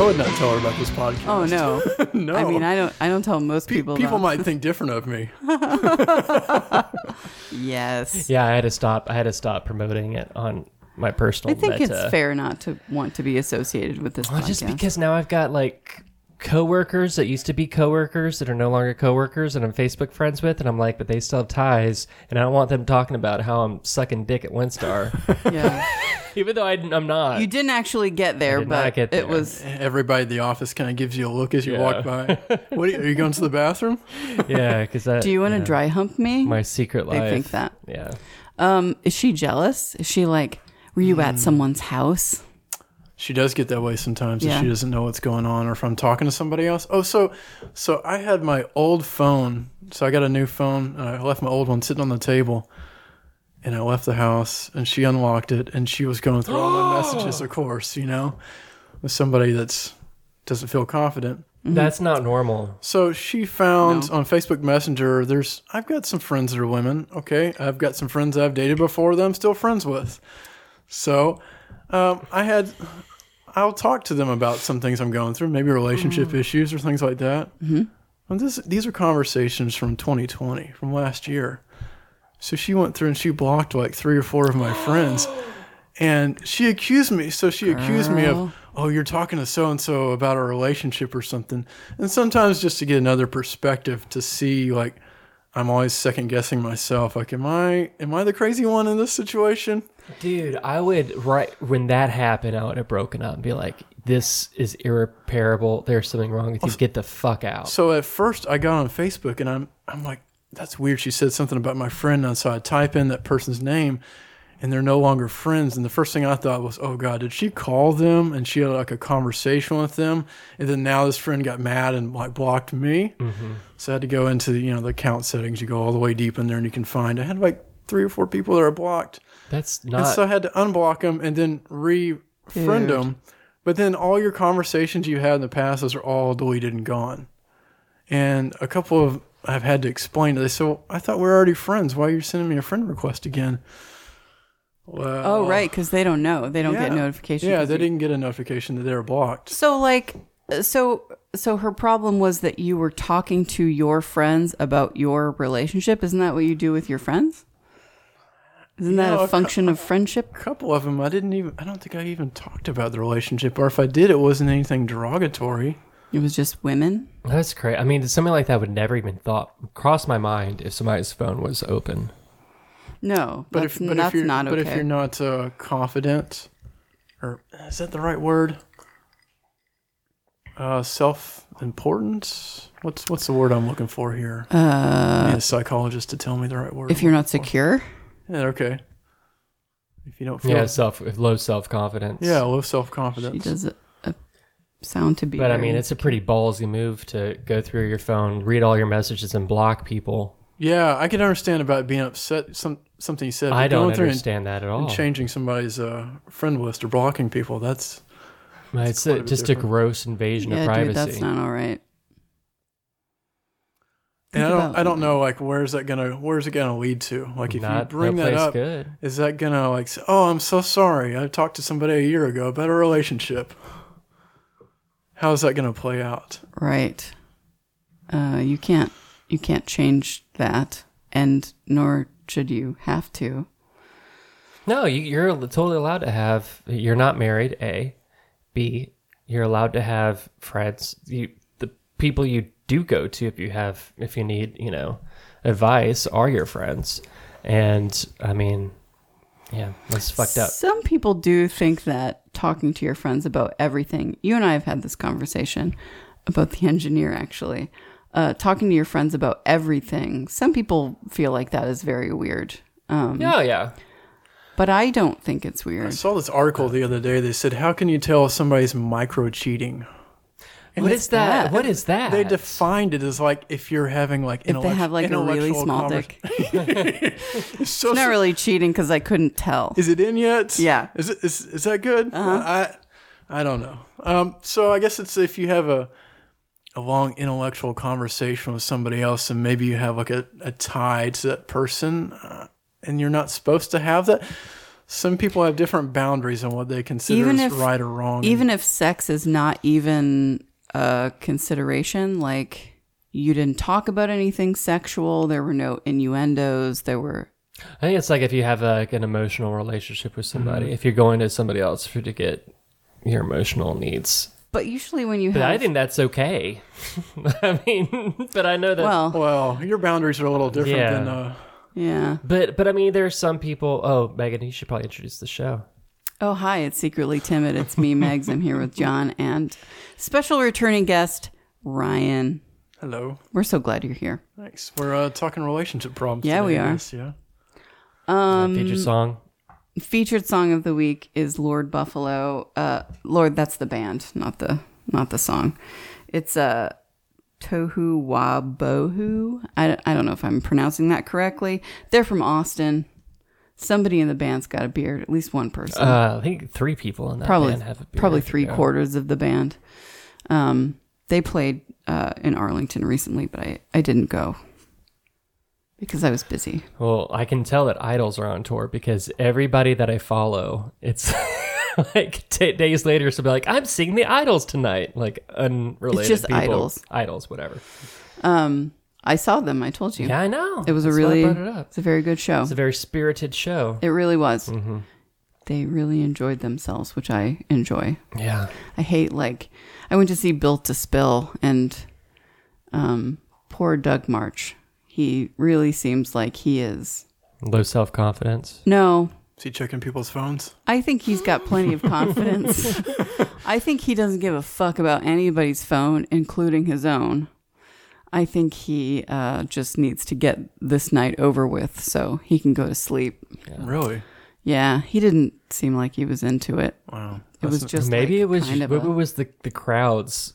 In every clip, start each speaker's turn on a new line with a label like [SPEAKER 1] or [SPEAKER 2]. [SPEAKER 1] would not tell her about this podcast.
[SPEAKER 2] Oh no.
[SPEAKER 1] no.
[SPEAKER 2] I mean, I don't. I don't tell most
[SPEAKER 1] Pe-
[SPEAKER 2] people.
[SPEAKER 1] people
[SPEAKER 2] though.
[SPEAKER 1] might think different of me.
[SPEAKER 2] Yes.
[SPEAKER 3] Yeah, I had to stop. I had to stop promoting it on my
[SPEAKER 2] I
[SPEAKER 3] personal.
[SPEAKER 2] think
[SPEAKER 3] but,
[SPEAKER 2] it's
[SPEAKER 3] uh,
[SPEAKER 2] fair not to want to be associated with this
[SPEAKER 3] well,
[SPEAKER 2] podcast.
[SPEAKER 3] just because now I've got like coworkers that used to be coworkers that are no longer coworkers that I'm Facebook friends with, and I'm like, but they still have ties, and I don't want them talking about how I'm sucking dick at Winstar,
[SPEAKER 2] yeah.
[SPEAKER 3] even though I, am not.
[SPEAKER 2] You didn't actually get there,
[SPEAKER 3] did
[SPEAKER 2] but
[SPEAKER 3] not get there.
[SPEAKER 2] it was
[SPEAKER 1] Everybody at the office kind of gives you a look as you
[SPEAKER 3] Yeah.
[SPEAKER 1] walk by. What are you, are you going to the bathroom?
[SPEAKER 3] yeah, because
[SPEAKER 2] Do you want to dry hump me?
[SPEAKER 3] my secret
[SPEAKER 2] they
[SPEAKER 3] life?
[SPEAKER 2] think that.
[SPEAKER 3] Yeah.
[SPEAKER 2] Um, is she jealous? Is she like, were you
[SPEAKER 3] Hmm.
[SPEAKER 2] at someone's house?
[SPEAKER 1] She does get that way sometimes if
[SPEAKER 2] Yeah.
[SPEAKER 1] she doesn't know what's going on or if I'm talking to somebody else. Oh, so so I had my old phone. So I got a new phone and I left my old one sitting on the table. And I left the house and she unlocked it and she was going through all my messages, of course, you know, with somebody that's doesn't feel confident.
[SPEAKER 2] Mm-hmm.
[SPEAKER 3] That's not normal.
[SPEAKER 1] So she found on Facebook Messenger, there's I've got some friends that are women. Okay, I've got some friends I've dated before that I'm still friends with. So um, I had I'll talk to them about some things I'm going through, maybe relationship issues or things like that. Mm-hmm. And this these are conversations from 2020, from last year. So she went through and she blocked like three or four of my friends. And she accused me. So she accused me of, oh, you're talking to so and so about a relationship or something. And sometimes just to get another perspective to see, like, I'm always second guessing myself. Like, am I am I the crazy one in this situation?
[SPEAKER 3] Dude, I would right when that happened, I would have broken up and be like, "This is irreparable. There's something wrong with you. Get the fuck out."
[SPEAKER 1] So at first I got on Facebook and I'm I'm like, that's weird. She said something about my friend, and so I type in that person's name and they're no longer friends. And the first thing I thought was, Oh God, did she call them and she had like a conversation with them? And then now this friend got mad and like blocked me. So I had to go into the you know, the account settings, you go all the way deep in there and you can find I had like three or four people that are blocked.
[SPEAKER 3] That's
[SPEAKER 1] And
[SPEAKER 3] not.
[SPEAKER 1] so I had to unblock them and then re-friend
[SPEAKER 2] Dude.
[SPEAKER 1] them. But then all your conversations you had in the past, those are all deleted and gone. And a couple of I've had to explain to. They said, well, "I thought we were already friends. Why are you sending me a friend request again?" Well,
[SPEAKER 2] Oh, right, because they don't know. They don't get
[SPEAKER 1] yeah.
[SPEAKER 2] notification.
[SPEAKER 1] Yeah,
[SPEAKER 2] 'cause
[SPEAKER 1] they
[SPEAKER 2] you-
[SPEAKER 1] didn't get a notification that they were blocked.
[SPEAKER 2] So like, so so her problem was that you were talking to your friends about your relationship. Isn't that what you do with your friends? Isn't
[SPEAKER 1] No,
[SPEAKER 2] that
[SPEAKER 1] a
[SPEAKER 2] a
[SPEAKER 1] cou-
[SPEAKER 2] function of friendship?
[SPEAKER 1] A couple of them, I didn't even. I don't think I even talked about the relationship, or if I did, it wasn't anything derogatory.
[SPEAKER 2] It was just women.
[SPEAKER 3] That's crazy. I mean, something like that would never even thought cross my mind if somebody's phone was open.
[SPEAKER 2] No,
[SPEAKER 1] But
[SPEAKER 2] that's,
[SPEAKER 1] if but if
[SPEAKER 2] that's
[SPEAKER 1] you're,
[SPEAKER 2] not
[SPEAKER 1] but
[SPEAKER 2] okay.
[SPEAKER 1] if you're not uh, confident, or is that the right word? Uh, self-importance. What's what's the word I'm looking for here? Uh, I need a psychologist to tell me the right word.
[SPEAKER 2] if you're not secure,
[SPEAKER 1] yeah, okay. If you don't feel
[SPEAKER 3] Yeah, self low self confidence.
[SPEAKER 1] yeah, low
[SPEAKER 2] she
[SPEAKER 1] self-confidence.
[SPEAKER 2] does a, a sound to be.
[SPEAKER 3] but I
[SPEAKER 2] very-
[SPEAKER 3] mean, it's a pretty ballsy move to go through your phone, read all your messages, and block people.
[SPEAKER 1] Yeah, I can understand about being upset. Some something you said. but
[SPEAKER 3] I don't
[SPEAKER 1] going through and-
[SPEAKER 3] understand that at all.
[SPEAKER 1] And changing somebody's uh, friend list or blocking people. That's
[SPEAKER 3] It's
[SPEAKER 1] quite a
[SPEAKER 3] a,
[SPEAKER 1] bit
[SPEAKER 3] just a
[SPEAKER 1] different.
[SPEAKER 3] gross invasion
[SPEAKER 2] yeah,
[SPEAKER 3] of
[SPEAKER 2] dude,
[SPEAKER 3] privacy.
[SPEAKER 2] that's not all right.
[SPEAKER 1] and
[SPEAKER 2] Think
[SPEAKER 1] I don't
[SPEAKER 2] about-
[SPEAKER 1] I don't know like where's that gonna where's it gonna lead to? Like if
[SPEAKER 3] Not-
[SPEAKER 1] you bring
[SPEAKER 3] no
[SPEAKER 1] that
[SPEAKER 3] place
[SPEAKER 1] up,
[SPEAKER 3] good.
[SPEAKER 1] Is that gonna like say, oh, I'm so sorry. I talked to somebody a year ago about a relationship. How is that gonna play out?
[SPEAKER 2] Right. Uh, you can't you can't change that, and nor should you have to.
[SPEAKER 3] No, you, you're totally allowed to have. You're not married. A, B. You're allowed to have friends. You the people you do go to if you have if you need you know advice are your friends. And I mean, yeah, that's fucked up.
[SPEAKER 2] Some people do think that talking to your friends about everything. You and I have had this conversation about the engineer, actually. Uh, talking to your friends about everything. Some people feel like that is very weird, um,
[SPEAKER 3] Oh yeah,
[SPEAKER 2] but I don't think it's
[SPEAKER 1] I
[SPEAKER 2] weird.
[SPEAKER 1] saw this article the other day. They said, how can you tell if somebody's micro cheating?
[SPEAKER 3] what is that?
[SPEAKER 2] that.
[SPEAKER 3] What is that?
[SPEAKER 1] They defined it as like if you're having like
[SPEAKER 2] If they have like a really small dick, it's not really cheating because I couldn't tell.
[SPEAKER 1] Is it in yet?
[SPEAKER 2] Yeah. Uh-huh.
[SPEAKER 1] Is it is, is that good? I I don't know. Um, so I guess it's if you have a a long intellectual conversation with somebody else, and maybe you have like a, a tie to that person, uh, and you're not supposed to have that. some people have different boundaries on what they consider
[SPEAKER 2] Even
[SPEAKER 1] as
[SPEAKER 2] if-
[SPEAKER 1] right or wrong.
[SPEAKER 2] even if sex is not even a consideration like you didn't talk about anything sexual there were no innuendos there were
[SPEAKER 3] I think it's like if you have like an emotional relationship with somebody, if you're going to somebody else for to get your emotional needs.
[SPEAKER 2] but usually when you
[SPEAKER 3] But I
[SPEAKER 2] have
[SPEAKER 3] think that's okay. I mean, but I know that.
[SPEAKER 2] well
[SPEAKER 1] well, your boundaries are a little different
[SPEAKER 3] Yeah.
[SPEAKER 1] than uh,
[SPEAKER 2] yeah
[SPEAKER 3] but but I mean, there's some people. Oh, Megan, you should probably introduce the show.
[SPEAKER 2] oh hi it's secretly timid it's me megs i'm here with john and special returning guest ryan
[SPEAKER 1] hello.
[SPEAKER 2] we're so glad you're here
[SPEAKER 1] Thanks. We're uh, talking relationship problems.
[SPEAKER 2] Yeah,
[SPEAKER 1] today,
[SPEAKER 2] we
[SPEAKER 1] I
[SPEAKER 2] are.
[SPEAKER 1] guess, yeah.
[SPEAKER 3] Um, feature song.
[SPEAKER 2] featured song of the week is Lord Buffalo. Uh, Lord, that's the band, not the not the song. It's uh, Tohu Wabohu. I, I don't know if I'm pronouncing that correctly. They're from Austin. Somebody in the band's got a beard, at least one person.
[SPEAKER 3] Uh, I think three people in that
[SPEAKER 2] probably
[SPEAKER 3] band have a beard.
[SPEAKER 2] probably three
[SPEAKER 3] Yeah.
[SPEAKER 2] quarters of the band. Um, they played uh, in Arlington recently, but I, I didn't go because I was busy.
[SPEAKER 3] Well, I can tell that idols are on tour because everybody that I follow, it's like t- days later, so be like, I'm seeing the idols tonight. Like unrelated
[SPEAKER 2] just
[SPEAKER 3] people.
[SPEAKER 2] Idols.
[SPEAKER 3] idols, whatever.
[SPEAKER 2] Um, I saw them. I told you.
[SPEAKER 3] Yeah, I know.
[SPEAKER 2] It was a
[SPEAKER 3] That's why
[SPEAKER 2] really,
[SPEAKER 3] I brought it up.
[SPEAKER 2] it's a very good show.
[SPEAKER 3] It's a very spirited show.
[SPEAKER 2] It really was. They really enjoyed themselves, which I enjoy.
[SPEAKER 3] Yeah,
[SPEAKER 2] I hate like I went to see Built to Spill and um poor Doug March. He really seems like he is.
[SPEAKER 3] low self confidence.
[SPEAKER 2] No,
[SPEAKER 1] Is he checking people's phones?
[SPEAKER 2] I think he's got plenty of confidence. I think he doesn't give a fuck about anybody's phone, including his own. I think he uh, just needs to get this night over with so he can go to sleep.
[SPEAKER 1] Really?
[SPEAKER 2] Yeah, he didn't seem like he was into it.
[SPEAKER 1] Wow.
[SPEAKER 2] It was just
[SPEAKER 3] Maybe
[SPEAKER 2] like,
[SPEAKER 3] it was
[SPEAKER 2] kind of
[SPEAKER 3] maybe
[SPEAKER 2] a-
[SPEAKER 3] it was the the crowd's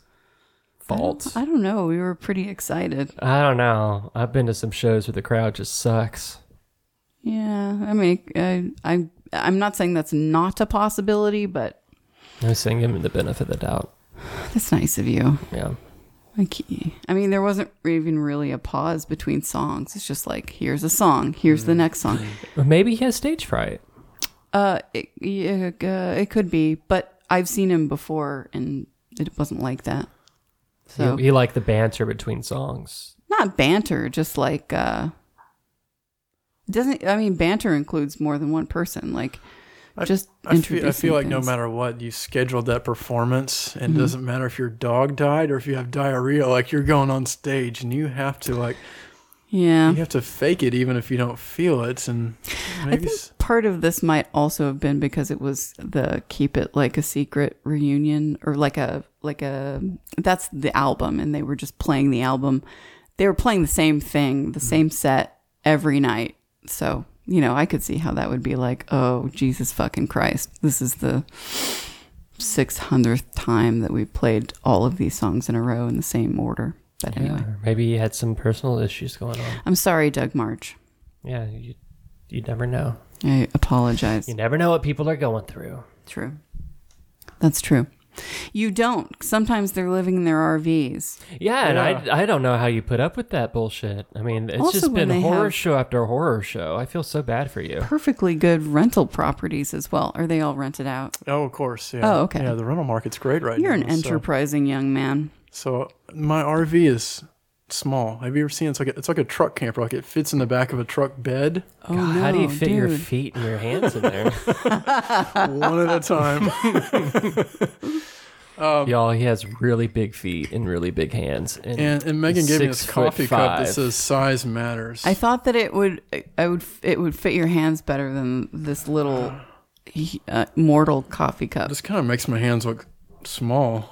[SPEAKER 3] fault. I
[SPEAKER 2] I don't know. We were pretty excited.
[SPEAKER 3] don't, know. I've been to some shows where the crowd just sucks.
[SPEAKER 2] Yeah, I mean, I, I, I'm not saying that's not a possibility, but
[SPEAKER 3] I was saying him the benefit of the doubt.
[SPEAKER 2] that's nice of you.
[SPEAKER 3] Yeah,
[SPEAKER 2] Like, I mean, there wasn't even really a pause between songs. It's just like, here's a song, here's
[SPEAKER 3] Mm.
[SPEAKER 2] the next song.
[SPEAKER 3] Or maybe he has stage fright.
[SPEAKER 2] Uh, it, yeah, uh, it could be, but I've seen him before, and it wasn't like that. So
[SPEAKER 3] He, he liked the banter between songs.
[SPEAKER 2] not banter, just like uh, doesn't. I mean, banter includes more than one person. Like,
[SPEAKER 1] I-
[SPEAKER 2] just
[SPEAKER 1] I feel, I
[SPEAKER 2] introducing
[SPEAKER 1] feel like no
[SPEAKER 2] things. Mm-hmm.
[SPEAKER 1] matter what, you scheduled that performance, and it doesn't matter if your dog died or if you have diarrhea. Like you're going on stage, and you have to like
[SPEAKER 2] Yeah,
[SPEAKER 1] you have to fake it, even if you don't feel it. And maybe s-
[SPEAKER 2] part of this might also have been because it was the keep it like a secret reunion or like a like a that's the album and they were just playing the album they were playing the same thing
[SPEAKER 1] Mm-hmm.
[SPEAKER 2] the same set every night so you know i could see how that would be like oh jesus fucking christ this is the 600th time that we played all of these songs in a row in the same order but anyway
[SPEAKER 3] Or maybe he had some personal issues going on.
[SPEAKER 2] i'm sorry doug march
[SPEAKER 3] Yeah, you you never know.
[SPEAKER 2] i apologize
[SPEAKER 3] You never know what people are going through.
[SPEAKER 2] True. That's true. You don't. Sometimes they're living in their RVs.
[SPEAKER 3] Yeah, and
[SPEAKER 1] Yeah.
[SPEAKER 3] I, I don't know how you put up with that bullshit. I mean, it's
[SPEAKER 2] Also,
[SPEAKER 3] just
[SPEAKER 2] when
[SPEAKER 3] been
[SPEAKER 2] they
[SPEAKER 3] horror
[SPEAKER 2] have-
[SPEAKER 3] show after horror show. I feel so bad for you.
[SPEAKER 2] Perfectly good rental properties as well. Are they all rented out?
[SPEAKER 1] oh, of course, yeah.
[SPEAKER 2] Oh, okay.
[SPEAKER 1] Yeah, the rental market's great right
[SPEAKER 2] You're
[SPEAKER 1] now.
[SPEAKER 2] an enterprising young man.
[SPEAKER 1] So, so my RV is small. Have you ever seen? It's like a, it's like a truck camper. Like it fits in the back of a truck bed,
[SPEAKER 2] Oh
[SPEAKER 3] God, how do you
[SPEAKER 2] no,
[SPEAKER 3] fit your
[SPEAKER 2] dude.
[SPEAKER 3] feet and your hands in there?
[SPEAKER 1] one at a time.
[SPEAKER 2] Um,
[SPEAKER 3] Y'all, he has really big feet and really big hands. And,
[SPEAKER 1] And, and Megan gave me this
[SPEAKER 3] Six foot
[SPEAKER 1] coffee cup that
[SPEAKER 3] five.
[SPEAKER 1] says "Size Matters."
[SPEAKER 2] I thought that it would. I would. It would fit your hands better than this little uh, mortal coffee cup.
[SPEAKER 1] this kind of makes my hands look small.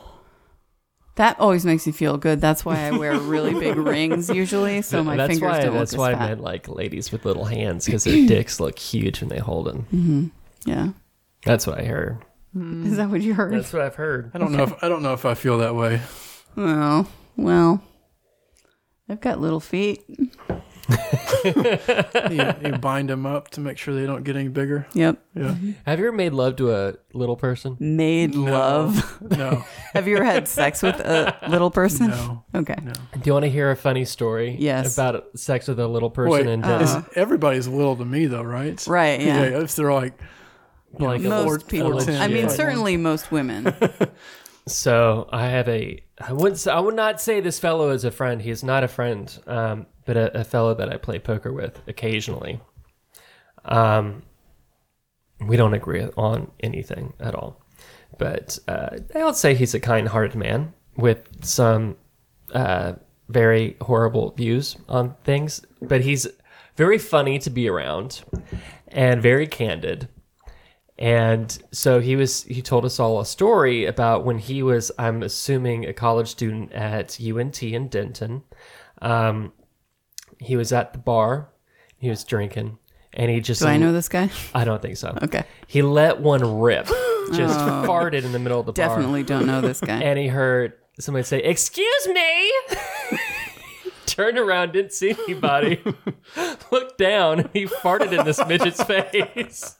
[SPEAKER 2] That always makes me feel good. That's why I wear really big rings usually, so my
[SPEAKER 3] that's
[SPEAKER 2] fingers
[SPEAKER 3] why,
[SPEAKER 2] don't
[SPEAKER 3] That's
[SPEAKER 2] look
[SPEAKER 3] why
[SPEAKER 2] as
[SPEAKER 3] I
[SPEAKER 2] fat.
[SPEAKER 3] meant like ladies with little hands because their dicks look huge when they hold them.
[SPEAKER 2] Mm-hmm. Yeah.
[SPEAKER 3] That's what I heard.
[SPEAKER 2] Is that what you heard?
[SPEAKER 3] That's what I've heard.
[SPEAKER 1] I don't know. If, I don't know if I feel that way.
[SPEAKER 2] Oh, well. I've got little feet.
[SPEAKER 1] you, you bind them up to make sure they don't get any bigger.
[SPEAKER 2] Yep.
[SPEAKER 1] Yeah.
[SPEAKER 3] Have you ever made love to a little person?
[SPEAKER 2] Made
[SPEAKER 1] No.
[SPEAKER 2] love.
[SPEAKER 1] No.
[SPEAKER 2] Have you ever had sex with Mm-hmm. a little person?
[SPEAKER 1] No.
[SPEAKER 2] Okay.
[SPEAKER 1] No.
[SPEAKER 3] Do you want to hear a funny story?
[SPEAKER 2] Yes. uh-huh.
[SPEAKER 3] About sex with a little person
[SPEAKER 1] Wait,
[SPEAKER 3] and
[SPEAKER 1] is, everybody's little to me though, right?
[SPEAKER 2] Right, yeah.
[SPEAKER 1] If they're like,
[SPEAKER 3] like
[SPEAKER 1] No.
[SPEAKER 3] a,
[SPEAKER 1] four-
[SPEAKER 2] most people.
[SPEAKER 1] four ten,
[SPEAKER 2] I mean,
[SPEAKER 1] yeah.
[SPEAKER 2] certainly most women.
[SPEAKER 3] so I have a I wouldn't s- I would not say this fellow is a friend. He is not a friend, um, but a, a fellow that I play poker with occasionally. Um, we don't agree on anything at all, but uh, I'll say he's a kind-hearted man with some uh, very horrible views on things. But he's very funny to be around and very candid. And so he was he told us all a story about when he was I'm assuming a college student at UNT in Denton. Um, he was at the bar, he was drinking, and he just
[SPEAKER 2] Do I know this guy?
[SPEAKER 3] I don't think so.
[SPEAKER 2] Okay. Oh.
[SPEAKER 3] He let one rip, just farted in the middle of the bar
[SPEAKER 2] Definitely don't know this guy.
[SPEAKER 3] and he heard somebody say, "Excuse me." Turned around, didn't see anybody. Looked down, and he farted in this midget's face,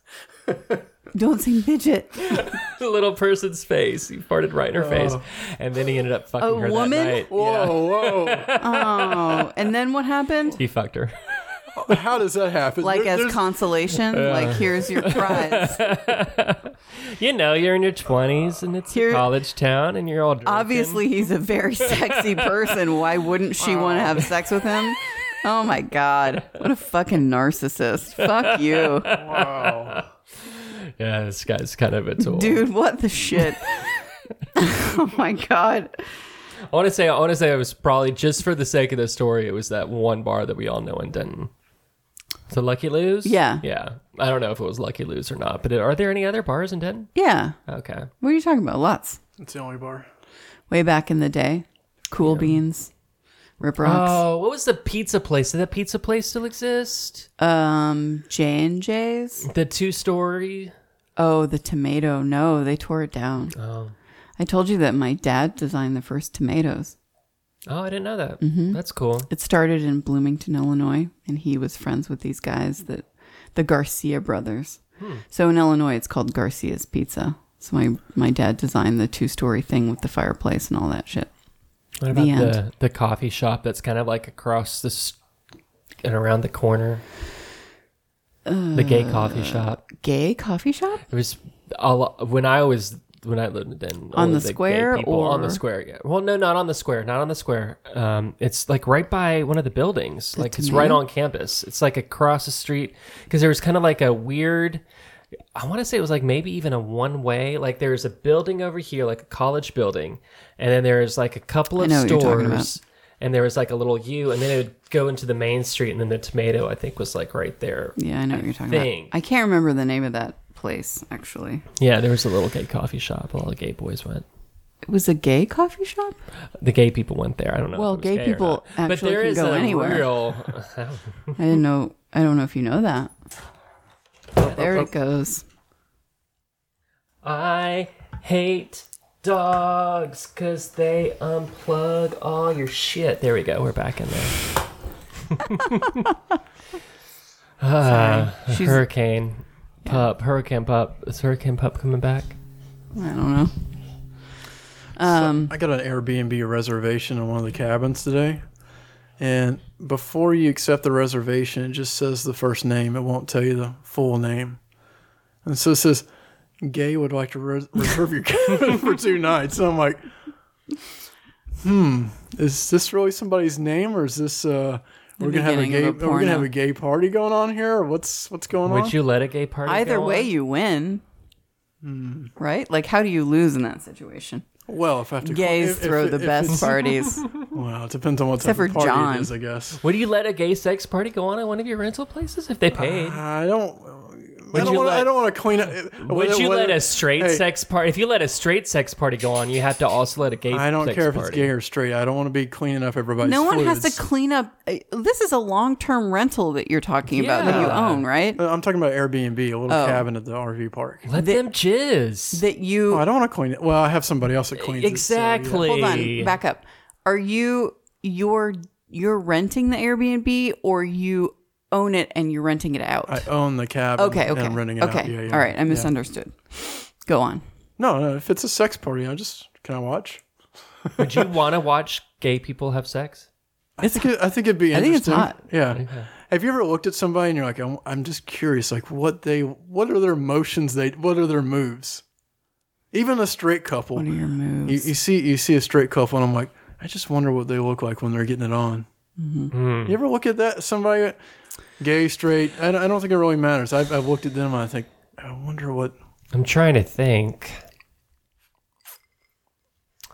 [SPEAKER 2] Don't say midget.
[SPEAKER 3] the little person's face. He farted right in her face, and then he ended up fucking
[SPEAKER 2] Oh. A
[SPEAKER 3] her
[SPEAKER 2] woman?
[SPEAKER 3] that night. Yeah.
[SPEAKER 1] Whoa,
[SPEAKER 2] Oh, and then what happened?
[SPEAKER 3] He fucked her.
[SPEAKER 1] whoa! How does that happen?
[SPEAKER 2] Like
[SPEAKER 1] There-
[SPEAKER 2] as
[SPEAKER 1] there's-
[SPEAKER 2] consolation, like here's your prize.
[SPEAKER 3] You know, you're in your twenties, and it's
[SPEAKER 2] Here-
[SPEAKER 3] a college town, and you're all drinking.
[SPEAKER 2] Obviously, he's a very sexy person. Why wouldn't she want to have sex with him? Oh my god, what a fucking narcissist! Fuck you,
[SPEAKER 3] Yeah, this guy's kind of a tool.
[SPEAKER 2] dude. What the shit? oh my god.
[SPEAKER 3] I want to say, I want to say, it was probably just for the sake of the story. It was that one bar that we all know in Denton. So Lucky Lou's.
[SPEAKER 2] Yeah.
[SPEAKER 3] yeah. I don't know if it was Lucky Lou's or not, but are there any other bars in Denton?
[SPEAKER 2] Yeah.
[SPEAKER 3] Okay,
[SPEAKER 2] What are you talking about? Lots.
[SPEAKER 1] It's the only bar.
[SPEAKER 2] Way back in the day, Cool Beans, Rip Rocks,
[SPEAKER 3] Oh, what was the pizza place? Did that pizza place still exist?
[SPEAKER 2] um, J and J's.
[SPEAKER 3] The two story.
[SPEAKER 2] Oh, the tomato. No, they tore it down.
[SPEAKER 3] Oh.
[SPEAKER 2] I told you that my dad designed the first tomatoes.
[SPEAKER 3] Oh, I didn't know that.
[SPEAKER 2] Mm-hmm.
[SPEAKER 3] That's cool.
[SPEAKER 2] It started in Bloomington, Illinois, and he was friends with these guys that the Garcia brothers. So in Illinois, it's called Garcia's Pizza. So my my dad designed the two story thing with the fireplace and all that shit.
[SPEAKER 3] What about
[SPEAKER 2] The end.
[SPEAKER 3] the the coffee shop that's kind of like across the s and around the corner?
[SPEAKER 2] Uh,
[SPEAKER 3] the gay coffee shop.
[SPEAKER 2] Gay coffee shop?
[SPEAKER 3] It was a lo- when I was when I lived in Denton,
[SPEAKER 2] the
[SPEAKER 3] only gay
[SPEAKER 2] square
[SPEAKER 3] people- on the
[SPEAKER 2] or-
[SPEAKER 3] square. Yeah. Well, no, not on the square. Not on the square. Um, it's like right by one of the buildings. like it's right
[SPEAKER 2] tomato?
[SPEAKER 3] on campus. It's like across the street because there was kind of like a weird. I want to say it was like maybe even a one way. Like there's a building over here, like a college building, and then there's like a couple
[SPEAKER 2] I
[SPEAKER 3] of
[SPEAKER 2] know what you're talking about.
[SPEAKER 3] stores, and there was like a little U, and then it would go into the main street, and then the tomato I think was like right there.
[SPEAKER 2] Yeah, I know what you're talking
[SPEAKER 3] think.
[SPEAKER 2] about. I can't remember the name of that place actually.
[SPEAKER 3] Yeah, there was a little gay coffee shop. A lot of gay boys went.
[SPEAKER 2] It was a gay coffee shop?
[SPEAKER 3] the gay people went there. I don't know.
[SPEAKER 2] Well,
[SPEAKER 3] if it was
[SPEAKER 2] gay
[SPEAKER 3] or
[SPEAKER 2] people
[SPEAKER 3] not. but
[SPEAKER 2] actually
[SPEAKER 3] there
[SPEAKER 2] can
[SPEAKER 3] is
[SPEAKER 2] go
[SPEAKER 3] a
[SPEAKER 2] anywhere.
[SPEAKER 3] Real,
[SPEAKER 2] I didn't know I don't know if you know that. There it goes.
[SPEAKER 3] I hate dogs because they unplug all your shit. There we go. We're back in there. Ah,
[SPEAKER 2] She's-
[SPEAKER 3] hurricane pup, hurricane pup. Is hurricane pup coming back?
[SPEAKER 2] I don't know. Um
[SPEAKER 1] I got an Airbnb reservation in one of the cabins today, and before you accept the reservation, it just says the first name. It won't tell you the full name, and so it says, "Gay would like to res- reserve your cabin for two nights." And I'm like, "Hmm, is this really somebody's name, or is this uh, we're gonna have a
[SPEAKER 2] beginning
[SPEAKER 1] gay
[SPEAKER 2] of a
[SPEAKER 1] we're gonna have
[SPEAKER 2] porno.
[SPEAKER 1] a gay party going on here? Or What's what's going on?"
[SPEAKER 3] Would you let a gay party?
[SPEAKER 2] either
[SPEAKER 3] go
[SPEAKER 2] way
[SPEAKER 3] on?
[SPEAKER 2] you win
[SPEAKER 1] Hmm.
[SPEAKER 2] right like how do you lose in that situation
[SPEAKER 1] well, if I have to,
[SPEAKER 2] gays
[SPEAKER 1] if- if
[SPEAKER 2] throw
[SPEAKER 1] it-
[SPEAKER 2] the
[SPEAKER 1] if
[SPEAKER 2] best
[SPEAKER 1] it's-
[SPEAKER 2] parties
[SPEAKER 1] Well, it depends on what type
[SPEAKER 2] Except
[SPEAKER 1] of
[SPEAKER 2] for
[SPEAKER 1] party
[SPEAKER 2] John.
[SPEAKER 1] it is, I guess.
[SPEAKER 3] Would you let a gay sex party go on at one of your rental places if they paid?
[SPEAKER 1] I don't. I don't,
[SPEAKER 3] you
[SPEAKER 1] wanna,
[SPEAKER 3] let-
[SPEAKER 1] I don't want to clean up.
[SPEAKER 3] Would you let a
[SPEAKER 1] us?
[SPEAKER 3] straight
[SPEAKER 1] hey.
[SPEAKER 3] sex party? If you let a straight sex party go on, you have to also let a gay.
[SPEAKER 1] I don't
[SPEAKER 3] sex
[SPEAKER 1] care if it's
[SPEAKER 3] party.
[SPEAKER 1] gay or straight. I don't want to be cleaning up everybody's.
[SPEAKER 2] no one has to
[SPEAKER 1] fluids.
[SPEAKER 2] clean up uh, this is a long-term rental that you're talking about that you
[SPEAKER 3] Yeah.
[SPEAKER 2] own right
[SPEAKER 1] Uh, I'm talking about Airbnb, a little
[SPEAKER 2] Oh.
[SPEAKER 1] cabin at the RV park.
[SPEAKER 3] Let them jizz.
[SPEAKER 2] that you
[SPEAKER 1] Oh, I don't want to clean it. Well, I have somebody else that cleans it. so,
[SPEAKER 3] exactly.
[SPEAKER 2] hold on back up are you you're you're renting the airbnb or you own it and you're renting it out
[SPEAKER 1] yeah. I own the cabin.
[SPEAKER 2] okay
[SPEAKER 1] and
[SPEAKER 2] okay
[SPEAKER 1] I'm renting it
[SPEAKER 2] okay
[SPEAKER 1] out. Yeah, yeah,
[SPEAKER 2] all right i
[SPEAKER 1] yeah.
[SPEAKER 2] misunderstood go on
[SPEAKER 1] No, no. If it's a sex party, I just can I watch?
[SPEAKER 3] Would you want to watch gay people have sex?
[SPEAKER 1] I think it, I think it'd be.
[SPEAKER 2] I think it's
[SPEAKER 1] interesting.
[SPEAKER 2] hot.
[SPEAKER 1] Yeah. Have you ever looked at somebody and you're like, I'm, I'm just curious, like what they, what are their motions? They, what are their moves? Even a straight couple,
[SPEAKER 2] What are
[SPEAKER 1] you,
[SPEAKER 2] your moves?
[SPEAKER 1] you see, you see a straight couple, and I'm like, I just wonder what they look like when they're getting it on.
[SPEAKER 2] Mm-hmm.
[SPEAKER 3] Hmm.
[SPEAKER 1] You ever look at that somebody, gay, straight? I don't, I don't think it really matters. I've, I've looked at them and I think, I wonder what.
[SPEAKER 3] I'm trying to think.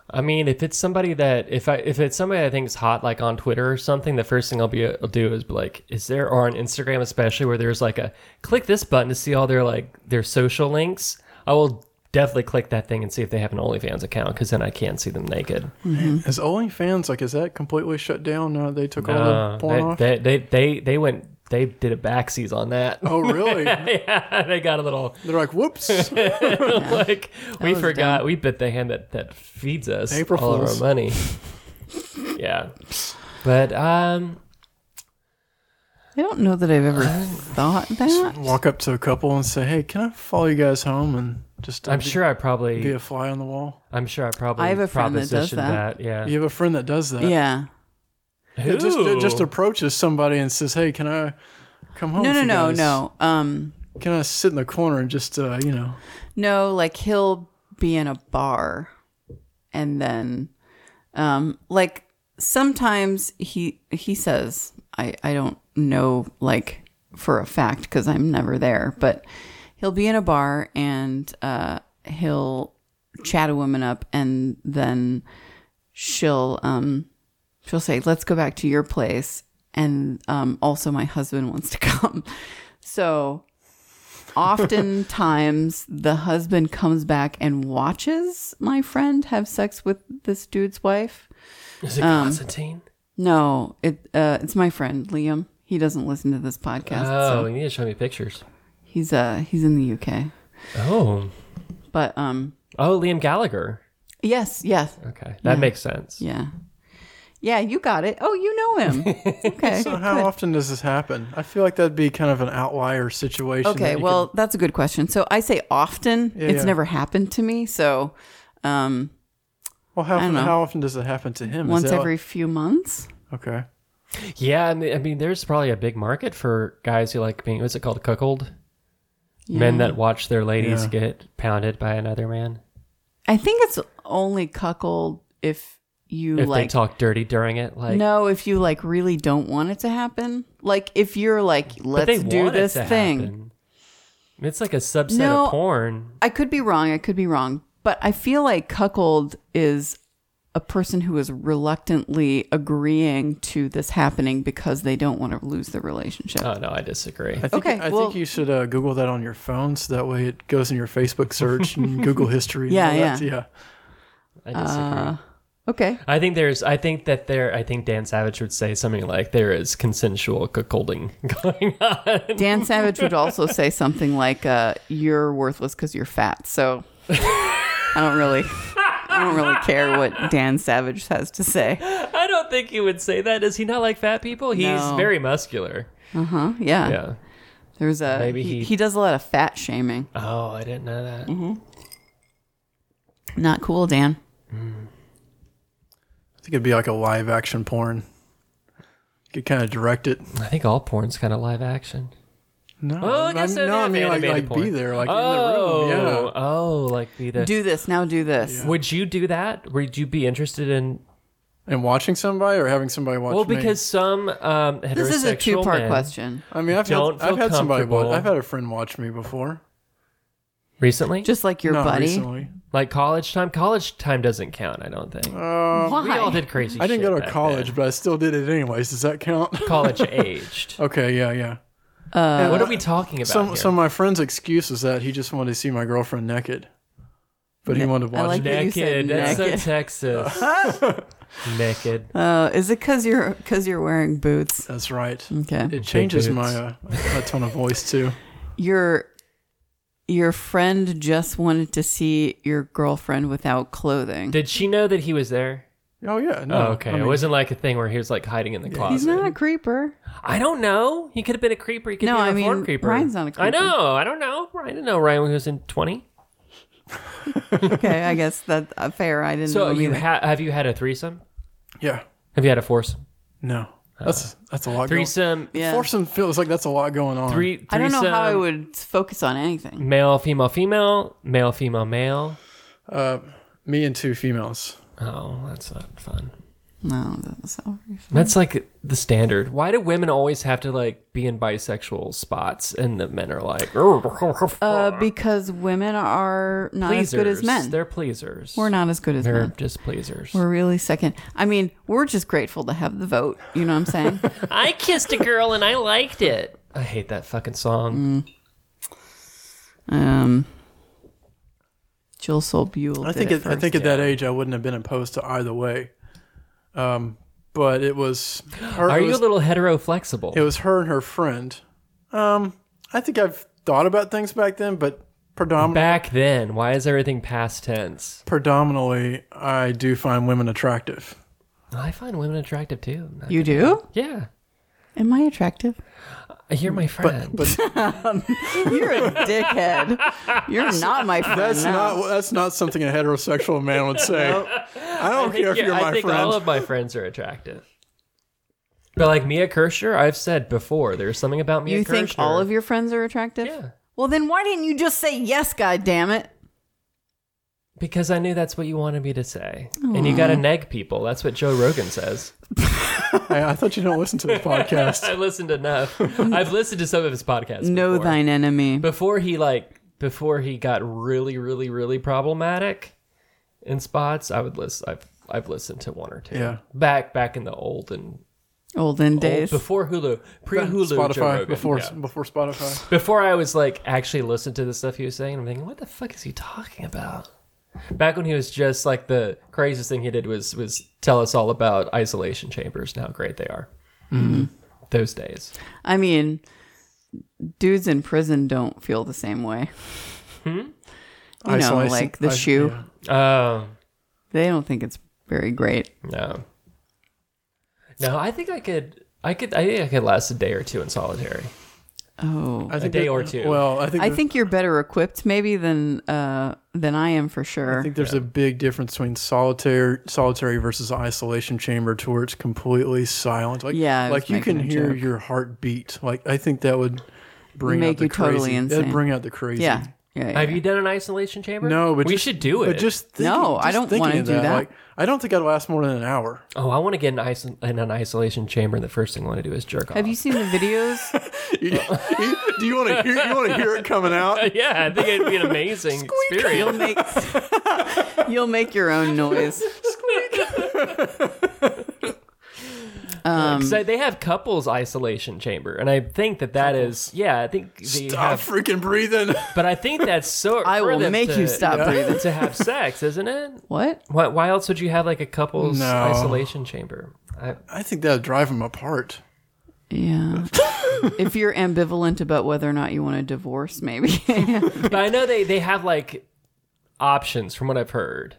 [SPEAKER 3] I mean, if it's somebody that if I if it's somebody I think is hot, like on Twitter or something, the first thing I'll be I'll do is be like, is there or on Instagram especially where there's like a click this button to see all their like their social links. I will definitely click that thing and see if they have an OnlyFans account because then I can see them naked.
[SPEAKER 2] Mm-hmm.
[SPEAKER 1] Is OnlyFans like? Is that completely shut down now? that They took all
[SPEAKER 3] Uh,
[SPEAKER 1] the porn
[SPEAKER 3] they,
[SPEAKER 1] off.
[SPEAKER 3] they, they they they went they did a backseas on that.
[SPEAKER 1] oh, really? They're
[SPEAKER 3] yeah, they got a little
[SPEAKER 1] like, whoops.
[SPEAKER 3] like we
[SPEAKER 2] was
[SPEAKER 3] forgot we bit the hand that that feeds us
[SPEAKER 1] April
[SPEAKER 3] all of our
[SPEAKER 1] Fools.
[SPEAKER 3] money yeah but um
[SPEAKER 2] I don't know that I've ever thought that.
[SPEAKER 1] Walk up to a couple and say, "Hey, can I follow you guys home?" And just uh,
[SPEAKER 3] i'm
[SPEAKER 1] be-
[SPEAKER 3] sure i
[SPEAKER 1] be
[SPEAKER 3] probably
[SPEAKER 1] a fly on the wall.
[SPEAKER 3] i'm sure i probably
[SPEAKER 2] I have a friend that does
[SPEAKER 3] propositioned
[SPEAKER 2] that.
[SPEAKER 3] yeah
[SPEAKER 1] You have a friend that does that.
[SPEAKER 2] Yeah.
[SPEAKER 1] It just it just
[SPEAKER 3] Ooh.
[SPEAKER 1] approaches somebody and says, "Hey, can I come home?"
[SPEAKER 2] No,
[SPEAKER 1] with
[SPEAKER 2] no,
[SPEAKER 1] you
[SPEAKER 2] no,
[SPEAKER 1] guys?
[SPEAKER 2] no. Um,
[SPEAKER 1] Can I sit in the corner and just uh, you know?
[SPEAKER 2] No, like he'll be in a bar and then um like sometimes he he says I I don't know like for a fact cuz I'm never there, but he'll be in a bar and uh he'll chat a woman up and then she'll um she'll say let's go back to your place and um also my husband wants to come. So oftentimes the husband comes back and watches my friend have sex with this dude's wife.
[SPEAKER 3] is it
[SPEAKER 2] um,
[SPEAKER 3] constantine
[SPEAKER 2] No, it uh, it's my friend Liam. He doesn't listen to this podcast.
[SPEAKER 3] oh
[SPEAKER 2] So
[SPEAKER 3] you need to show me pictures
[SPEAKER 2] he's uh he's in the UK.
[SPEAKER 3] oh
[SPEAKER 2] But um
[SPEAKER 3] oh liam gallagher
[SPEAKER 2] yes, yes.
[SPEAKER 3] okay that makes sense
[SPEAKER 2] Yeah. Yeah, you got it. Oh, you know him. Okay.
[SPEAKER 1] So how often does this happen? I feel like that'd be kind of an outlier situation. that
[SPEAKER 2] Okay,
[SPEAKER 1] you
[SPEAKER 2] well, that's a good question. So I say often. it's
[SPEAKER 1] yeah.
[SPEAKER 2] never happened to me. So um
[SPEAKER 1] could- well, how
[SPEAKER 2] don't
[SPEAKER 1] often,
[SPEAKER 2] know.
[SPEAKER 1] how often does it happen to him? Is
[SPEAKER 2] once
[SPEAKER 1] that like-
[SPEAKER 2] every few months.
[SPEAKER 1] okay.
[SPEAKER 3] yeah I mean, I mean there's probably a big market for guys who like being what's it called cuckold men that watch their ladies
[SPEAKER 1] Yeah.
[SPEAKER 3] get pounded by another man
[SPEAKER 2] I think it's only cuckold if you
[SPEAKER 3] if they
[SPEAKER 2] like
[SPEAKER 3] talk dirty during it like
[SPEAKER 2] no, if you like really don't want it to happen. Like if you're like,
[SPEAKER 3] But
[SPEAKER 2] let's
[SPEAKER 3] they
[SPEAKER 2] do
[SPEAKER 3] want it
[SPEAKER 2] this
[SPEAKER 3] to
[SPEAKER 2] thing.
[SPEAKER 3] happen. It's like a subset
[SPEAKER 2] No.
[SPEAKER 3] of porn.
[SPEAKER 2] I could be wrong. I could be wrong. But I feel like cuckold is a person who is reluctantly agreeing to this happening because they don't want to lose the relationship.
[SPEAKER 3] Oh no, I disagree.
[SPEAKER 1] I think,
[SPEAKER 2] Okay,
[SPEAKER 1] I
[SPEAKER 2] well-
[SPEAKER 1] think you should uh, Google that on your phone, so that way it goes in your Facebook search and Google history. and
[SPEAKER 2] Yeah,
[SPEAKER 1] all that.
[SPEAKER 2] yeah.
[SPEAKER 1] yeah.
[SPEAKER 3] I disagree.
[SPEAKER 2] okay.
[SPEAKER 3] I think there's. I think that there. I think Dan Savage would say something like, "There is consensual cuckolding going on."
[SPEAKER 2] Dan Savage would also say something like, uh, "You're worthless because you're fat." So I don't really, I don't really care what Dan Savage has to say.
[SPEAKER 3] I don't think he would say that. Does he not like fat people? He's
[SPEAKER 2] No.
[SPEAKER 3] very muscular.
[SPEAKER 2] Uh huh. Yeah.
[SPEAKER 3] Yeah.
[SPEAKER 2] There's a
[SPEAKER 3] Maybe
[SPEAKER 2] he,
[SPEAKER 3] he-
[SPEAKER 2] he does a lot of fat shaming.
[SPEAKER 3] Oh, I didn't know that.
[SPEAKER 2] Mm-hmm. Not cool, Dan.
[SPEAKER 1] I think it'd be like a live action porn. You could kind of direct it.
[SPEAKER 3] I think all porn's kind of live action.
[SPEAKER 1] No,
[SPEAKER 3] Oh, I guess
[SPEAKER 1] I'm-
[SPEAKER 3] they
[SPEAKER 1] no, I
[SPEAKER 3] have
[SPEAKER 1] mean like,
[SPEAKER 3] animated
[SPEAKER 1] like be
[SPEAKER 3] porn.
[SPEAKER 1] there, like
[SPEAKER 3] oh,
[SPEAKER 1] in the room. Yeah.
[SPEAKER 3] oh, like be the.
[SPEAKER 2] Do this now. Do this.
[SPEAKER 3] would you do that? Would you be interested in?
[SPEAKER 1] And watching somebody or having somebody watch
[SPEAKER 3] Well,
[SPEAKER 1] me?
[SPEAKER 3] because some um, heterosexual
[SPEAKER 2] This is a two-part
[SPEAKER 3] men-
[SPEAKER 2] question.
[SPEAKER 1] I mean, I've
[SPEAKER 3] don't
[SPEAKER 1] had,
[SPEAKER 3] feel
[SPEAKER 1] I've had somebody watch.
[SPEAKER 3] comfortable.
[SPEAKER 1] I've had a friend watch me before.
[SPEAKER 3] Recently,
[SPEAKER 2] Just like your
[SPEAKER 1] Not
[SPEAKER 2] buddy.
[SPEAKER 1] recently.
[SPEAKER 3] Like college time? College time doesn't count, I don't think.
[SPEAKER 2] Why?
[SPEAKER 3] we all did crazy
[SPEAKER 1] Uh, I didn't
[SPEAKER 3] shit
[SPEAKER 1] go to
[SPEAKER 3] back
[SPEAKER 1] college,
[SPEAKER 3] then.
[SPEAKER 1] but I still did it anyways. Does that count?
[SPEAKER 3] College aged.
[SPEAKER 1] okay, yeah, yeah. Uh,
[SPEAKER 3] what are we talking about?
[SPEAKER 1] Some
[SPEAKER 3] here?
[SPEAKER 1] some of my friend's excuse was that he just wanted to see my girlfriend naked, but he wanted to
[SPEAKER 2] I
[SPEAKER 1] watch.
[SPEAKER 2] like-
[SPEAKER 1] it.
[SPEAKER 2] You said
[SPEAKER 3] naked. That's
[SPEAKER 2] naked.
[SPEAKER 3] so Texas. naked.
[SPEAKER 2] Uh, is it because you're because you're wearing boots?
[SPEAKER 1] That's right.
[SPEAKER 2] Okay.
[SPEAKER 1] It changes
[SPEAKER 3] boots.
[SPEAKER 1] my uh, my tone of voice too.
[SPEAKER 2] Your your friend just wanted to see your girlfriend without clothing.
[SPEAKER 3] Did she know that he was there?
[SPEAKER 1] Oh yeah, no.
[SPEAKER 3] Oh, okay.
[SPEAKER 1] I mean,
[SPEAKER 3] it wasn't like a thing where he was like hiding in the
[SPEAKER 2] He's
[SPEAKER 3] closet.
[SPEAKER 2] not a creeper.
[SPEAKER 3] I don't know. He could have been a creeper. He could
[SPEAKER 2] No,
[SPEAKER 3] be a
[SPEAKER 2] I mean,
[SPEAKER 3] reform creeper.
[SPEAKER 2] Ryan's not a
[SPEAKER 3] I
[SPEAKER 2] creeper.
[SPEAKER 3] know. I don't know. I didn't know Ryan when he was in 20.
[SPEAKER 2] Okay, I guess that's uh, fair. I didn't
[SPEAKER 3] So
[SPEAKER 2] know.
[SPEAKER 3] you
[SPEAKER 2] either.
[SPEAKER 3] ha- have you had a threesome?
[SPEAKER 1] yeah,
[SPEAKER 3] Have you had a foursome?
[SPEAKER 1] no. That's that's a lot. Threesome.
[SPEAKER 3] Threesome.
[SPEAKER 2] Yeah.
[SPEAKER 1] Foursome feels like that's a lot going on.
[SPEAKER 3] Three.
[SPEAKER 2] I don't know how I
[SPEAKER 3] threesome,
[SPEAKER 2] would focus on anything.
[SPEAKER 3] Male, female, female, male, female, male.
[SPEAKER 1] Uh, me and two females.
[SPEAKER 3] Oh, that's not fun.
[SPEAKER 2] No, that was all very fun.
[SPEAKER 3] That's like the standard. Why do women always have to like be in bisexual spots, and the men are like,
[SPEAKER 2] Uh, because women are not as good as men.
[SPEAKER 3] They're pleasers.
[SPEAKER 2] We're not as good as
[SPEAKER 3] They're
[SPEAKER 2] men.
[SPEAKER 3] just pleasers.
[SPEAKER 2] We're really second. I mean, we're just grateful to have the vote. You know what I'm saying?
[SPEAKER 3] I kissed a girl and I liked it. I hate that fucking
[SPEAKER 2] Mm.
[SPEAKER 3] song.
[SPEAKER 2] um, Jill Sol Buell.
[SPEAKER 1] I
[SPEAKER 2] did
[SPEAKER 1] think
[SPEAKER 2] it
[SPEAKER 1] at, I
[SPEAKER 2] first.
[SPEAKER 1] think at that age I wouldn't have been opposed to either way. Um, but it was. Her,
[SPEAKER 3] Are
[SPEAKER 1] it
[SPEAKER 3] you a
[SPEAKER 1] was,
[SPEAKER 3] little hetero flexible?
[SPEAKER 1] It was her and her friend. Um, I think I've thought about things back then, but predominantly,
[SPEAKER 3] Back then, why is everything past tense?
[SPEAKER 1] predominantly, I do find women attractive.
[SPEAKER 3] I find women attractive too. Not-
[SPEAKER 2] you do.
[SPEAKER 3] yeah,
[SPEAKER 2] Am I attractive?
[SPEAKER 3] you're my friend.
[SPEAKER 1] But
[SPEAKER 2] You're a dickhead. You're not my friend.
[SPEAKER 1] that's
[SPEAKER 2] now.
[SPEAKER 1] not that's not something a heterosexual man would say. I don't care if
[SPEAKER 3] Yeah,
[SPEAKER 1] you're
[SPEAKER 3] I
[SPEAKER 1] my
[SPEAKER 3] think
[SPEAKER 1] friend.
[SPEAKER 3] all of my friends are attractive. But like Mia Kirscher, I've said before, there's something about Mia
[SPEAKER 2] You
[SPEAKER 3] Kirshner.
[SPEAKER 2] think all of your friends are attractive?
[SPEAKER 3] Yeah.
[SPEAKER 2] Well, then why didn't you just say yes? God damn it!
[SPEAKER 3] because I knew that's what you wanted me to say, and you got to neg people. That's what Joe Rogan says.
[SPEAKER 1] I, I thought you don't listen to the podcast.
[SPEAKER 3] I listened enough. I've listened to some of his podcasts.
[SPEAKER 2] Know
[SPEAKER 3] before.
[SPEAKER 2] thine enemy.
[SPEAKER 3] before he like before he got really really really problematic in spots. I would list. I've I've listened to one or two.
[SPEAKER 1] Yeah.
[SPEAKER 3] back back in the olden
[SPEAKER 2] Olden
[SPEAKER 3] old,
[SPEAKER 2] days.
[SPEAKER 3] before Hulu, pre Hulu, Joe
[SPEAKER 1] Spotify
[SPEAKER 3] Rogan.
[SPEAKER 1] before
[SPEAKER 3] Yeah.
[SPEAKER 1] before Spotify.
[SPEAKER 3] Before I was like actually listened to the stuff he was saying, I'm thinking, what the fuck is he talking about? Back when he was just like the craziest thing he did was was tell us all about isolation chambers and how great they are.
[SPEAKER 2] Mm-hmm.
[SPEAKER 3] Those days,
[SPEAKER 2] I mean, dudes in prison don't feel the same way.
[SPEAKER 1] Hmm?
[SPEAKER 2] You know,
[SPEAKER 1] Isolation-
[SPEAKER 2] like the
[SPEAKER 1] is-
[SPEAKER 2] shoe.
[SPEAKER 1] yeah.
[SPEAKER 3] oh
[SPEAKER 2] They don't think it's very great.
[SPEAKER 3] no, no. I think I could, I could, I think I could last a day or two in solitary.
[SPEAKER 2] Oh,
[SPEAKER 1] I think
[SPEAKER 3] day
[SPEAKER 1] that-
[SPEAKER 3] or two.
[SPEAKER 1] Well, I think
[SPEAKER 2] I
[SPEAKER 1] the-
[SPEAKER 2] think you're better equipped maybe than uh than I am for
[SPEAKER 1] I
[SPEAKER 2] sure.
[SPEAKER 1] think there's a big difference between solitary solitary versus isolation chamber to where it's completely silent. Like
[SPEAKER 2] Yeah, I was
[SPEAKER 1] like you
[SPEAKER 2] making
[SPEAKER 1] can
[SPEAKER 2] a
[SPEAKER 1] hear
[SPEAKER 2] joke.
[SPEAKER 1] your heart beat. Like I think that would bring out
[SPEAKER 2] Make
[SPEAKER 1] the
[SPEAKER 2] you
[SPEAKER 1] crazy.
[SPEAKER 2] totally
[SPEAKER 1] That'd
[SPEAKER 2] insane.
[SPEAKER 1] bring out the crazy.
[SPEAKER 2] yeah, yeah. yeah.
[SPEAKER 3] Have you done an isolation chamber?
[SPEAKER 1] No, but
[SPEAKER 3] we
[SPEAKER 1] just-
[SPEAKER 3] should do it.
[SPEAKER 1] But just thinking,
[SPEAKER 2] No, I
[SPEAKER 1] just
[SPEAKER 2] don't
[SPEAKER 1] thinking
[SPEAKER 2] wanna
[SPEAKER 1] of
[SPEAKER 2] do that.
[SPEAKER 1] Like I don't think I'd last more than an hour.
[SPEAKER 3] oh, I want to get in, iso- in an isolation chamber. And the first thing I want to do is jerk
[SPEAKER 2] Have
[SPEAKER 3] off.
[SPEAKER 2] you seen the videos?
[SPEAKER 1] do you want to hear? You want to hear it coming out?
[SPEAKER 3] yeah, I think it'd be an amazing
[SPEAKER 2] you'll
[SPEAKER 3] experience.
[SPEAKER 2] make you'll make your own noise. Um,
[SPEAKER 3] So they have couples isolation chamber, and I think that that is yeah. I think they
[SPEAKER 1] Stop
[SPEAKER 3] have,
[SPEAKER 1] freaking breathing.
[SPEAKER 3] but I think that's so.
[SPEAKER 2] I
[SPEAKER 3] for
[SPEAKER 2] will
[SPEAKER 3] them
[SPEAKER 2] make
[SPEAKER 3] to-
[SPEAKER 2] you stop breathing.
[SPEAKER 3] to have sex, isn't it?
[SPEAKER 2] What?
[SPEAKER 3] Why, why else would you have like a couples
[SPEAKER 1] No.
[SPEAKER 3] isolation chamber? I,
[SPEAKER 1] I think that'd drive them apart.
[SPEAKER 2] Yeah. if you're ambivalent about whether or not you want a divorce, maybe.
[SPEAKER 3] but I know they they have like options from what I've heard.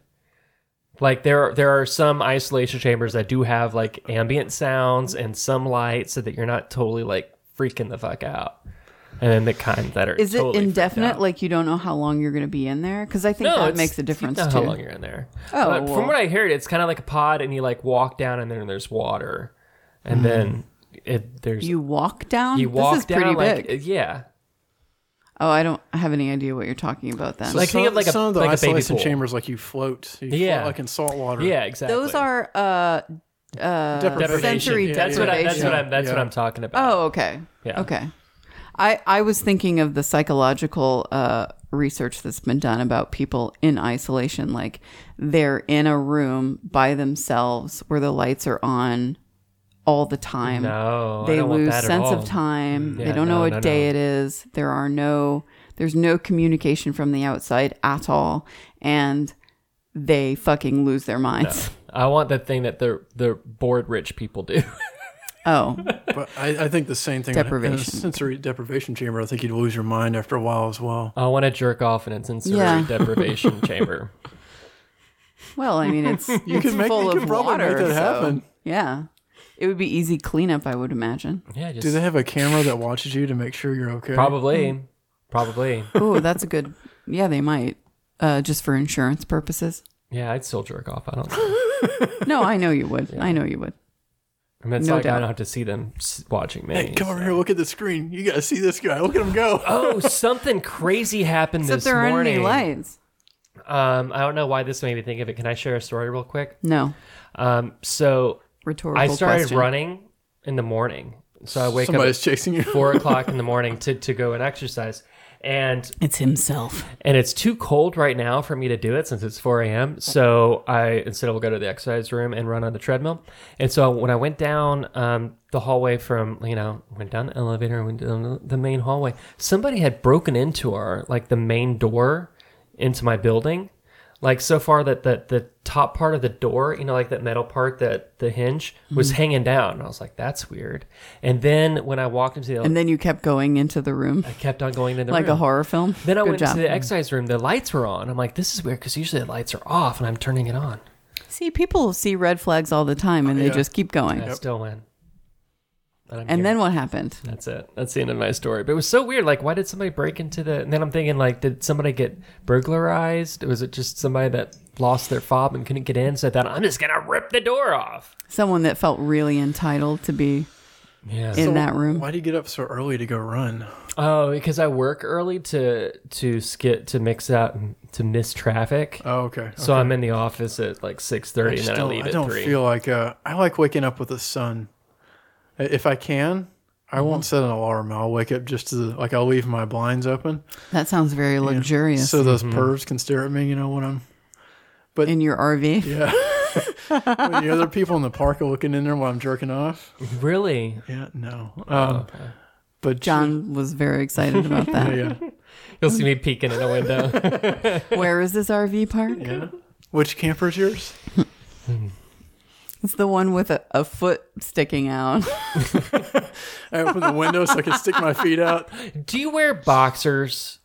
[SPEAKER 3] Like there are, there are some isolation chambers that do have like ambient sounds and some light, so that you're not totally like freaking the fuck out. And then the kind that are
[SPEAKER 2] Is it
[SPEAKER 3] totally freaked out.
[SPEAKER 2] indefinite? Like you don't know how long you're going to be in there? Because I think that
[SPEAKER 3] it's-
[SPEAKER 2] makes a difference
[SPEAKER 3] You know
[SPEAKER 2] too.
[SPEAKER 3] how long you're in there.
[SPEAKER 2] Oh,
[SPEAKER 3] But
[SPEAKER 2] well.
[SPEAKER 3] from what I heard, it's kind of like a pod, and you like walk down, and then there's water, and then it, there's
[SPEAKER 2] Mm-hmm. You walk down.
[SPEAKER 3] you walk
[SPEAKER 2] this is
[SPEAKER 3] down
[SPEAKER 2] pretty
[SPEAKER 3] like
[SPEAKER 2] big.
[SPEAKER 3] yeah,
[SPEAKER 2] Oh, I don't have any idea what you're talking about then.
[SPEAKER 3] Like,
[SPEAKER 1] some,
[SPEAKER 3] think of like a-
[SPEAKER 1] some of the
[SPEAKER 3] like a baby
[SPEAKER 1] isolation
[SPEAKER 3] pool.
[SPEAKER 1] chambers, like you float. You
[SPEAKER 3] Yeah.
[SPEAKER 1] float like in salt water.
[SPEAKER 3] yeah, exactly.
[SPEAKER 2] Those are uh uh
[SPEAKER 1] Deprivation.
[SPEAKER 2] sensory
[SPEAKER 1] Yeah, yeah, yeah.
[SPEAKER 3] That's what I, that's what
[SPEAKER 2] deprivation.
[SPEAKER 3] I'm that's what
[SPEAKER 1] Yeah.
[SPEAKER 3] I'm talking about.
[SPEAKER 2] Oh, okay.
[SPEAKER 3] Yeah.
[SPEAKER 2] Okay. I I was thinking of the psychological uh research that's been done about people in isolation like they're in a room by themselves where the lights are on all the time.
[SPEAKER 3] no, I
[SPEAKER 2] Oh, they
[SPEAKER 3] don't want
[SPEAKER 2] lose
[SPEAKER 3] that at
[SPEAKER 2] sense
[SPEAKER 3] all. Mm,
[SPEAKER 2] of time.
[SPEAKER 3] yeah,
[SPEAKER 2] they don't
[SPEAKER 3] no,
[SPEAKER 2] know what
[SPEAKER 3] no,
[SPEAKER 2] day
[SPEAKER 3] no.
[SPEAKER 2] it is. There are no there's no communication from the outside at all and they fucking lose their minds.
[SPEAKER 3] I want that thing that the the bored rich people do.
[SPEAKER 2] Oh.
[SPEAKER 1] But I, I think the same thing. in a- In a
[SPEAKER 2] Deprivation.
[SPEAKER 1] sensory deprivation chamber, I think you'd lose your mind after a while as well.
[SPEAKER 3] I want to jerk off in a sensory
[SPEAKER 2] Yeah.
[SPEAKER 3] deprivation chamber.
[SPEAKER 2] Well, I mean it's
[SPEAKER 1] You
[SPEAKER 2] it's
[SPEAKER 1] can make.
[SPEAKER 2] full
[SPEAKER 1] You
[SPEAKER 2] of
[SPEAKER 1] can probably
[SPEAKER 2] water.
[SPEAKER 1] make that
[SPEAKER 2] so-
[SPEAKER 1] happen.
[SPEAKER 2] Yeah. It would be easy cleanup, I would imagine.
[SPEAKER 3] Yeah, just
[SPEAKER 1] Do they have a camera that watches you to make sure you're okay?
[SPEAKER 2] Hmm.
[SPEAKER 3] probably, probably.
[SPEAKER 2] Oh, that's a good. Yeah, they might. Uh, just for insurance purposes.
[SPEAKER 3] Yeah, I'd still jerk off. I don't. know.
[SPEAKER 2] No, I know you would. I know you would.
[SPEAKER 3] I mean, it's
[SPEAKER 2] No
[SPEAKER 3] like I
[SPEAKER 2] doubt.
[SPEAKER 3] don't have to see them s- watching me.
[SPEAKER 1] Hey, come over here. Look at the screen. You got to see this guy. Look at him go.
[SPEAKER 3] oh, something crazy happened
[SPEAKER 2] Except
[SPEAKER 3] this
[SPEAKER 2] there aren't
[SPEAKER 3] morning.
[SPEAKER 2] any lights.
[SPEAKER 3] Um, I don't know why this made me think of it. Can I share a story real quick?
[SPEAKER 2] No.
[SPEAKER 3] Um, so
[SPEAKER 2] Rhetorical
[SPEAKER 3] I started
[SPEAKER 2] question.
[SPEAKER 3] running in the morning. So I wake up
[SPEAKER 1] Somebody's chasing you.
[SPEAKER 3] at four o'clock in the morning to, to go and exercise. And
[SPEAKER 2] It's himself.
[SPEAKER 3] and it's too cold right now for me to do it since it's 4 a.m. So I instead will go to the exercise room and run on the treadmill. And so when I went down um, the hallway from you know went down the elevator and went down the main hallway, somebody had broken into our like the main door into my building. Like so far that the the top part of the door, you know, like that metal part that the hinge
[SPEAKER 2] Hmm.
[SPEAKER 3] was hanging down. And I was like, that's weird. And then when I walked into the,
[SPEAKER 2] And then you kept going into the room
[SPEAKER 3] I kept on going into the
[SPEAKER 2] like a
[SPEAKER 3] room.
[SPEAKER 2] horror film.
[SPEAKER 3] Then I
[SPEAKER 2] Good
[SPEAKER 3] went
[SPEAKER 2] job.
[SPEAKER 3] to the exercise room. The lights were on. I'm like, this is weird because usually the lights are off, and I'm turning it on.
[SPEAKER 2] See, people see red flags all the time
[SPEAKER 3] Oh,
[SPEAKER 2] and they
[SPEAKER 1] Yeah.
[SPEAKER 2] just keep going.
[SPEAKER 3] And I still win. And, I'm
[SPEAKER 2] And
[SPEAKER 3] here.
[SPEAKER 2] then what happened?
[SPEAKER 3] that's it. That's the end of my story. But it was so weird. Like, why did somebody break into the? And then I'm thinking, like, did somebody get burglarized? Was it just somebody that lost their fob and couldn't get in? So I thought, I'm just gonna rip the door off.
[SPEAKER 2] Someone that felt really entitled to be.
[SPEAKER 3] Yeah.
[SPEAKER 2] in that room.
[SPEAKER 1] Why do you get up so early to go run?
[SPEAKER 3] oh, because I work early to to skit to mix up to miss traffic.
[SPEAKER 1] Oh, okay.
[SPEAKER 3] So I'm in the office at like six thirty, and
[SPEAKER 1] just
[SPEAKER 3] then I
[SPEAKER 1] don't-
[SPEAKER 3] leave at
[SPEAKER 1] don't
[SPEAKER 3] three.
[SPEAKER 1] feel like uh, I like waking up with the sun. I- If I can,
[SPEAKER 3] Mm-hmm.
[SPEAKER 1] I won't set an alarm. I'll wake up just to the, like I'll leave my blinds open
[SPEAKER 2] That sounds very luxurious
[SPEAKER 1] so those
[SPEAKER 3] Mm-hmm.
[SPEAKER 1] pervs can stare at me. You know when I'm
[SPEAKER 2] in your RV.
[SPEAKER 1] yeah. when the other people in the park are looking in there while I'm jerking off.
[SPEAKER 3] really?
[SPEAKER 1] Yeah, no.
[SPEAKER 3] Oh,
[SPEAKER 1] Um, But
[SPEAKER 2] John was very excited about that.
[SPEAKER 1] yeah,
[SPEAKER 3] You'll see me peeking in a window.
[SPEAKER 2] Where is this RV park?
[SPEAKER 1] yeah. Which camper's yours?
[SPEAKER 2] It's the one with a, a foot sticking out.
[SPEAKER 1] I open the window so I can stick my feet out.
[SPEAKER 3] Do you wear boxers?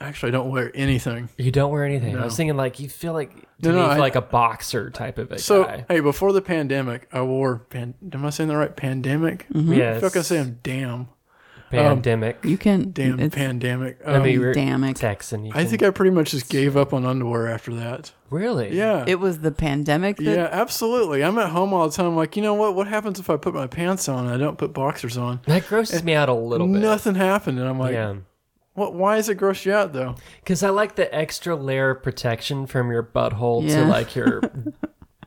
[SPEAKER 1] Actually, I don't wear anything.
[SPEAKER 3] You don't wear anything. I
[SPEAKER 1] No.
[SPEAKER 3] was thinking like you feel like
[SPEAKER 1] No,
[SPEAKER 3] to me,
[SPEAKER 1] no,
[SPEAKER 3] you
[SPEAKER 1] I-
[SPEAKER 3] feel like a boxer type of a
[SPEAKER 1] So
[SPEAKER 3] guy.
[SPEAKER 1] hey, before the pandemic, I wore pan. Am I saying the right pandemic?
[SPEAKER 2] Mm.
[SPEAKER 1] I
[SPEAKER 3] Yes.
[SPEAKER 1] mm-hmm. feel like Um, I say I'm damn,
[SPEAKER 3] pandemic.
[SPEAKER 2] You can.
[SPEAKER 1] damn
[SPEAKER 2] it's
[SPEAKER 1] pandemic.
[SPEAKER 3] I mean,
[SPEAKER 1] Um,
[SPEAKER 3] you're
[SPEAKER 2] damn it.
[SPEAKER 3] Texan. You
[SPEAKER 1] I
[SPEAKER 3] can-
[SPEAKER 1] think I pretty much just gave up on underwear after that.
[SPEAKER 3] really.
[SPEAKER 1] Yeah,
[SPEAKER 2] It was the pandemic that
[SPEAKER 1] yeah, absolutely. I'm at home all the time. like, you know what? What happens if I put my pants on? and I don't put boxers on.
[SPEAKER 3] That grosses me out a little bit.
[SPEAKER 1] Nothing happened, and I'm like,
[SPEAKER 3] Yeah.
[SPEAKER 1] what? Why is it gross you out though?
[SPEAKER 3] Because I like the extra layer of protection from your butthole
[SPEAKER 2] Yeah.
[SPEAKER 3] to like your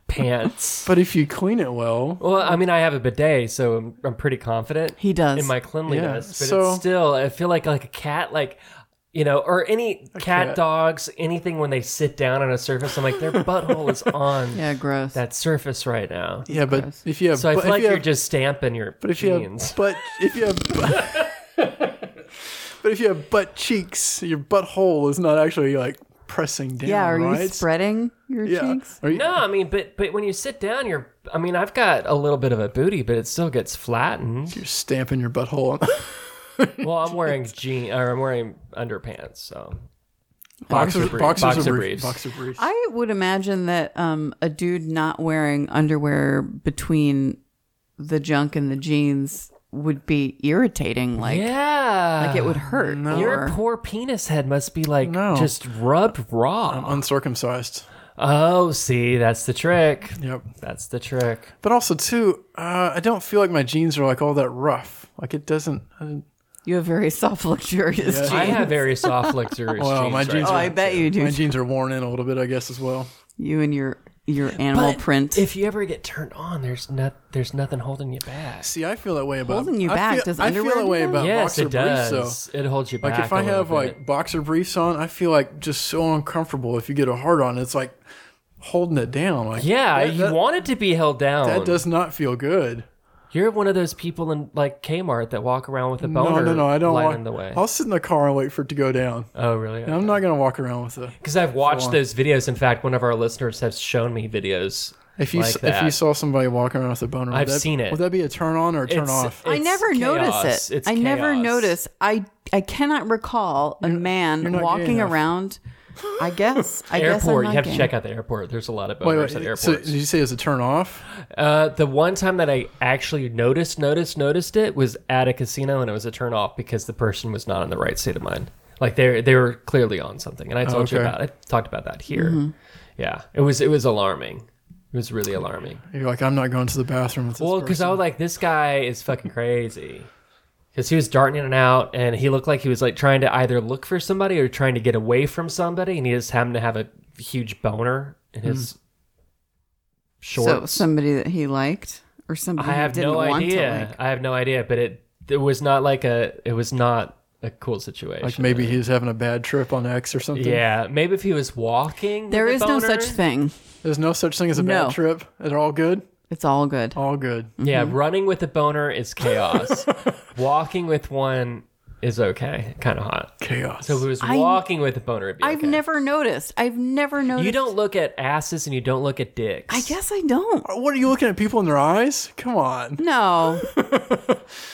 [SPEAKER 3] pants.
[SPEAKER 1] But if you clean it well,
[SPEAKER 3] Well, I mean, I have a bidet, so I'm, I'm pretty confident.
[SPEAKER 2] he does.
[SPEAKER 3] in my cleanliness,
[SPEAKER 1] Yeah,
[SPEAKER 3] but
[SPEAKER 1] so-
[SPEAKER 3] it's still I feel like like a cat, like you know, or any cat,
[SPEAKER 1] cat.
[SPEAKER 3] dogs, anything when they sit down on a surface, I'm like their butthole is on
[SPEAKER 2] yeah, gross.
[SPEAKER 3] that surface right now.
[SPEAKER 1] yeah. But if you have,
[SPEAKER 3] So I
[SPEAKER 1] but
[SPEAKER 3] feel like
[SPEAKER 1] if you
[SPEAKER 3] you are
[SPEAKER 1] have-
[SPEAKER 3] just stamping your
[SPEAKER 1] But if
[SPEAKER 3] jeans.
[SPEAKER 1] you have butt, if you have, but if you have butt cheeks, your butthole is not actually like pressing down.
[SPEAKER 2] yeah, are
[SPEAKER 1] right?
[SPEAKER 2] you spreading your
[SPEAKER 1] Yeah.
[SPEAKER 2] cheeks?
[SPEAKER 1] Are you-
[SPEAKER 3] no, I mean, but but when you sit down, you're. I mean, I've got a little bit of a booty, but it still gets flattened.
[SPEAKER 1] You're stamping your butthole. on-
[SPEAKER 3] Well, I'm wearing jean, or I'm wearing underpants, so
[SPEAKER 1] boxers,
[SPEAKER 3] brief-
[SPEAKER 1] boxers,
[SPEAKER 3] boxer
[SPEAKER 1] are brief.
[SPEAKER 3] briefs.
[SPEAKER 1] Boxer briefs.
[SPEAKER 2] I would imagine that um, a dude not wearing underwear between the junk and the jeans would be irritating. Like,
[SPEAKER 3] yeah,
[SPEAKER 2] like it would hurt.
[SPEAKER 3] Your
[SPEAKER 2] Or,
[SPEAKER 3] poor penis head must be like
[SPEAKER 1] No.
[SPEAKER 3] just rubbed raw.
[SPEAKER 1] I'm uncircumcised.
[SPEAKER 3] Oh, see, that's the trick.
[SPEAKER 1] Yep.
[SPEAKER 3] That's the trick.
[SPEAKER 1] But also too, uh, I don't feel like my jeans are like all that rough. Like it doesn't. I didn't-
[SPEAKER 2] you have very soft, luxurious
[SPEAKER 1] Yeah.
[SPEAKER 3] I
[SPEAKER 2] jeans.
[SPEAKER 3] have very soft, luxurious
[SPEAKER 1] Well,
[SPEAKER 3] jeans.
[SPEAKER 1] my
[SPEAKER 3] right
[SPEAKER 1] jeans
[SPEAKER 2] oh,
[SPEAKER 3] now.
[SPEAKER 2] I bet you do.
[SPEAKER 1] my jeans are worn in a little bit, I guess, as well.
[SPEAKER 2] You and your your animal
[SPEAKER 3] But
[SPEAKER 2] print.
[SPEAKER 3] If you ever get turned on, there's not, there's nothing holding you back.
[SPEAKER 1] See, I feel that way about
[SPEAKER 2] Holding you
[SPEAKER 1] I
[SPEAKER 2] back,
[SPEAKER 1] feel-
[SPEAKER 2] does
[SPEAKER 1] I feel
[SPEAKER 2] underwear
[SPEAKER 1] that
[SPEAKER 2] do
[SPEAKER 1] way
[SPEAKER 2] that?
[SPEAKER 1] about
[SPEAKER 3] yes,
[SPEAKER 1] boxer
[SPEAKER 3] it does.
[SPEAKER 1] briefs. So.
[SPEAKER 3] It holds you back.
[SPEAKER 1] Like if I
[SPEAKER 3] a little
[SPEAKER 1] have like
[SPEAKER 3] bit.
[SPEAKER 1] boxer briefs on, I feel like just so uncomfortable. If you get a hard on, it's like holding it down. Like
[SPEAKER 3] yeah,
[SPEAKER 1] that,
[SPEAKER 3] you
[SPEAKER 1] that-
[SPEAKER 3] want it to be held down.
[SPEAKER 1] that does not feel good.
[SPEAKER 3] You're one of those people in like Kmart that walk around with a
[SPEAKER 1] No,
[SPEAKER 3] boner.
[SPEAKER 1] no, no. I don't
[SPEAKER 3] lying
[SPEAKER 1] want.
[SPEAKER 3] in the way.
[SPEAKER 1] I'll sit in the car and wait for it to go down.
[SPEAKER 3] oh, really?
[SPEAKER 1] And I'm not gonna walk around with it.
[SPEAKER 3] Because I've watched those videos. In fact, one of our listeners has shown me videos.
[SPEAKER 1] If you
[SPEAKER 3] like
[SPEAKER 1] s if
[SPEAKER 3] that.
[SPEAKER 1] you saw somebody walking around with a boner, would
[SPEAKER 3] I've
[SPEAKER 1] that-
[SPEAKER 3] seen it.
[SPEAKER 1] Would that be a turn on or a turn
[SPEAKER 3] It's-
[SPEAKER 1] off?
[SPEAKER 2] I
[SPEAKER 3] it's
[SPEAKER 2] never notice
[SPEAKER 3] chaos.
[SPEAKER 2] it.
[SPEAKER 3] It's
[SPEAKER 2] I never
[SPEAKER 3] chaos.
[SPEAKER 2] notice. I I cannot recall a
[SPEAKER 1] you're
[SPEAKER 2] man
[SPEAKER 1] not gay
[SPEAKER 2] walking
[SPEAKER 1] enough.
[SPEAKER 2] around. I guess. I guess I'm
[SPEAKER 3] airport.
[SPEAKER 2] not
[SPEAKER 3] You have
[SPEAKER 2] gay.
[SPEAKER 3] to check out the airport. There's a lot of boners
[SPEAKER 1] Wait, wait,
[SPEAKER 3] at airports.
[SPEAKER 1] so did you say it's a turn off?
[SPEAKER 3] Uh, the one time that I actually noticed, noticed, noticed it was at a casino, and it was a turn off because the person was not in the right state of mind. Like they they were clearly on something, and I told you
[SPEAKER 1] okay.
[SPEAKER 2] Mm-hmm.
[SPEAKER 3] about. I talked about that here. Yeah, it was it was alarming. It was really alarming.
[SPEAKER 1] You're like, I'm not going to the bathroom with this
[SPEAKER 3] Well, because I was
[SPEAKER 1] person."
[SPEAKER 3] like, this guy is fucking crazy. Because he was darting in and out, and he looked like he was like trying to either look for somebody or trying to get away from somebody, and he just happened to have a huge boner in his
[SPEAKER 2] Hmm. So
[SPEAKER 3] shorts.
[SPEAKER 2] somebody that he liked or somebody
[SPEAKER 3] I have
[SPEAKER 2] he didn't
[SPEAKER 3] no
[SPEAKER 2] want to
[SPEAKER 3] idea.
[SPEAKER 2] like.
[SPEAKER 3] I have no idea. But it it was not like a it was not a cool situation.
[SPEAKER 1] Like maybe he was having a bad trip on X or something.
[SPEAKER 3] yeah, maybe if he was walking. with
[SPEAKER 2] There
[SPEAKER 3] a
[SPEAKER 2] is no
[SPEAKER 3] boner.
[SPEAKER 2] such thing.
[SPEAKER 1] There's no such thing as a
[SPEAKER 2] No.
[SPEAKER 1] bad trip. They're all good.
[SPEAKER 2] It's all good.
[SPEAKER 1] All good.
[SPEAKER 3] Yeah,
[SPEAKER 2] Mm-hmm.
[SPEAKER 3] running with a boner is chaos. walking with one is okay, kind of hot.
[SPEAKER 1] Chaos.
[SPEAKER 3] So if it was
[SPEAKER 2] I-
[SPEAKER 3] walking with a boner, it'd be
[SPEAKER 2] I've
[SPEAKER 3] okay.
[SPEAKER 2] never noticed. I've never noticed.
[SPEAKER 3] You don't look at asses and you don't look at dicks.
[SPEAKER 2] I guess I don't.
[SPEAKER 1] what are you looking at people in their eyes? Come on.
[SPEAKER 2] No.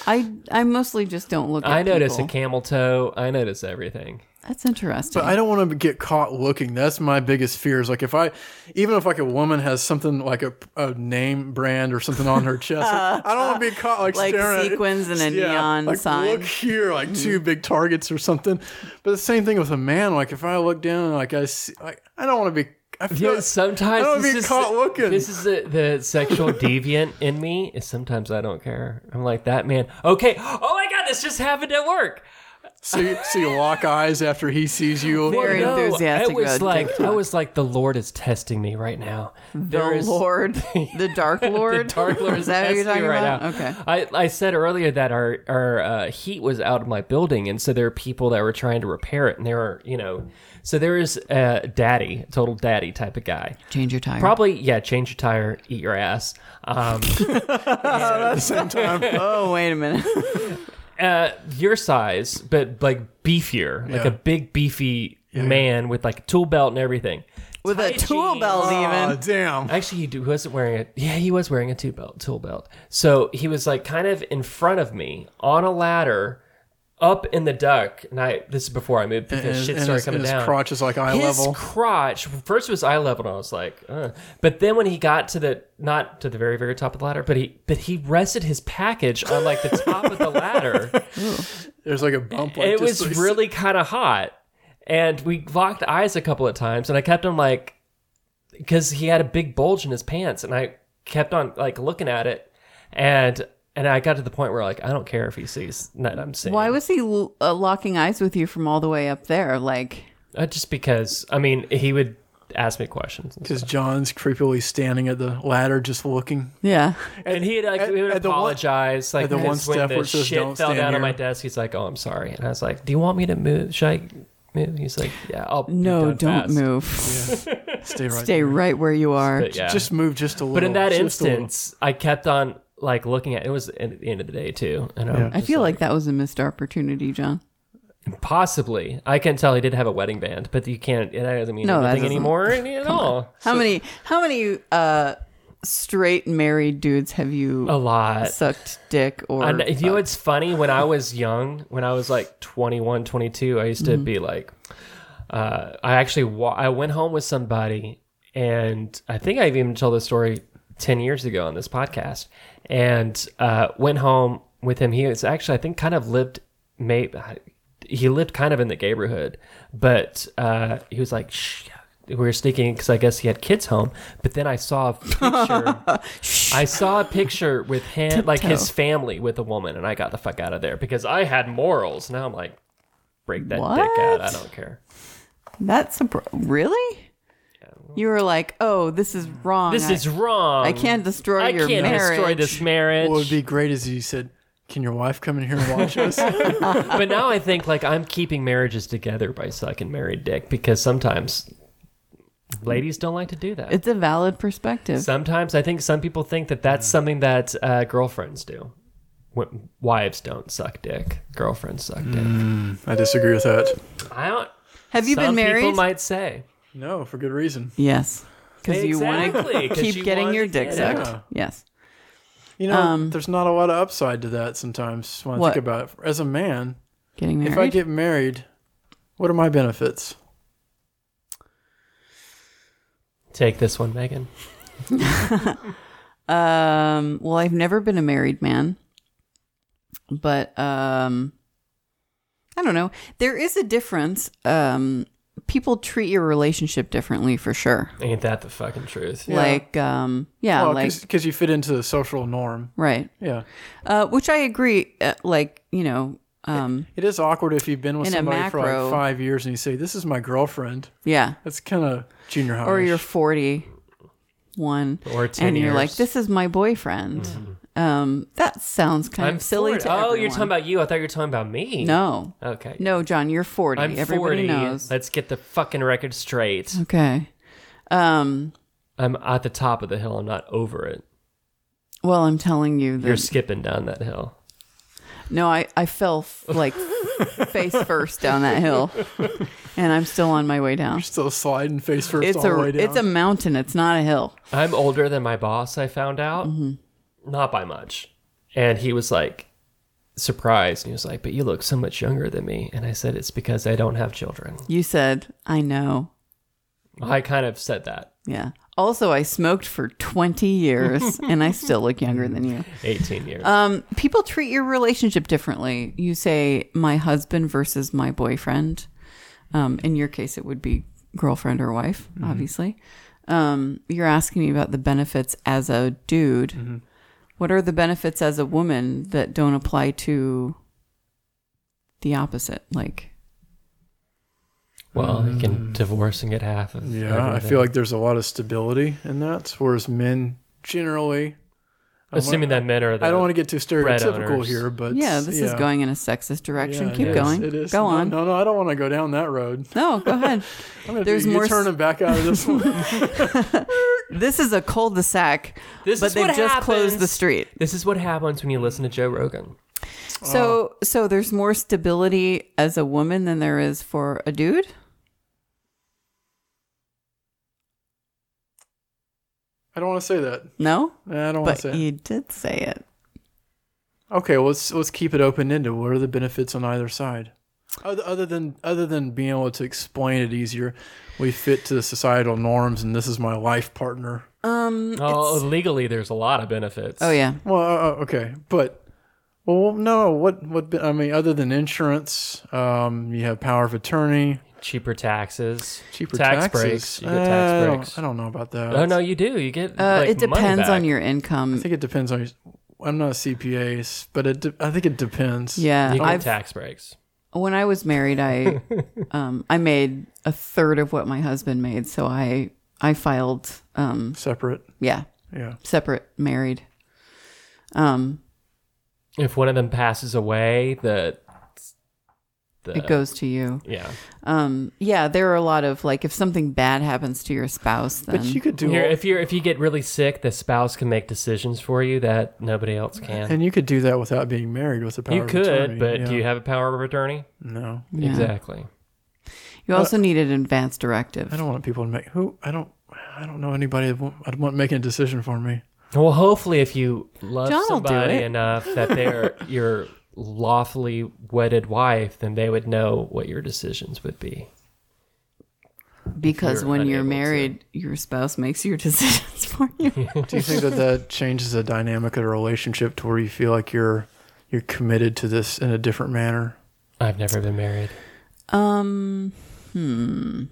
[SPEAKER 2] I I mostly just don't look at
[SPEAKER 3] I notice
[SPEAKER 2] people.
[SPEAKER 3] a camel toe. I notice everything.
[SPEAKER 2] That's interesting.
[SPEAKER 1] But I don't want to get caught looking. That's my biggest fear. Is like if I, even if like a woman has something like a, a name brand or something on her chest, I don't want to be caught like,
[SPEAKER 2] Like
[SPEAKER 1] staring at-
[SPEAKER 2] sequins and a neon
[SPEAKER 1] like,
[SPEAKER 2] sign.
[SPEAKER 1] Look here, like two
[SPEAKER 3] Mm-hmm.
[SPEAKER 1] big targets or something. But the same thing with a man. Like if I look down, like I see, like, I don't want to be. I feel
[SPEAKER 3] Yeah, sometimes
[SPEAKER 1] I don't wanna
[SPEAKER 3] this
[SPEAKER 1] be
[SPEAKER 3] is-
[SPEAKER 1] caught looking.
[SPEAKER 3] This is the, the sexual deviant in me. Is sometimes I don't care. I'm like that man. Okay. Oh my god, this just happened at work.
[SPEAKER 1] so, you, so you lock eyes after he sees you.
[SPEAKER 2] Very
[SPEAKER 3] No,
[SPEAKER 2] enthusiastic
[SPEAKER 3] I was
[SPEAKER 2] about
[SPEAKER 3] like, I was like, the Lord is testing me right now.
[SPEAKER 2] the
[SPEAKER 3] There is-
[SPEAKER 2] Lord, the Dark Lord,
[SPEAKER 3] The Dark Lord
[SPEAKER 2] Is that what you're
[SPEAKER 3] testing
[SPEAKER 2] talking
[SPEAKER 3] me right
[SPEAKER 2] about?
[SPEAKER 3] now.
[SPEAKER 2] Okay.
[SPEAKER 3] I, I said earlier that our our uh, heat was out of my building, and so there are people that were trying to repair it, and there are you know, so there is a daddy, total daddy type of guy.
[SPEAKER 2] Change your tire.
[SPEAKER 3] Probably yeah, change your tire, eat your ass. Um,
[SPEAKER 1] at the same time.
[SPEAKER 2] oh wait a minute.
[SPEAKER 3] uh, your size, but like beefier, like
[SPEAKER 1] Yeah.
[SPEAKER 3] a big beefy man with like a tool belt and everything.
[SPEAKER 2] With a
[SPEAKER 3] Tight
[SPEAKER 2] tool
[SPEAKER 3] jeans.
[SPEAKER 2] belt,
[SPEAKER 1] Aw,
[SPEAKER 2] even.
[SPEAKER 1] damn.
[SPEAKER 3] Actually, he d- wasn't wearing it. Yeah, he was wearing a tool belt. Tool belt. So he was like kind of in front of me on a ladder, up in the duck. And I this is before I moved because shit started
[SPEAKER 1] his,
[SPEAKER 3] coming
[SPEAKER 1] his
[SPEAKER 3] down.
[SPEAKER 1] crotch is like eye
[SPEAKER 3] his
[SPEAKER 1] level.
[SPEAKER 3] crotch first was eye level, and I was like, uh. but then when he got to the not to the very very top of the ladder, but he but he rested his package on like the top of the ladder.
[SPEAKER 1] There's like a bump. Like
[SPEAKER 3] it
[SPEAKER 1] just
[SPEAKER 3] was
[SPEAKER 1] like-
[SPEAKER 3] really kind of hot and we locked eyes a couple of times and i kept on like because he had a big bulge in his pants and i kept on like looking at it and and i got to the point where like i don't care if he sees that i'm seeing
[SPEAKER 2] Why was he l- uh, locking eyes with you from all the way up there? Like,
[SPEAKER 3] uh, just because i mean he would ask me questions and,
[SPEAKER 1] Because John's creepily standing at the ladder, just looking.
[SPEAKER 2] yeah.
[SPEAKER 3] stuff. And he had like
[SPEAKER 1] at-
[SPEAKER 3] he would
[SPEAKER 1] at the one-
[SPEAKER 3] apologize like
[SPEAKER 1] at the
[SPEAKER 3] 'cause
[SPEAKER 1] one
[SPEAKER 3] when
[SPEAKER 1] step where
[SPEAKER 3] the
[SPEAKER 1] it says,
[SPEAKER 3] shit
[SPEAKER 1] "Don't
[SPEAKER 3] fell down
[SPEAKER 1] stand
[SPEAKER 3] on my
[SPEAKER 1] here."
[SPEAKER 3] desk he's like oh i'm sorry and i was like do you want me to move should i move he's like yeah i'll be
[SPEAKER 2] No,
[SPEAKER 3] done
[SPEAKER 2] don't
[SPEAKER 3] fast."
[SPEAKER 2] move.
[SPEAKER 1] Stay right.
[SPEAKER 2] Stay right where you are.
[SPEAKER 3] but yeah
[SPEAKER 1] Just move just a little.
[SPEAKER 3] But in that
[SPEAKER 1] just a
[SPEAKER 3] instance, I kept on like looking at it was at the end of the day too, and I'm
[SPEAKER 2] I
[SPEAKER 3] just
[SPEAKER 2] feel like that was a missed opportunity, John.
[SPEAKER 3] possibly I can tell he did have a wedding band, but you can't. That doesn't mean
[SPEAKER 2] No, that
[SPEAKER 3] anything
[SPEAKER 2] doesn't-
[SPEAKER 3] anymore at all.
[SPEAKER 2] How many? How many uh, straight married dudes have you
[SPEAKER 3] A lot.
[SPEAKER 2] sucked dick or?
[SPEAKER 3] I know, you know it's funny when I was young, when I was like 21, 22, I used to be like, uh, I actually wa- I went home with somebody, and I think I've even told this story ten years ago on this podcast, and uh, went home with him. He was actually I think kind of lived maybe he lived kind of in the neighborhood, but uh, he was like. Shh. We were sneaking because I guess he had kids home, but then I saw a picture. I saw a picture with him, like his family, with a woman, and I got the fuck out of there because I had morals. Now I'm like, break that dick out. I
[SPEAKER 2] What?
[SPEAKER 3] don't care.
[SPEAKER 2] That's a pro- really. You were like, "Oh, this is wrong.
[SPEAKER 3] This
[SPEAKER 2] I,
[SPEAKER 3] is wrong.
[SPEAKER 2] I can't destroy
[SPEAKER 3] I
[SPEAKER 2] your
[SPEAKER 3] can't
[SPEAKER 2] marriage."
[SPEAKER 3] destroy this
[SPEAKER 1] Little.
[SPEAKER 3] marriage.
[SPEAKER 1] What would be great is you said, "Can your wife come in here and watch us?"
[SPEAKER 3] but now I think like I'm keeping marriages together by sucking married dick because sometimes ladies don't like to do that.
[SPEAKER 2] It's a valid perspective.
[SPEAKER 3] sometimes I think some people think that that's something that uh, girlfriends do. W- wives don't suck dick. Girlfriends suck
[SPEAKER 1] Mm.
[SPEAKER 3] dick.
[SPEAKER 1] I disagree with that.
[SPEAKER 3] I don't.
[SPEAKER 2] Have you
[SPEAKER 3] some
[SPEAKER 2] been
[SPEAKER 3] People
[SPEAKER 2] married?
[SPEAKER 3] might say
[SPEAKER 1] No, for good reason.
[SPEAKER 2] yes, because you want to
[SPEAKER 3] exactly 'cause
[SPEAKER 2] keep
[SPEAKER 3] you
[SPEAKER 2] getting
[SPEAKER 3] want
[SPEAKER 2] your
[SPEAKER 3] to
[SPEAKER 2] dick
[SPEAKER 3] get
[SPEAKER 1] it.
[SPEAKER 2] sucked.
[SPEAKER 1] Yeah.
[SPEAKER 2] Yes.
[SPEAKER 1] You know, there's not a lot of upside to that. Sometimes when I
[SPEAKER 2] Um, What?
[SPEAKER 1] think about it, as a man,
[SPEAKER 2] Getting
[SPEAKER 1] if I
[SPEAKER 2] married.
[SPEAKER 1] get married, what are my benefits?
[SPEAKER 3] it. Take this one, Megan.
[SPEAKER 2] um, well, I've never been a married man, but um, I don't know. There is a difference um, people treat your relationship differently for sure.
[SPEAKER 3] Ain't that the fucking truth?
[SPEAKER 1] Yeah.
[SPEAKER 2] Like, um, yeah,
[SPEAKER 1] Well,
[SPEAKER 2] like,
[SPEAKER 1] because you fit into the social norm.
[SPEAKER 2] right.
[SPEAKER 1] Yeah.
[SPEAKER 2] Uh, which I agree. Uh, like, you know, um,
[SPEAKER 1] It is awkward if you've been with
[SPEAKER 2] In a
[SPEAKER 1] somebody for
[SPEAKER 2] macro-
[SPEAKER 1] like five years and you say, "This is my girlfriend."
[SPEAKER 2] yeah.
[SPEAKER 1] That's kind of junior
[SPEAKER 3] Oh,
[SPEAKER 1] high.
[SPEAKER 2] Or you're 41
[SPEAKER 3] Or 10
[SPEAKER 2] and you're
[SPEAKER 3] years. Mm-hmm.
[SPEAKER 2] like, this is my boyfriend. Um, that sounds kind
[SPEAKER 3] I'm
[SPEAKER 2] of silly
[SPEAKER 3] 40.
[SPEAKER 2] to
[SPEAKER 3] Oh, you're
[SPEAKER 2] everyone.
[SPEAKER 3] talking about you. I thought you were talking about me.
[SPEAKER 2] No.
[SPEAKER 3] Okay.
[SPEAKER 2] No, John, you're 40.
[SPEAKER 3] I'm
[SPEAKER 2] Everybody
[SPEAKER 3] 40.
[SPEAKER 2] knows.
[SPEAKER 3] Let's get the fucking record straight.
[SPEAKER 2] Okay. Um,
[SPEAKER 3] I'm at the top of the hill. I'm not over it.
[SPEAKER 2] well, I'm telling you that
[SPEAKER 3] You're skipping down that hill.
[SPEAKER 2] No, I, I fell f- like face first down that hill, and I'm still on my way down.
[SPEAKER 1] still sliding face first
[SPEAKER 2] It's
[SPEAKER 1] all the
[SPEAKER 2] a
[SPEAKER 1] way down.
[SPEAKER 2] it's a mountain. It's not a hill.
[SPEAKER 3] I'm older than my boss, I found out.
[SPEAKER 2] Mm-hmm.
[SPEAKER 3] Not by much. And he was like surprised. And he was like, But you look so much younger than me. And I said, It's because I don't have children.
[SPEAKER 2] You said I know.
[SPEAKER 3] I kind of said that.
[SPEAKER 2] Yeah. Also, I smoked for 20 years, and I still look younger than you.
[SPEAKER 3] 18 years.
[SPEAKER 2] Um, people treat your relationship differently. You say my husband versus my boyfriend. Um, in your case, it would be girlfriend or wife,
[SPEAKER 1] Mm-hmm.
[SPEAKER 2] obviously. Um, you're asking me about the benefits as a dude.
[SPEAKER 3] Mm-hmm.
[SPEAKER 2] What are the benefits as a woman that don't apply to the opposite? Like,
[SPEAKER 3] well, you can divorce and get half of
[SPEAKER 1] Mm. yeah, I
[SPEAKER 3] everything.
[SPEAKER 1] feel like there's a lot of stability in that. Whereas men generally, I don't
[SPEAKER 3] Assuming that men are the
[SPEAKER 1] I don't want to get too stereotypical
[SPEAKER 3] owners.
[SPEAKER 1] here, but
[SPEAKER 2] yeah, this is going in a sexist direction.
[SPEAKER 1] Yeah,
[SPEAKER 2] Keep
[SPEAKER 1] it is.
[SPEAKER 2] going.
[SPEAKER 1] It is.
[SPEAKER 2] Go
[SPEAKER 1] No,
[SPEAKER 2] on. No,
[SPEAKER 1] No, no, I don't want to go down that road.
[SPEAKER 2] go ahead.
[SPEAKER 1] I'm gonna
[SPEAKER 2] There's
[SPEAKER 1] do,
[SPEAKER 2] more
[SPEAKER 1] You
[SPEAKER 2] s-
[SPEAKER 1] turn him back out of this one.
[SPEAKER 2] this is a cul-de-sac,
[SPEAKER 3] This
[SPEAKER 2] but
[SPEAKER 3] is
[SPEAKER 2] they've
[SPEAKER 3] what
[SPEAKER 2] just closed the
[SPEAKER 3] happens.
[SPEAKER 2] street.
[SPEAKER 3] This is what happens when you listen to Joe Rogan.
[SPEAKER 1] Oh.
[SPEAKER 2] So so there's more stability as a woman than there is for a dude?
[SPEAKER 1] I don't want to say that.
[SPEAKER 2] No?
[SPEAKER 1] I don't want
[SPEAKER 2] But
[SPEAKER 1] to say. it.
[SPEAKER 2] you did say it.
[SPEAKER 1] Okay, well, let's let's keep it open ended. What are the benefits on either side? Other, other than other than being able to explain it easier, we fit to the societal norms, and this is my life partner.
[SPEAKER 2] Um
[SPEAKER 3] Oh,
[SPEAKER 2] it's-
[SPEAKER 3] legally, there's a lot of benefits.
[SPEAKER 2] Oh yeah.
[SPEAKER 1] Well, uh, uh, okay, but well, no. What what? be- I mean, other than insurance, um, you have power of attorney,
[SPEAKER 3] Cheaper taxes.
[SPEAKER 1] cheaper
[SPEAKER 3] tax
[SPEAKER 1] taxes.
[SPEAKER 3] breaks. You get
[SPEAKER 1] Eh,
[SPEAKER 3] tax
[SPEAKER 1] I don't-
[SPEAKER 3] breaks.
[SPEAKER 1] I don't know about that.
[SPEAKER 3] Oh no, you do. You get.
[SPEAKER 2] Uh,
[SPEAKER 3] like,
[SPEAKER 2] it
[SPEAKER 3] money
[SPEAKER 2] depends on
[SPEAKER 3] back.
[SPEAKER 2] your
[SPEAKER 1] I
[SPEAKER 2] income.
[SPEAKER 1] think it depends on. Your, I'm not a CPA, but it. De- I think it depends.
[SPEAKER 2] Yeah.
[SPEAKER 3] You get
[SPEAKER 2] I've
[SPEAKER 3] tax breaks.
[SPEAKER 2] when I was married I um I made a third of what my husband made, so I I filed um
[SPEAKER 1] Separate.
[SPEAKER 2] yeah,
[SPEAKER 1] Yeah.
[SPEAKER 2] separate married. Um
[SPEAKER 3] If one of them passes away, the, the
[SPEAKER 2] it goes to you.
[SPEAKER 3] Yeah,
[SPEAKER 2] Um yeah, there are a lot of like if something bad happens to your spouse then
[SPEAKER 1] But you could do.
[SPEAKER 3] Here,
[SPEAKER 1] all-
[SPEAKER 3] if you if you get really sick, the spouse can make decisions for you that nobody else can.
[SPEAKER 1] And you could do that without being married with a power
[SPEAKER 3] You
[SPEAKER 1] of
[SPEAKER 3] could,
[SPEAKER 1] attorney.
[SPEAKER 3] but
[SPEAKER 1] yeah.
[SPEAKER 3] do you have a power of attorney?
[SPEAKER 1] No,
[SPEAKER 2] Yeah.
[SPEAKER 3] Exactly.
[SPEAKER 2] You also need an advance directive.
[SPEAKER 1] I don't want people to make who I don't. I don't know anybody that won't, I'd want making a decision for me.
[SPEAKER 3] Well, hopefully, if you love
[SPEAKER 2] John will do
[SPEAKER 3] somebody
[SPEAKER 2] it.
[SPEAKER 3] enough that they're your lawfully wedded wife, then they would know what your decisions would be.
[SPEAKER 2] Because
[SPEAKER 3] you're
[SPEAKER 2] when you're
[SPEAKER 3] unable to.
[SPEAKER 2] married, your spouse makes your decisions for you.
[SPEAKER 1] Do you think that that changes the dynamic of the relationship to where you feel like you're you're committed to this in a different manner?
[SPEAKER 3] I've never been married.
[SPEAKER 2] Um, hmm.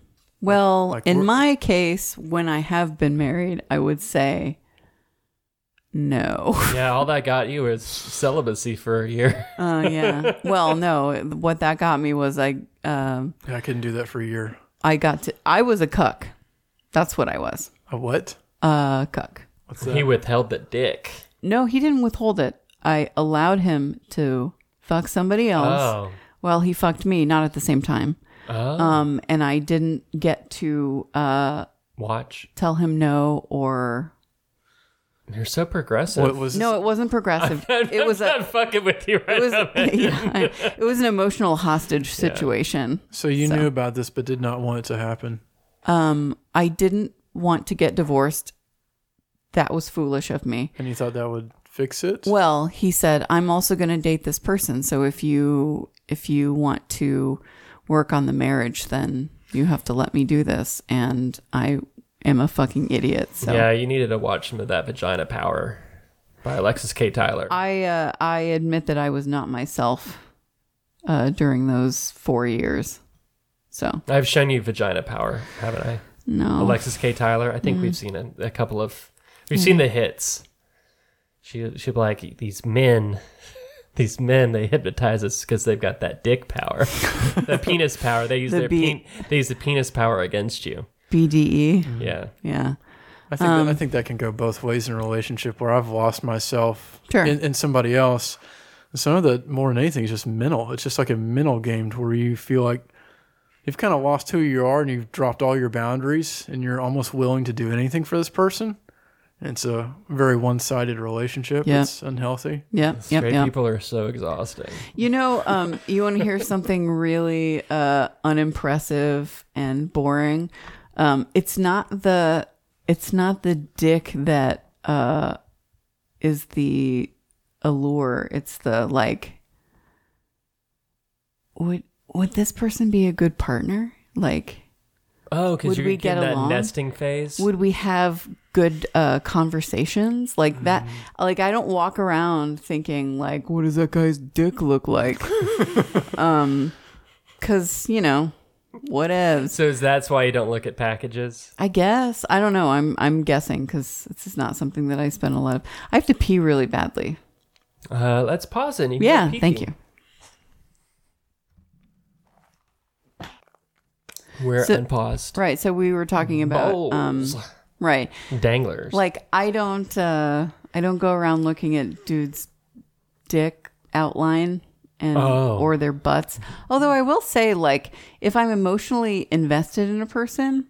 [SPEAKER 2] Well,
[SPEAKER 1] Like
[SPEAKER 2] in
[SPEAKER 1] we're-
[SPEAKER 2] my case, when I have been married, I would say no.
[SPEAKER 3] Yeah, all that got you is celibacy for a year.
[SPEAKER 2] Uh, yeah. well, no. What that got me was I, um,
[SPEAKER 1] Yeah, I couldn't do that for a year.
[SPEAKER 2] I got to. I was a cuck. That's what I was.
[SPEAKER 1] A what?
[SPEAKER 2] A cuck.
[SPEAKER 1] What's
[SPEAKER 3] he withheld the dick.
[SPEAKER 2] No, he didn't withhold it. I allowed him to fuck somebody else.
[SPEAKER 3] Oh,
[SPEAKER 2] Well, he fucked me, not at the same time.
[SPEAKER 3] oh.
[SPEAKER 2] Um, and I didn't get to uh,
[SPEAKER 3] watch.
[SPEAKER 2] tell him no or
[SPEAKER 3] You're so progressive.
[SPEAKER 1] What was?
[SPEAKER 2] no. It wasn't progressive. it was a
[SPEAKER 3] I'm fucking with you right
[SPEAKER 2] it was
[SPEAKER 3] now. man.
[SPEAKER 2] yeah, I- it was an emotional hostage situation.
[SPEAKER 1] So you
[SPEAKER 2] So.
[SPEAKER 1] knew about this, but did not want it to happen.
[SPEAKER 2] Um, I didn't want to get divorced. That was foolish of me.
[SPEAKER 1] And you thought that would fix it?
[SPEAKER 2] Well, he said, "I'm also going to date this person. So if you if you want to work on the marriage, then you have to let me do this." And I am a fucking idiot. So
[SPEAKER 3] Yeah, you needed to watch some of that Vagina Power by Alexis K. Tyler.
[SPEAKER 2] I uh, I admit that I was not myself uh, during those four years. So
[SPEAKER 3] I've shown you vagina power, haven't I?
[SPEAKER 2] no,
[SPEAKER 3] Alexis K. Tyler. I think
[SPEAKER 2] Mm.
[SPEAKER 3] we've seen a, a couple of we've seen the hits. She she'll be like these men, these men they hypnotize us because they've got that dick power, the penis power. They use
[SPEAKER 2] The
[SPEAKER 3] their
[SPEAKER 2] beat. Mm.
[SPEAKER 3] pen, they use the penis power against you.
[SPEAKER 2] BDE.
[SPEAKER 3] Yeah,
[SPEAKER 2] E. Yeah,
[SPEAKER 1] I think
[SPEAKER 2] Um,
[SPEAKER 1] that, I think that can go both ways in a relationship where I've lost myself
[SPEAKER 2] Sure.
[SPEAKER 1] in, in somebody else. And Some of the more than anything is just mental. It's just like a mental game to where you feel like you've kind of lost who you are and you've dropped all your boundaries and you're almost willing to do anything for this person. And it's a very one-sided relationship.
[SPEAKER 2] Yeah.
[SPEAKER 1] It's unhealthy.
[SPEAKER 2] yep, yep,
[SPEAKER 3] straight
[SPEAKER 2] yep.
[SPEAKER 3] people are so exhausting.
[SPEAKER 2] You know, um, you want to hear something really uh, unimpressive and boring. Um, it's not the it's not the dick that uh, is the allure. It's the like would would this person be a good partner? Like
[SPEAKER 3] Oh,
[SPEAKER 2] Would
[SPEAKER 3] because you're
[SPEAKER 2] we
[SPEAKER 3] in
[SPEAKER 2] get
[SPEAKER 3] that
[SPEAKER 2] along?
[SPEAKER 3] nesting phase.
[SPEAKER 2] would we have good uh conversations like
[SPEAKER 3] Mm.
[SPEAKER 2] that like i don't walk around thinking like what does that guy's dick look like um because you know whatevs
[SPEAKER 3] so is that's why you don't look at packages.
[SPEAKER 2] i guess i don't know i'm i'm guessing because this is not something that i spend a lot of i have to pee really badly
[SPEAKER 3] Uh, let's pause it. and you can
[SPEAKER 2] yeah
[SPEAKER 3] go
[SPEAKER 2] thank
[SPEAKER 3] peeking.
[SPEAKER 2] you
[SPEAKER 3] We're
[SPEAKER 2] So-
[SPEAKER 3] unpaused.
[SPEAKER 2] right so we were talking about um
[SPEAKER 3] Balls.
[SPEAKER 2] right
[SPEAKER 3] danglers.
[SPEAKER 2] like i don't uh i don't go around looking at dudes dick outline and
[SPEAKER 3] Oh.
[SPEAKER 2] or their butts although i will say like if i'm emotionally invested in a person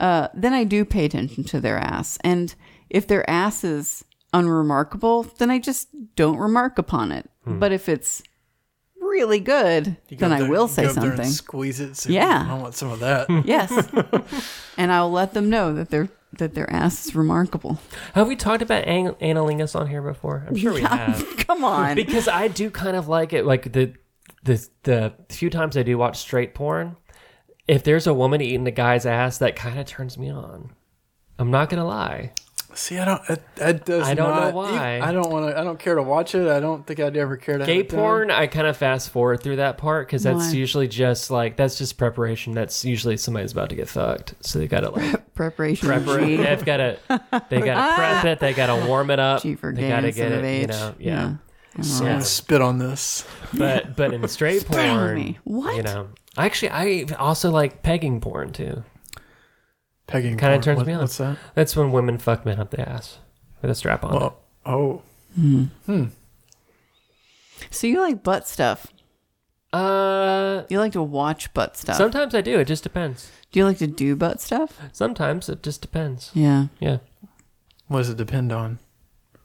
[SPEAKER 2] uh then i do pay attention to their ass and if their ass is unremarkable then i just don't remark upon it but if it's really good
[SPEAKER 1] Hmm. You go
[SPEAKER 2] then
[SPEAKER 1] up
[SPEAKER 2] i
[SPEAKER 1] there-
[SPEAKER 2] will
[SPEAKER 1] you
[SPEAKER 2] say
[SPEAKER 1] go up there and
[SPEAKER 2] something
[SPEAKER 1] squeeze it. So
[SPEAKER 2] Yeah.
[SPEAKER 1] I want some of that.
[SPEAKER 2] yes and i'll let them know that their that their ass is remarkable
[SPEAKER 3] Have we talked about an- analingus on here before? I'm sure we have.
[SPEAKER 2] come on
[SPEAKER 3] Because I do kind of like it. Like the the the few times I do watch straight porn, if there's a woman eating a guy's ass, that kind of turns me on. I'm not gonna lie.
[SPEAKER 1] See, I don't. It, it does
[SPEAKER 3] I don't know
[SPEAKER 1] not-
[SPEAKER 3] why.
[SPEAKER 1] I don't want to. I don't care to watch it. I don't think I'd ever care to. have
[SPEAKER 3] Gay
[SPEAKER 1] it done.
[SPEAKER 3] porn, I kind of fast forward through that part because that's
[SPEAKER 2] Why?
[SPEAKER 3] usually just like that's just preparation. That's usually somebody's about to get fucked, so they gotta like
[SPEAKER 2] preparation.
[SPEAKER 3] prepar-
[SPEAKER 2] G.
[SPEAKER 3] They've gotta they gotta prep it. They gotta warm it up.
[SPEAKER 2] G for
[SPEAKER 3] they
[SPEAKER 2] gay
[SPEAKER 3] gotta
[SPEAKER 2] instead
[SPEAKER 3] get
[SPEAKER 2] of
[SPEAKER 3] it. You
[SPEAKER 2] H.
[SPEAKER 3] know, yeah.
[SPEAKER 1] So I'm
[SPEAKER 3] Yeah.
[SPEAKER 1] gonna spit on this.
[SPEAKER 3] but but in straight
[SPEAKER 2] Spit on
[SPEAKER 3] porn,
[SPEAKER 2] me. What?
[SPEAKER 3] you know, actually, I also like pegging porn too.
[SPEAKER 1] Pegging
[SPEAKER 3] Kinda
[SPEAKER 1] porn.
[SPEAKER 3] turns
[SPEAKER 1] What-
[SPEAKER 3] me on.
[SPEAKER 1] What's that?
[SPEAKER 3] That's when women fuck men up the ass with a strap on.
[SPEAKER 1] Oh, oh.
[SPEAKER 2] Hmm.
[SPEAKER 1] hmm.
[SPEAKER 2] So you like butt stuff.
[SPEAKER 3] uh,
[SPEAKER 2] You like to watch butt stuff.
[SPEAKER 3] sometimes I do. It just depends.
[SPEAKER 2] do you like to do butt stuff?
[SPEAKER 3] Sometimes it just depends.
[SPEAKER 2] Yeah.
[SPEAKER 3] Yeah,
[SPEAKER 1] What does it depend on?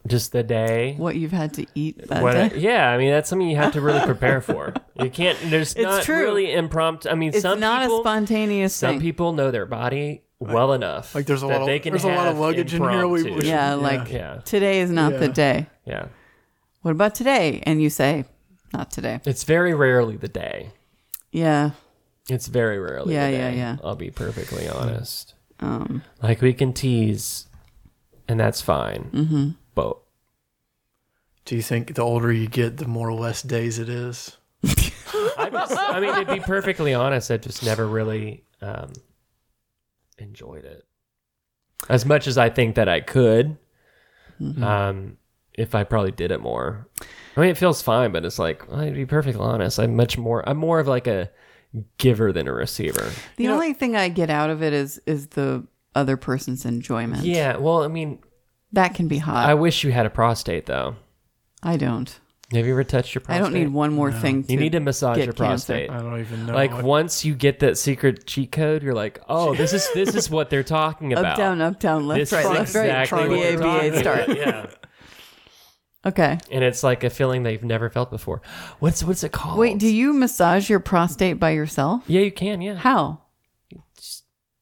[SPEAKER 3] just the day.
[SPEAKER 2] What you've had to eat that
[SPEAKER 3] What-
[SPEAKER 2] day.
[SPEAKER 3] yeah, I mean that's something you have to really prepare for. You can't. There's not
[SPEAKER 2] true.
[SPEAKER 3] really impromptu. I mean,
[SPEAKER 2] It's
[SPEAKER 3] some
[SPEAKER 2] not
[SPEAKER 3] people,
[SPEAKER 2] a spontaneous
[SPEAKER 3] some
[SPEAKER 2] thing.
[SPEAKER 3] people know their body well enough.
[SPEAKER 1] Like there's a
[SPEAKER 3] that
[SPEAKER 1] lot
[SPEAKER 3] they
[SPEAKER 1] of
[SPEAKER 3] can
[SPEAKER 1] there's a lot of
[SPEAKER 3] have
[SPEAKER 1] luggage in here. We, we
[SPEAKER 3] impromptu.
[SPEAKER 1] should-
[SPEAKER 2] Yeah, like-
[SPEAKER 3] yeah,
[SPEAKER 2] Today is not the
[SPEAKER 1] Yeah.
[SPEAKER 2] day.
[SPEAKER 3] yeah.
[SPEAKER 2] What about today? And you say, not today.
[SPEAKER 3] It's very rarely the day.
[SPEAKER 2] Yeah.
[SPEAKER 3] It's very rarely.
[SPEAKER 2] Yeah,
[SPEAKER 3] the
[SPEAKER 2] yeah,
[SPEAKER 3] day,
[SPEAKER 2] yeah.
[SPEAKER 3] I'll be perfectly honest.
[SPEAKER 2] Um,
[SPEAKER 3] Like we can tease, and that's fine.
[SPEAKER 2] mhm.
[SPEAKER 3] But
[SPEAKER 1] Do you think the older you get, the more less days it is?
[SPEAKER 3] I, just, I mean, to be perfectly honest, I've just never really um, enjoyed it as much as I think that I could.
[SPEAKER 2] Mm-hmm.
[SPEAKER 3] Um, if I probably did it more, I mean, it feels fine, but it's like well, to be perfectly honest, I'm much more. I'm more of like a giver than a receiver.
[SPEAKER 2] The
[SPEAKER 1] You know-
[SPEAKER 2] only thing I get out of it is is the other person's enjoyment.
[SPEAKER 3] Yeah. Well, I mean,
[SPEAKER 2] That can be
[SPEAKER 3] I
[SPEAKER 2] hot.
[SPEAKER 3] wish you had a prostate though.
[SPEAKER 2] I, don't.
[SPEAKER 3] Have you ever touched your prostate?
[SPEAKER 2] I don't need one more thing to
[SPEAKER 3] You need to massage
[SPEAKER 2] get
[SPEAKER 3] your
[SPEAKER 2] cancer.
[SPEAKER 3] prostate.
[SPEAKER 1] I don't even know.
[SPEAKER 3] like
[SPEAKER 1] what-
[SPEAKER 3] once you get that secret cheat code, you're like, oh, this is this is what they're talking about.
[SPEAKER 2] up down, up down, left,
[SPEAKER 3] this
[SPEAKER 2] right,
[SPEAKER 3] is
[SPEAKER 2] left,
[SPEAKER 3] exactly
[SPEAKER 2] right.
[SPEAKER 1] what
[SPEAKER 2] B A
[SPEAKER 1] they're
[SPEAKER 2] B A
[SPEAKER 3] talking
[SPEAKER 2] start.
[SPEAKER 3] about, Yeah,
[SPEAKER 2] Okay.
[SPEAKER 3] and it's like a feeling that you've never felt before. What's what's it called?
[SPEAKER 2] Wait, do you massage your prostate by yourself?
[SPEAKER 3] Yeah, you can. Yeah,
[SPEAKER 2] How?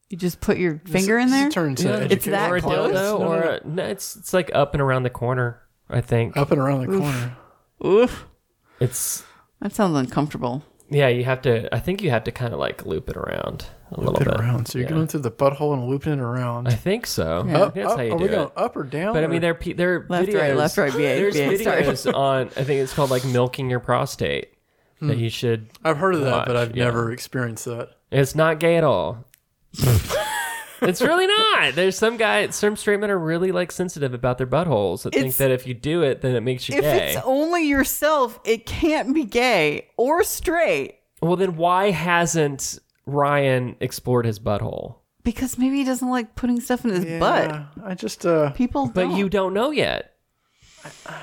[SPEAKER 2] You just put your finger in
[SPEAKER 1] This
[SPEAKER 2] there?
[SPEAKER 1] Turns
[SPEAKER 3] Yeah.
[SPEAKER 1] into
[SPEAKER 2] It's that
[SPEAKER 1] education
[SPEAKER 3] or a
[SPEAKER 2] close?
[SPEAKER 1] podcast.
[SPEAKER 3] dildo,
[SPEAKER 1] No,
[SPEAKER 3] or
[SPEAKER 1] no,
[SPEAKER 3] a, no, it's it's like up and around the corner. I think
[SPEAKER 1] no. up and around the corner.
[SPEAKER 2] Oof.
[SPEAKER 3] it's
[SPEAKER 2] That sounds uncomfortable.
[SPEAKER 3] yeah. You have to. I think you have to kind of like loop it around a little
[SPEAKER 1] Up and
[SPEAKER 3] bit.
[SPEAKER 1] around. So you're
[SPEAKER 3] Yeah.
[SPEAKER 1] going through the butthole and looping it
[SPEAKER 3] I
[SPEAKER 1] around.
[SPEAKER 3] think so.
[SPEAKER 2] Yeah.
[SPEAKER 3] I think that's
[SPEAKER 1] up,
[SPEAKER 3] how you
[SPEAKER 1] are
[SPEAKER 3] do
[SPEAKER 1] we
[SPEAKER 3] it.
[SPEAKER 1] going up or down?
[SPEAKER 3] But I
[SPEAKER 1] or-
[SPEAKER 3] mean, there are pe- there are
[SPEAKER 2] Left,
[SPEAKER 3] videos.
[SPEAKER 2] right, left, right, BA,
[SPEAKER 3] There's
[SPEAKER 2] BA, sorry.
[SPEAKER 3] videos on. I think it's called like milking your prostate that you should.
[SPEAKER 2] Hmm.
[SPEAKER 1] I've heard of that,
[SPEAKER 3] Watch,
[SPEAKER 1] but I've
[SPEAKER 3] yeah.
[SPEAKER 1] never experienced that.
[SPEAKER 3] It's not gay at all. it's really not. There's some guy, some straight men are really like sensitive about their buttholes. That think
[SPEAKER 2] It's-
[SPEAKER 3] that if you do it, then it makes you
[SPEAKER 2] If
[SPEAKER 3] gay.
[SPEAKER 2] it's only yourself, it can't be gay or straight
[SPEAKER 3] well, then why hasn't Ryan explored his butthole?
[SPEAKER 2] because maybe he doesn't like putting stuff in his butt.
[SPEAKER 1] Yeah, I just uh
[SPEAKER 2] People,
[SPEAKER 3] But
[SPEAKER 2] don't.
[SPEAKER 3] you don't know yet.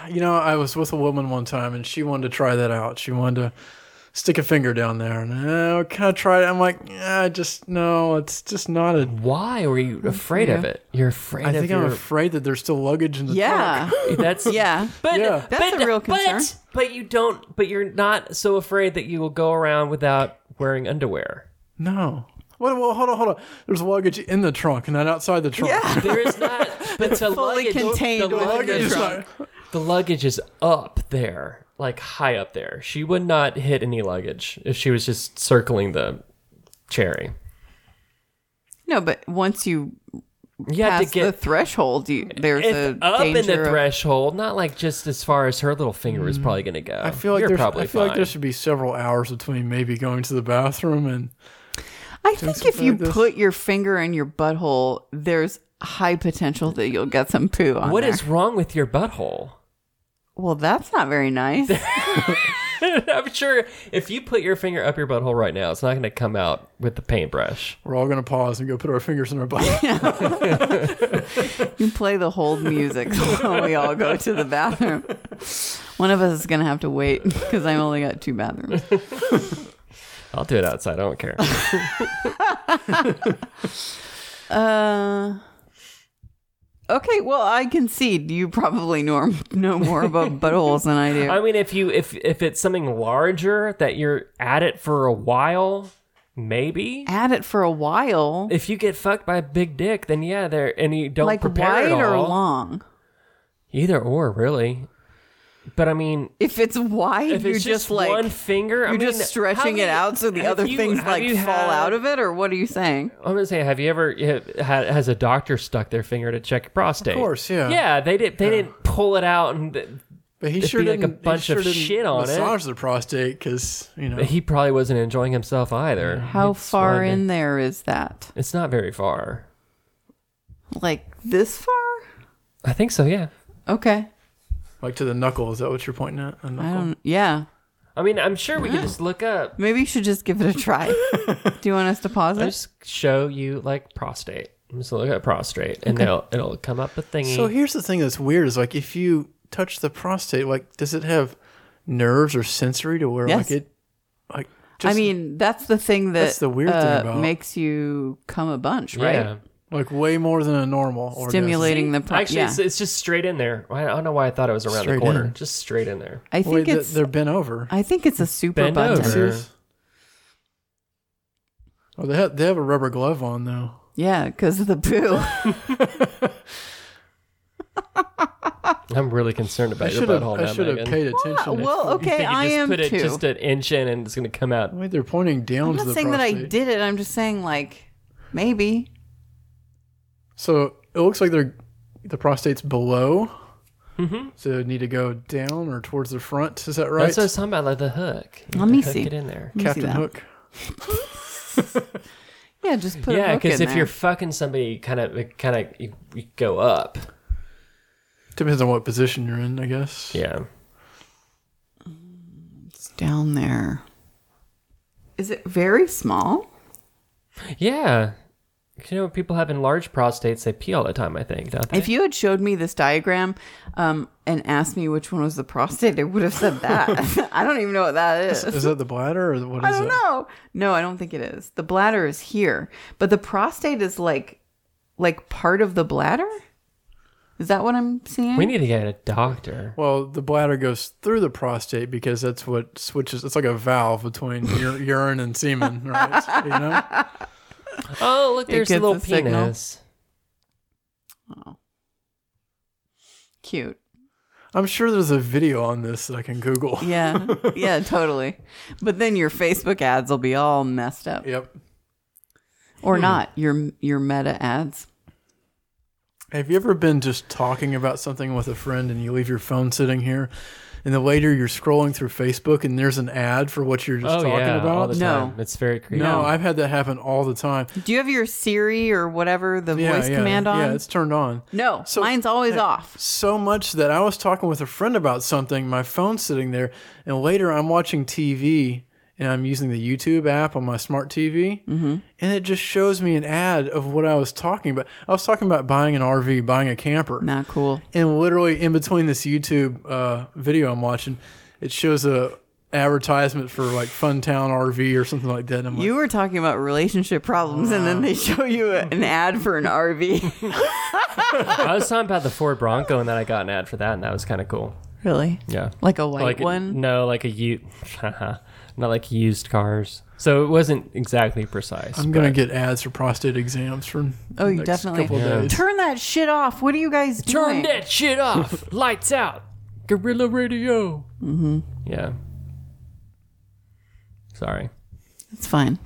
[SPEAKER 1] you know, I was with a woman one time and she wanted to try that out. She wanted to stick a finger down there and uh, kind of try it. I'm like, yeah, I just no, it's just not a
[SPEAKER 3] Why were you afraid of it? You're afraid
[SPEAKER 1] I
[SPEAKER 3] of
[SPEAKER 1] think I'm
[SPEAKER 3] your.
[SPEAKER 1] afraid that there's still luggage in the
[SPEAKER 2] yeah,
[SPEAKER 3] that's
[SPEAKER 2] yeah.
[SPEAKER 3] But,
[SPEAKER 1] Yeah.
[SPEAKER 2] That's
[SPEAKER 3] but,
[SPEAKER 2] a real concern.
[SPEAKER 3] But, but you don't. But you're not so afraid that you will go around without wearing underwear.
[SPEAKER 1] No. Well, well, hold on, hold on. There's luggage in the trunk, not outside the trunk.
[SPEAKER 2] Yeah.
[SPEAKER 3] There is not. But the
[SPEAKER 2] fully
[SPEAKER 3] luggage,
[SPEAKER 2] contained
[SPEAKER 3] the
[SPEAKER 2] within
[SPEAKER 1] Luggage
[SPEAKER 3] luggage,
[SPEAKER 1] is
[SPEAKER 2] trunk.
[SPEAKER 1] not-
[SPEAKER 3] the luggage is up there, like high up there. She would not hit any luggage if she was just circling the cherry.
[SPEAKER 2] No, but once you
[SPEAKER 3] You have
[SPEAKER 2] pass
[SPEAKER 3] to
[SPEAKER 2] the
[SPEAKER 3] get
[SPEAKER 2] threshold, you, there's
[SPEAKER 3] if
[SPEAKER 2] a
[SPEAKER 3] up in
[SPEAKER 2] danger.
[SPEAKER 3] the
[SPEAKER 2] of-
[SPEAKER 3] threshold, not like just as far as her little finger is probably going to go.
[SPEAKER 1] I feel like
[SPEAKER 3] you're
[SPEAKER 1] there's,
[SPEAKER 3] probably
[SPEAKER 1] I feel
[SPEAKER 3] fine.
[SPEAKER 1] like there should be several hours between maybe going to the bathroom and
[SPEAKER 2] I think if
[SPEAKER 1] something
[SPEAKER 2] you
[SPEAKER 1] like this.
[SPEAKER 2] put your finger in your butthole, there's high potential that you'll get some poo on
[SPEAKER 3] What
[SPEAKER 2] there.
[SPEAKER 3] is wrong with your butthole?
[SPEAKER 2] Well, that's not very nice.
[SPEAKER 3] I'm sure if you put your finger up your butthole right now, it's not going to come out with the paintbrush.
[SPEAKER 1] we're all going to pause and go put our fingers in our butt.
[SPEAKER 2] you play the hold music while we all go to the bathroom. One of us is gonna have to wait because I've only got two bathrooms.
[SPEAKER 3] I'll do it outside. I don't care.
[SPEAKER 2] Uh, okay. Well, I concede you probably know, know more about buttholes than I do.
[SPEAKER 3] I mean, if you if if it's something larger that you're at it for a while, maybe.
[SPEAKER 2] At it for a while,
[SPEAKER 3] If you get fucked by a big dick, then yeah, there and you don't
[SPEAKER 2] like
[SPEAKER 3] prepare
[SPEAKER 2] wide
[SPEAKER 3] at all.
[SPEAKER 2] or long.
[SPEAKER 3] Either or, really. But I mean,
[SPEAKER 2] If it's wide,
[SPEAKER 3] if
[SPEAKER 2] you're
[SPEAKER 3] it's
[SPEAKER 2] just,
[SPEAKER 3] just
[SPEAKER 2] like
[SPEAKER 3] one finger,
[SPEAKER 2] you're
[SPEAKER 3] I mean,
[SPEAKER 2] just
[SPEAKER 3] how
[SPEAKER 2] stretching it
[SPEAKER 3] many-
[SPEAKER 2] out so the
[SPEAKER 3] have
[SPEAKER 2] other
[SPEAKER 3] you-
[SPEAKER 2] things
[SPEAKER 3] have
[SPEAKER 2] like
[SPEAKER 3] you
[SPEAKER 2] fall
[SPEAKER 3] had-
[SPEAKER 2] out of it, or what are you saying?
[SPEAKER 3] I'm gonna say, have you ever ha- had, has a doctor stuck their finger to check your prostate?
[SPEAKER 1] Of course, yeah.
[SPEAKER 3] Yeah, they did. They didn't pull it out, and th-
[SPEAKER 1] But he
[SPEAKER 3] It'd
[SPEAKER 1] sure
[SPEAKER 3] be like a
[SPEAKER 1] didn't.
[SPEAKER 3] bunch
[SPEAKER 1] he sure
[SPEAKER 3] of
[SPEAKER 1] didn't
[SPEAKER 3] shit on it.
[SPEAKER 1] massage the prostate because you know.
[SPEAKER 3] he probably wasn't enjoying himself either.
[SPEAKER 2] How
[SPEAKER 3] It's
[SPEAKER 2] far
[SPEAKER 3] one-
[SPEAKER 2] in there is that?
[SPEAKER 3] It's not very far.
[SPEAKER 2] Like this far?
[SPEAKER 3] I think so. Yeah.
[SPEAKER 2] Okay.
[SPEAKER 1] Like to the knuckle. Is that what you're pointing at? A knuckle?
[SPEAKER 2] I don't. Yeah.
[SPEAKER 3] I mean, I'm sure we could just look up.
[SPEAKER 2] Maybe you should just give it a try. Do you want us to pause
[SPEAKER 3] I
[SPEAKER 2] it?
[SPEAKER 3] just show you like prostate. Just look at prostate, and it'll it'll come up a thingy.
[SPEAKER 2] Mm.
[SPEAKER 1] So here's the thing that's weird is like if you touch the prostate, like does it have nerves or sensory to where
[SPEAKER 2] Yes.
[SPEAKER 1] like it, like just,
[SPEAKER 2] I mean, that's the thing that
[SPEAKER 1] That's the weird thing
[SPEAKER 2] uh,
[SPEAKER 1] about-
[SPEAKER 2] makes you come a bunch, right?
[SPEAKER 3] yeah.
[SPEAKER 1] like way more than a normal orgasm.
[SPEAKER 2] Stimulating the pro-
[SPEAKER 3] Actually,
[SPEAKER 2] yeah.
[SPEAKER 3] it's, it's just straight in there. I don't know why I thought it was around
[SPEAKER 1] Straight
[SPEAKER 3] the corner.
[SPEAKER 1] in.
[SPEAKER 3] Just straight in there.
[SPEAKER 2] I
[SPEAKER 1] Wait,
[SPEAKER 2] think
[SPEAKER 1] th-
[SPEAKER 2] it's
[SPEAKER 1] they're bent over.
[SPEAKER 2] I think it's a super
[SPEAKER 3] Bend
[SPEAKER 2] button.
[SPEAKER 3] over.
[SPEAKER 1] Serious? Oh, they have they have a rubber glove on though.
[SPEAKER 2] Yeah, because of the poo.
[SPEAKER 3] I'm really concerned
[SPEAKER 1] I
[SPEAKER 3] about your
[SPEAKER 1] should have
[SPEAKER 3] butthole
[SPEAKER 1] I
[SPEAKER 3] now,
[SPEAKER 1] should have
[SPEAKER 3] Megan.
[SPEAKER 1] paid attention.
[SPEAKER 2] well,
[SPEAKER 3] You think
[SPEAKER 2] okay,
[SPEAKER 3] you
[SPEAKER 2] I
[SPEAKER 3] just
[SPEAKER 2] am
[SPEAKER 3] put it
[SPEAKER 2] too.
[SPEAKER 3] just an inch in, and it's going to come out.
[SPEAKER 1] Wait, they're pointing down
[SPEAKER 2] I'm
[SPEAKER 1] to
[SPEAKER 2] not
[SPEAKER 1] the
[SPEAKER 2] saying that I
[SPEAKER 1] prostate.
[SPEAKER 2] did it. I'm just saying like maybe.
[SPEAKER 1] So it looks like they're the prostate's below.
[SPEAKER 2] Mm-hmm.
[SPEAKER 1] So it need to go down or towards the front. Is that right?
[SPEAKER 3] That's what I was talking about, like the hook.
[SPEAKER 2] Let
[SPEAKER 3] You have to
[SPEAKER 2] me
[SPEAKER 3] hook
[SPEAKER 2] see.
[SPEAKER 3] It in there.
[SPEAKER 2] Let me see
[SPEAKER 1] Captain
[SPEAKER 2] that.
[SPEAKER 1] Hook.
[SPEAKER 2] Yeah, just put a
[SPEAKER 3] yeah,
[SPEAKER 2] hook in
[SPEAKER 3] because if
[SPEAKER 2] there.
[SPEAKER 3] you're fucking somebody, kind of, kind of, you, you go up.
[SPEAKER 1] Depends on what position you're in, I guess.
[SPEAKER 3] Yeah.
[SPEAKER 2] It's down there. Is it very small?
[SPEAKER 3] Yeah. 'Cause You know, people having large prostates, they pee all the time, I think, don't they?
[SPEAKER 2] If you had showed me this diagram um, and asked me which one was the prostate, I would have said that. I don't even know what that is.
[SPEAKER 1] Is that the bladder or what is
[SPEAKER 2] I don't
[SPEAKER 1] it?
[SPEAKER 2] know. No, I don't think it is. The bladder is here, but the prostate is like, like part of the bladder. Is that what I'm seeing?
[SPEAKER 3] we need to get a doctor.
[SPEAKER 1] Well, the bladder goes through the prostate because that's what switches. It's like a valve between ur- urine and semen, right? You know,
[SPEAKER 3] Oh, look, there's a
[SPEAKER 2] gets
[SPEAKER 3] little
[SPEAKER 2] a signal.
[SPEAKER 3] penis.
[SPEAKER 2] Cute.
[SPEAKER 1] I'm sure there's a video on this that I can Google.
[SPEAKER 2] Yeah. yeah. Totally. But then your Facebook ads will be all messed up,
[SPEAKER 1] Yep.
[SPEAKER 2] or not. Your your meta ads.
[SPEAKER 1] Have you ever been just talking about something with a friend and you leave your phone sitting here and then later you're scrolling through Facebook and there's an ad for what you're just
[SPEAKER 3] oh
[SPEAKER 1] talking
[SPEAKER 3] yeah, all
[SPEAKER 1] about.
[SPEAKER 3] the
[SPEAKER 2] No.
[SPEAKER 3] time. it's very creepy.
[SPEAKER 1] no,
[SPEAKER 2] No.
[SPEAKER 1] I've had that happen all the time.
[SPEAKER 2] Do you have your Siri or whatever the
[SPEAKER 1] yeah,
[SPEAKER 2] voice
[SPEAKER 1] yeah,
[SPEAKER 2] command on?
[SPEAKER 1] Yeah, it's turned on.
[SPEAKER 2] no,
[SPEAKER 1] So-
[SPEAKER 2] mine's always off.
[SPEAKER 1] so much that I was talking with a friend about something, my phone's sitting there, and later I'm watching TV and I'm using the YouTube app on my smart TV,
[SPEAKER 2] Mm-hmm.
[SPEAKER 1] and it just shows me an ad of what I was talking about. I was talking about buying an RV, buying a camper,
[SPEAKER 2] Not cool.
[SPEAKER 1] and literally in between this YouTube uh, video I'm watching, it shows a advertisement for like Funtown RV or something like that. And I'm like,
[SPEAKER 2] You were talking about relationship problems, and then
[SPEAKER 1] Ah.
[SPEAKER 2] they show you a- an ad for an RV.
[SPEAKER 3] I was talking about the Ford Bronco, and then I got an ad for that, and that was kind of cool.
[SPEAKER 2] really?
[SPEAKER 3] Yeah,
[SPEAKER 2] Like a white
[SPEAKER 3] like
[SPEAKER 2] one?
[SPEAKER 3] No, like a u- not like used cars. So it wasn't exactly precise.
[SPEAKER 1] I'm gonna
[SPEAKER 3] but-
[SPEAKER 1] get ads for prostate exams for
[SPEAKER 2] Oh, you
[SPEAKER 1] next
[SPEAKER 2] definitely-
[SPEAKER 1] couple
[SPEAKER 3] Yeah.
[SPEAKER 1] days.
[SPEAKER 2] Turn that shit off. What are you guys doing?
[SPEAKER 3] turn that shit off. Lights out. Gorilla radio. Mm-hmm. Yeah. Sorry.
[SPEAKER 2] It's fine.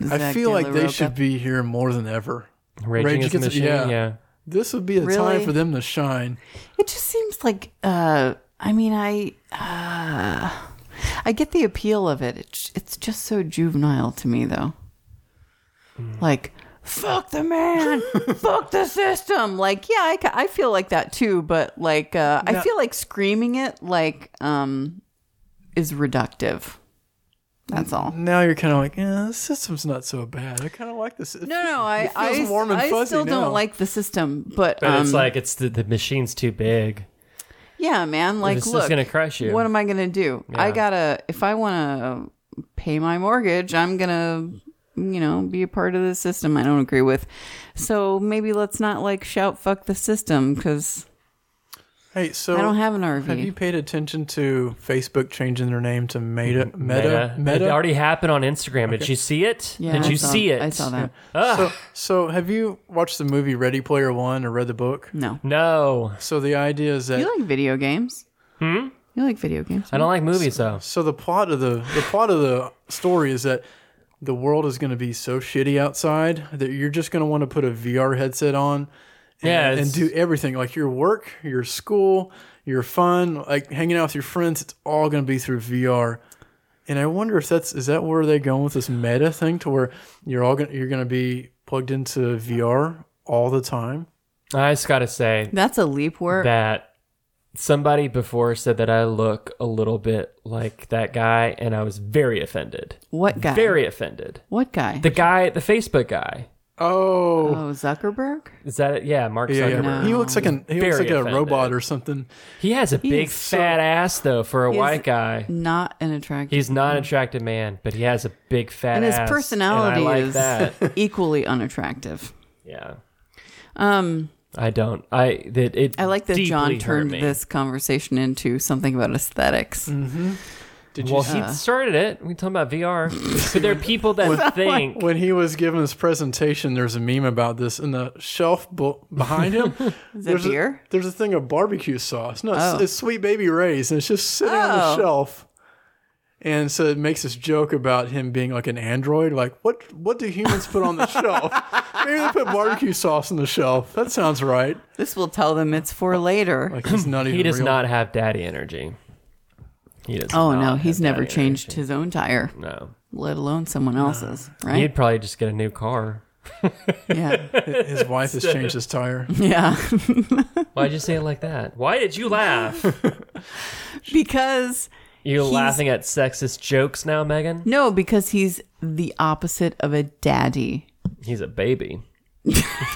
[SPEAKER 1] I
[SPEAKER 2] Zach
[SPEAKER 1] feel
[SPEAKER 2] De La
[SPEAKER 1] like they
[SPEAKER 2] Roca.
[SPEAKER 1] should be here more than ever.
[SPEAKER 3] Rage,
[SPEAKER 1] Rage
[SPEAKER 3] Against the
[SPEAKER 1] Against the-
[SPEAKER 3] Machine. Yeah.
[SPEAKER 1] yeah. This would be a
[SPEAKER 2] Really?
[SPEAKER 1] time for them to shine.
[SPEAKER 2] It just seems like. Uh, I mean, I. Uh, I get the appeal of it. It's it's just so juvenile to me, though.
[SPEAKER 3] Hmm.
[SPEAKER 2] Like. Fuck the man! Fuck the system! Like, yeah, I, ca- I feel like that too, but like, uh, I feel like screaming it like um is reductive. That's all.
[SPEAKER 1] Now you're kind of like, eh, the system's not so bad. I kind of like this.
[SPEAKER 2] No, no, I,
[SPEAKER 1] feels
[SPEAKER 2] I,
[SPEAKER 1] warm and
[SPEAKER 2] I
[SPEAKER 1] fuzzy
[SPEAKER 2] still
[SPEAKER 1] now.
[SPEAKER 2] don't like the system, but,
[SPEAKER 3] But
[SPEAKER 2] um,
[SPEAKER 3] it's like it's the, the machine's too big.
[SPEAKER 2] yeah, man, like,
[SPEAKER 3] it's just
[SPEAKER 2] look,
[SPEAKER 3] gonna crush you.
[SPEAKER 2] What am I gonna do? I
[SPEAKER 3] Yeah.
[SPEAKER 2] gotta if I want to pay my mortgage, I'm gonna, you know, be a part of the system I don't agree with. So maybe let's not like shout fuck the system because
[SPEAKER 1] Hey, so
[SPEAKER 2] I don't have an RV.
[SPEAKER 1] have you paid attention to Facebook changing their name to Meta? Meta? Meta?
[SPEAKER 3] It already happened on Instagram. Did you see it?
[SPEAKER 2] yeah,
[SPEAKER 3] Did
[SPEAKER 2] I
[SPEAKER 3] you
[SPEAKER 2] saw-
[SPEAKER 3] see it?
[SPEAKER 2] I saw that.
[SPEAKER 1] So, so have you watched the movie Ready Player One or read the book?
[SPEAKER 2] No,
[SPEAKER 3] No.
[SPEAKER 1] So the idea is that
[SPEAKER 2] you like video games? Hmm. You like video games?
[SPEAKER 3] I don't like movies though.
[SPEAKER 1] So the plot of the the plot of the story is that the world is going to be so shitty outside that you're just going to want to put a VR headset on and,
[SPEAKER 3] Yeah,
[SPEAKER 1] and
[SPEAKER 3] it's-
[SPEAKER 1] do everything like your work, your school, your fun, like hanging out with your friends, it's all going to be through VR. And I wonder if that's is that where they going with this meta thing to where you're all going you're going to be plugged into VR all the time?
[SPEAKER 3] I just gotta say
[SPEAKER 2] That's a leap word.
[SPEAKER 3] that somebody before said that I look a little bit like that guy, and I was very offended.
[SPEAKER 2] what guy?
[SPEAKER 3] Very offended.
[SPEAKER 2] what guy?
[SPEAKER 3] The guy, the Facebook guy.
[SPEAKER 1] Oh,
[SPEAKER 2] oh, Zuckerberg.
[SPEAKER 3] Is that it? Yeah, Mark
[SPEAKER 1] yeah, yeah.
[SPEAKER 3] Zuckerberg.
[SPEAKER 1] He looks like an he looks
[SPEAKER 3] Very
[SPEAKER 1] like a
[SPEAKER 3] offended.
[SPEAKER 1] robot or something.
[SPEAKER 3] He has a big
[SPEAKER 2] is
[SPEAKER 3] fat ass though for a
[SPEAKER 2] He's-
[SPEAKER 3] white guy.
[SPEAKER 2] Not an attractive.
[SPEAKER 3] He's not an attractive man, but he has a big fat
[SPEAKER 2] Mm-hmm. and his
[SPEAKER 3] ass. and I
[SPEAKER 2] personality
[SPEAKER 3] like
[SPEAKER 2] is
[SPEAKER 3] that.
[SPEAKER 2] equally unattractive.
[SPEAKER 3] yeah.
[SPEAKER 2] Um,
[SPEAKER 3] I don't. I that it.
[SPEAKER 2] I like that
[SPEAKER 3] deeply
[SPEAKER 2] John
[SPEAKER 3] hurt
[SPEAKER 2] turned
[SPEAKER 3] me. Mm.
[SPEAKER 2] this conversation into something about esthetics
[SPEAKER 1] Did
[SPEAKER 3] Well,
[SPEAKER 2] uh,
[SPEAKER 3] he started it. We talking about VR, but there are people that think.
[SPEAKER 1] when he was giving his presentation, there's a meme about this, and the shelf b- behind him, there's
[SPEAKER 2] beer?
[SPEAKER 1] A, there's a thing of barbecue sauce. No,
[SPEAKER 2] Oh.
[SPEAKER 1] it's, it's Sweet Baby Ray's, and it's just sitting on
[SPEAKER 2] Oh.
[SPEAKER 1] the shelf. And so it makes this joke about him being like an android. Like, what what do humans put on the shelf? Maybe they put barbecue sauce on the shelf. That sounds right.
[SPEAKER 2] This will tell them it's for later.
[SPEAKER 1] Like he's not even.
[SPEAKER 3] He does
[SPEAKER 1] real.
[SPEAKER 3] not have daddy energy. He does.
[SPEAKER 2] oh
[SPEAKER 3] not
[SPEAKER 2] no,
[SPEAKER 3] have
[SPEAKER 2] he's never
[SPEAKER 3] daddy
[SPEAKER 2] changed
[SPEAKER 3] energy.
[SPEAKER 2] his own tire,
[SPEAKER 3] No,
[SPEAKER 2] let alone someone
[SPEAKER 3] Ah.
[SPEAKER 2] else's. Right?
[SPEAKER 3] he'd probably just get a new car.
[SPEAKER 2] Yeah,
[SPEAKER 1] His wife has changed his tire.
[SPEAKER 2] yeah.
[SPEAKER 3] Why'd you say it like that? Why did you laugh?
[SPEAKER 2] because
[SPEAKER 3] You're
[SPEAKER 2] He's-
[SPEAKER 3] laughing at sexist jokes now, Megan.
[SPEAKER 2] no, because he's the opposite of a daddy.
[SPEAKER 3] He's a baby.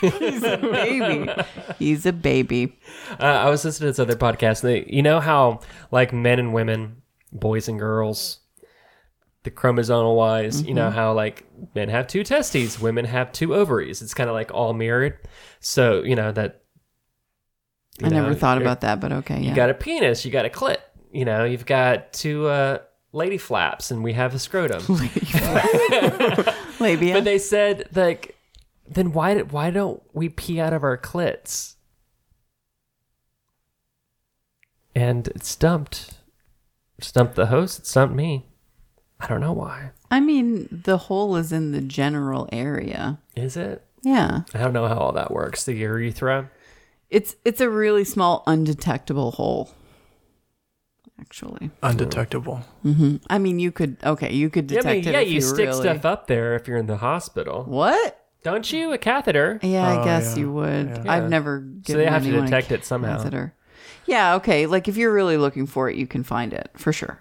[SPEAKER 2] Baby, he's a baby.
[SPEAKER 3] Uh, I was listening to this other podcast. And they, you know how, like, men and women, boys and girls, the chromosomal wise, you
[SPEAKER 2] Mm-hmm.
[SPEAKER 3] know how, like, men have two testes, women have two ovaries. It's kind of like all mirrored. So, you know, that. you
[SPEAKER 2] I
[SPEAKER 3] know,
[SPEAKER 2] never thought
[SPEAKER 3] you're-
[SPEAKER 2] about that, but okay,
[SPEAKER 3] You
[SPEAKER 2] yeah.
[SPEAKER 3] got a penis, you got a clit, you know, you've got two uh, lady flaps, and we have a scrotum.
[SPEAKER 2] Labia.
[SPEAKER 3] but they said, like, then why, did, why don't we pee out of our clits? And it stumped. Stumped the host, it stumped me. I don't know why.
[SPEAKER 2] I mean, the hole is in the general area.
[SPEAKER 3] Is it?
[SPEAKER 2] Yeah.
[SPEAKER 3] I don't know how all that works. The urethra.
[SPEAKER 2] It's it's a really small, undetectable hole. actually.
[SPEAKER 1] undetectable.
[SPEAKER 2] I mean, you could okay, you could
[SPEAKER 3] Yeah,
[SPEAKER 2] detect
[SPEAKER 3] I mean,
[SPEAKER 2] it.
[SPEAKER 3] yeah,
[SPEAKER 2] if
[SPEAKER 3] you,
[SPEAKER 2] you
[SPEAKER 3] stick
[SPEAKER 2] really-
[SPEAKER 3] stuff up there if you're in the hospital,
[SPEAKER 2] What?
[SPEAKER 3] don't you? A catheter.
[SPEAKER 2] Yeah, I
[SPEAKER 1] Oh,
[SPEAKER 2] guess
[SPEAKER 1] yeah.
[SPEAKER 2] you would.
[SPEAKER 1] Yeah.
[SPEAKER 2] I've never given
[SPEAKER 3] So they have to
[SPEAKER 2] anyone a
[SPEAKER 3] detect it somehow.
[SPEAKER 2] catheter. Yeah, okay. Like if you're really looking for it, you can find it for sure.